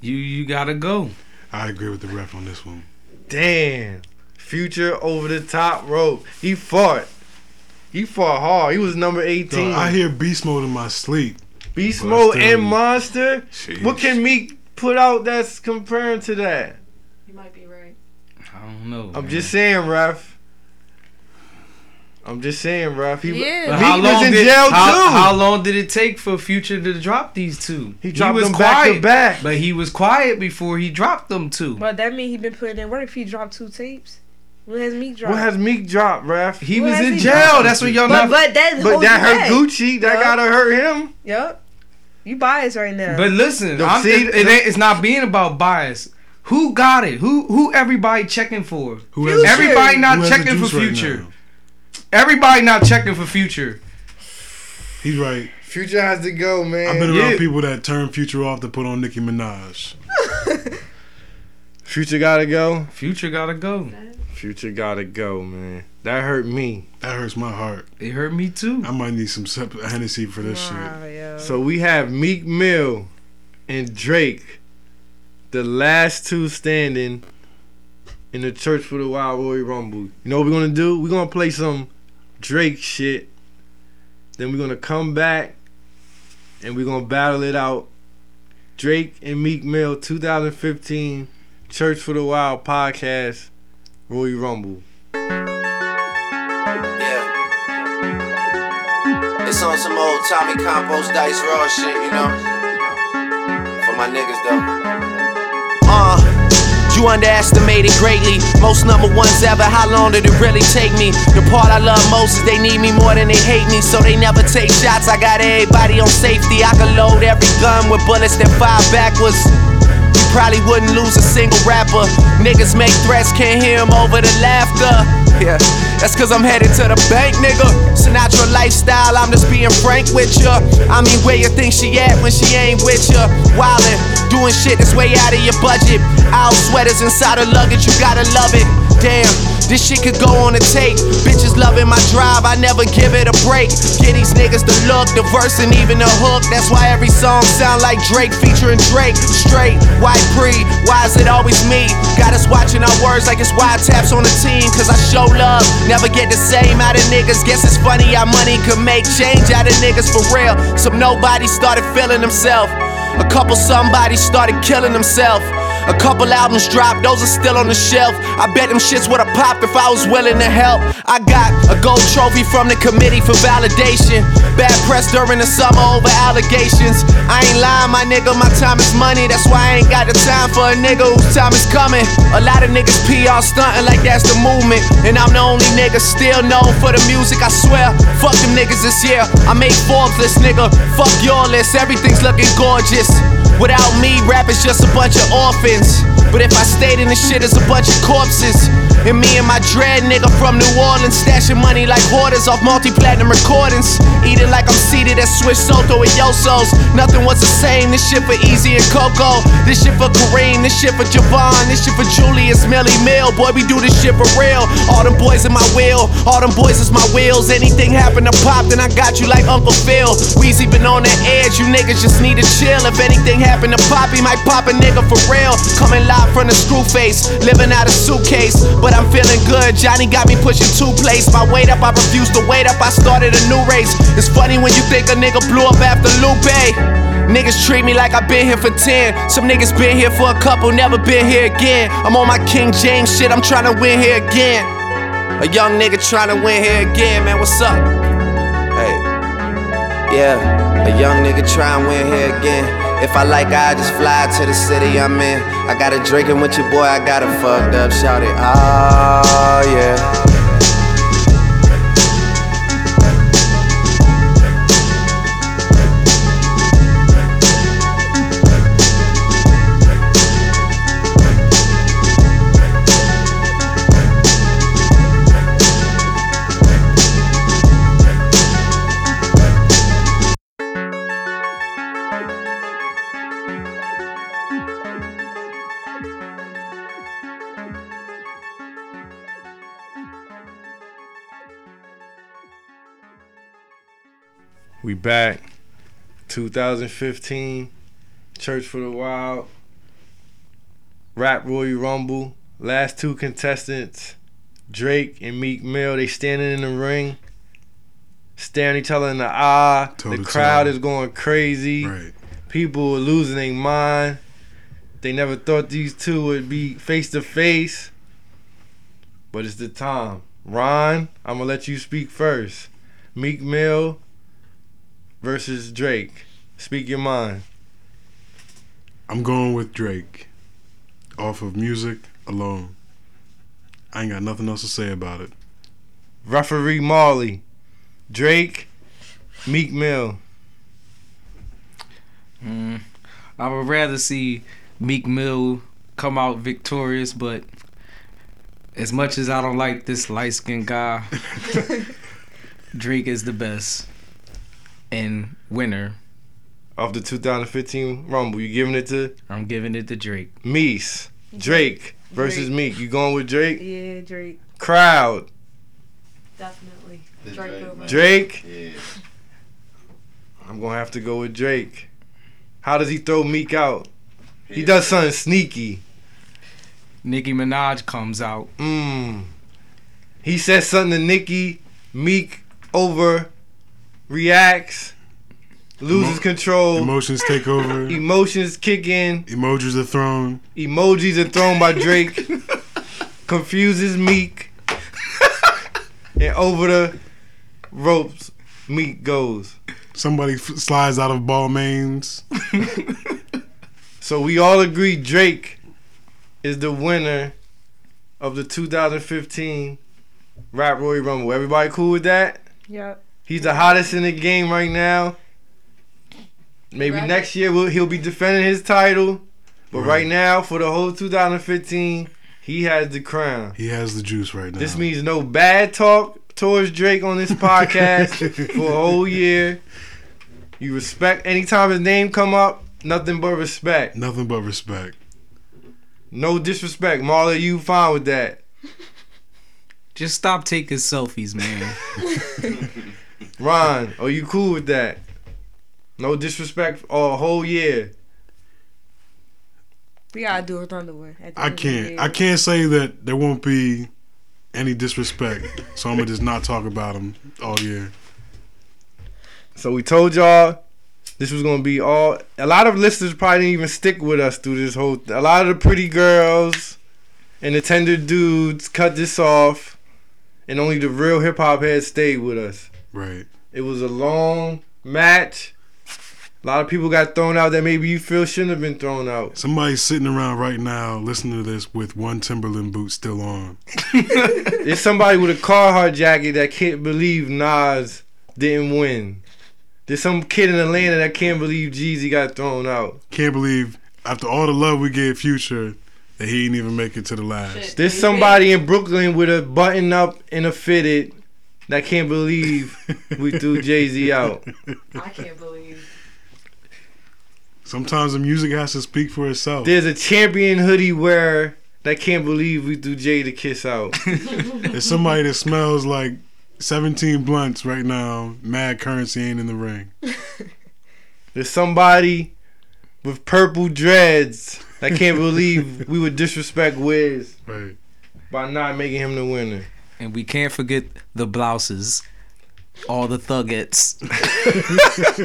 F: you you gotta go.
C: I agree with the ref on this one.
A: Damn, Future over the top rope. He fought. He fought hard. He was number
C: Dog,
A: 18.
C: I hear Beast Mode in my sleep.
A: Beast
C: But
A: Mode
C: still-
A: and Monster.
C: Jeez.
A: What can Meek put out that's comparing to that?
H: You might be right.
F: I don't know.
A: I'm
F: man.
A: just saying, ref. I'm just saying, ref. He,
B: Yeah.
F: But
A: Meek
F: how long
A: was in
F: did,
A: jail
F: how,
A: too.
F: how long did it take for Future to drop these two?
A: He dropped them back to back.
F: but he was quiet before he dropped them two.
B: But that mean he been putting in work. If he dropped two tapes, when has Meek dropped?
A: what has Meek dropped, ref?
F: He
B: What
F: was
B: has
F: in
B: he
F: jail. That's what y'all
B: but,
F: not.
B: but that
A: But
B: holds
A: that
B: you
A: hurt
B: back.
A: Gucci. That
B: Yeah.
A: gotta hurt him.
B: Yep. You biased right now.
F: But listen,
A: No,
F: I'm,
A: see,
F: it, it ain't, it's not being about bias. Who got it? Who who everybody checking for?
C: Who has the-
F: Everybody
C: who
F: not
C: has the
F: checking for
C: juice right
F: future.
C: now?
F: everybody not checking for future.
C: He's right.
A: Future has to go, man.
C: I've been around
F: yeah.
C: people that turn Future off to put on Nicki Minaj.
A: Future gotta go.
F: Future gotta go.
A: Future gotta go, man. That hurt me.
C: That hurts my heart.
D: It hurt me too.
C: I might need some sep- Hennessy for this
B: Ah,
C: shit.
A: So we have Meek Mill and Drake, the last two standing in the church for the Wild Roy Rumble. You know what we're gonna do? We're gonna play some Drake shit. Then we're gonna come back and we're gonna battle it out. Drake and Meek Mill 2015 Church for the Wild podcast, Roy Rumble.
S: It's on some old Tommy Campos Dice Raw shit, you know? For my niggas, though.
R: Uh, you underestimated greatly. Most number ones ever, how long did it really take me? The part I love most is they need me more than they hate me, so they never take shots. I got everybody on safety. I can load every gun with bullets that fire backwards. You probably wouldn't lose a single rapper. Niggas make threats, can't hear 'em over the laughter. Yeah, that's cause I'm headed to the bank, nigga. Sinatra lifestyle, I'm just being frank with ya. I mean, where you think she at when she ain't with ya? Wildin', doing shit that's way out of your budget. Owl sweaters inside her luggage, you gotta love it. Damn, this shit could go on a tape. Bitches loving my drive, I never give it a break. Get these niggas the look, the verse, and even the hook. That's why every song sound like Drake featuring Drake. Straight, why pre? Why is it always me? Got us watching our words like it's wide taps on the team. Cause I show love, never get the same out of niggas. Guess it's funny how money could make change out of niggas for real. Some nobody started feeling themselves. A couple somebody started killing themselves. A couple albums dropped, those are still on the shelf. I bet them shits would've popped if I was willing to help. I got a gold trophy from the committee for validation. Bad press during the summer over allegations. I ain't lying, my nigga, my time is money. That's why I ain't got the time for a nigga whose time is coming. A lot of niggas PR stunting like that's the movement. And I'm the only nigga still known for the music, I swear. Fuck them niggas this year. I made Forbes list, nigga. Fuck your list, everything's looking gorgeous. Without me, rap is just a bunch of orphans. But if I stayed in this shit, it's a bunch of corpses. And me and my dread nigga from New Orleans, stashing money like hoarders off multi platinum recordings. Eating like I'm seated at Swiss Soto and Yosos. Nothing was the same. This shit for Easy and Coco. This shit for Kareem. This shit for Javon. This shit for Julius Millie Mill. Boy, we do this shit for real. All them boys in my wheel. All them boys is my wheels. Anything happen to pop, then I got you like Uncle Phil. Weezy been on the edge. You niggas just need to chill. If anything happen to pop, he might pop a nigga for real. Coming live from the screw face, living out a suitcase. But I'm feeling good, Johnny got me pushing two plates. My weight up, I refuse to wait up, I started a new race. It's funny when you think a nigga blew up after Lupe. Niggas treat me like i been here for 10. Some niggas been here for a couple, never been here again. I'm on my King James shit, I'm trying to win here again. A young nigga trying to win here again, man, what's up? Hey,
S: yeah, a young nigga try and win here again. If I like, I just fly to the city I'm in. I got a drinking with your boy, I got it fucked up. Shout it, oh yeah.
A: We back. 2015, Church for the Wild, Rap Royal Rumble. Last two contestants, Drake and Meek Mill, they standing in the ring, staring each other in the eye. the
C: Toe-to-toe.
A: crowd is going crazy.
C: Right.
A: People are losing their mind. They never thought these two would be face to face. But it's the time. Ron, I'm gonna let you speak first. Meek Mill versus Drake. Speak your mind.
C: I'm going with Drake. Off of music alone. I ain't got nothing else to say about it.
A: Referee Marley, Drake, Meek Mill.
D: Mm, I would rather see Meek Mill come out victorious, but as much as I don't like this light skinned guy, Drake is the best and winner
A: of the 2015 Rumble. You giving it to?
D: I'm giving it to Drake.
A: Meese, Drake versus Meek. You going with Drake?
B: Yeah, Drake.
A: Crowd.
H: Definitely. Drake over.
A: Drake. I'm gonna have to go with Drake. How does he throw Meek out? He does something sneaky.
D: Nicki Minaj comes out.
A: Mm. He says something to Nicki. Meek over reacts, loses
C: Emo-
A: control.
C: Emotions take over.
A: Emotions kick in.
C: Emojis are thrown.
A: Emojis are thrown by Drake. confuses Meek. and over the ropes, Meek goes.
C: Somebody f- slides out of ball mains.
A: So we all agree Drake is the winner of the 2015 Rap Roy Rumble. Everybody cool with that?
B: Yep.
A: He's the hottest in the game right now. Maybe
B: Right.
A: next year we'll, he'll be defending his title, but right.
C: Right.
A: now for the whole 2015, he has the crown.
C: He has the juice right now.
A: This means no bad talk towards Drake on this podcast for a whole year. You respect anytime his name come up, nothing but respect.
C: Nothing but respect.
A: No disrespect, Marla. You fine with that?
D: Just stop taking selfies, man.
A: Ron, are you cool with that? No disrespect all whole year.
K: We gotta do a thunderwood. at the
C: I
K: end of the
C: can't.
K: day.
C: I can't say that there won't be any disrespect. so I'm gonna just not talk about him all year.
A: So we told y'all this was gonna be all. A lot of listeners probably didn't even stick with us through this whole. A lot of the pretty girls and the tender dudes cut this off, and only the real hip hop heads stayed with us.
C: Right.
A: It was a long match. A lot of people got thrown out that maybe you feel shouldn't have been thrown out.
C: Somebody's sitting around right now listening to this with one Timberland boot still on.
A: There's somebody with a Carhartt jacket that can't believe Nas didn't win. There's some kid in Atlanta that can't believe Jeezy got thrown out.
C: Can't believe after all the love we gave Future that he didn't even make it to the last.
A: There's somebody in Brooklyn with a button up and a fitted that can't believe we threw Jay Z out.
H: I can't believe.
C: Sometimes the music has to speak for itself.
A: There's a champion hoodie wearer that can't believe we threw Jay the kiss out.
C: There's somebody that smells like 17 blunts right now. Mad currency ain't in the ring.
A: There's somebody with purple dreads that can't believe we would disrespect Wiz
C: right.
A: by not making him the winner.
D: and we can't forget the blouses, all the thuggets.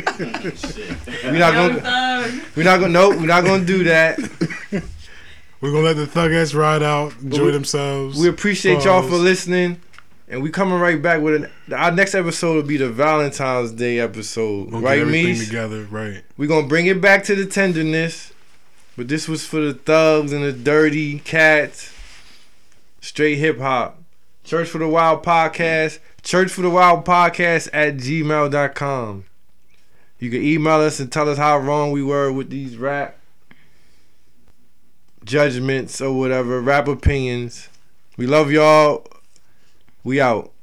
A: We're not gonna. We're not gonna. Nope. We're not gonna do that.
C: We're gonna let the thug ass ride out, enjoy
A: we-
C: themselves.
A: We appreciate y'all for
C: Pause.
A: listening, and we coming right back with an. Our next episode will be the Valentine's Day episode,
C: We'll get
A: right,
C: everything
A: me?
C: together, right?
A: We're gonna bring it back to the tenderness, but this was for the thugs and the dirty cats, straight hip hop. Church for the Wild podcast, Church for the Wild podcast at gmail.com. You can email us and tell us how wrong we were with these rap judgments or whatever, rap opinions. We love y'all. We out.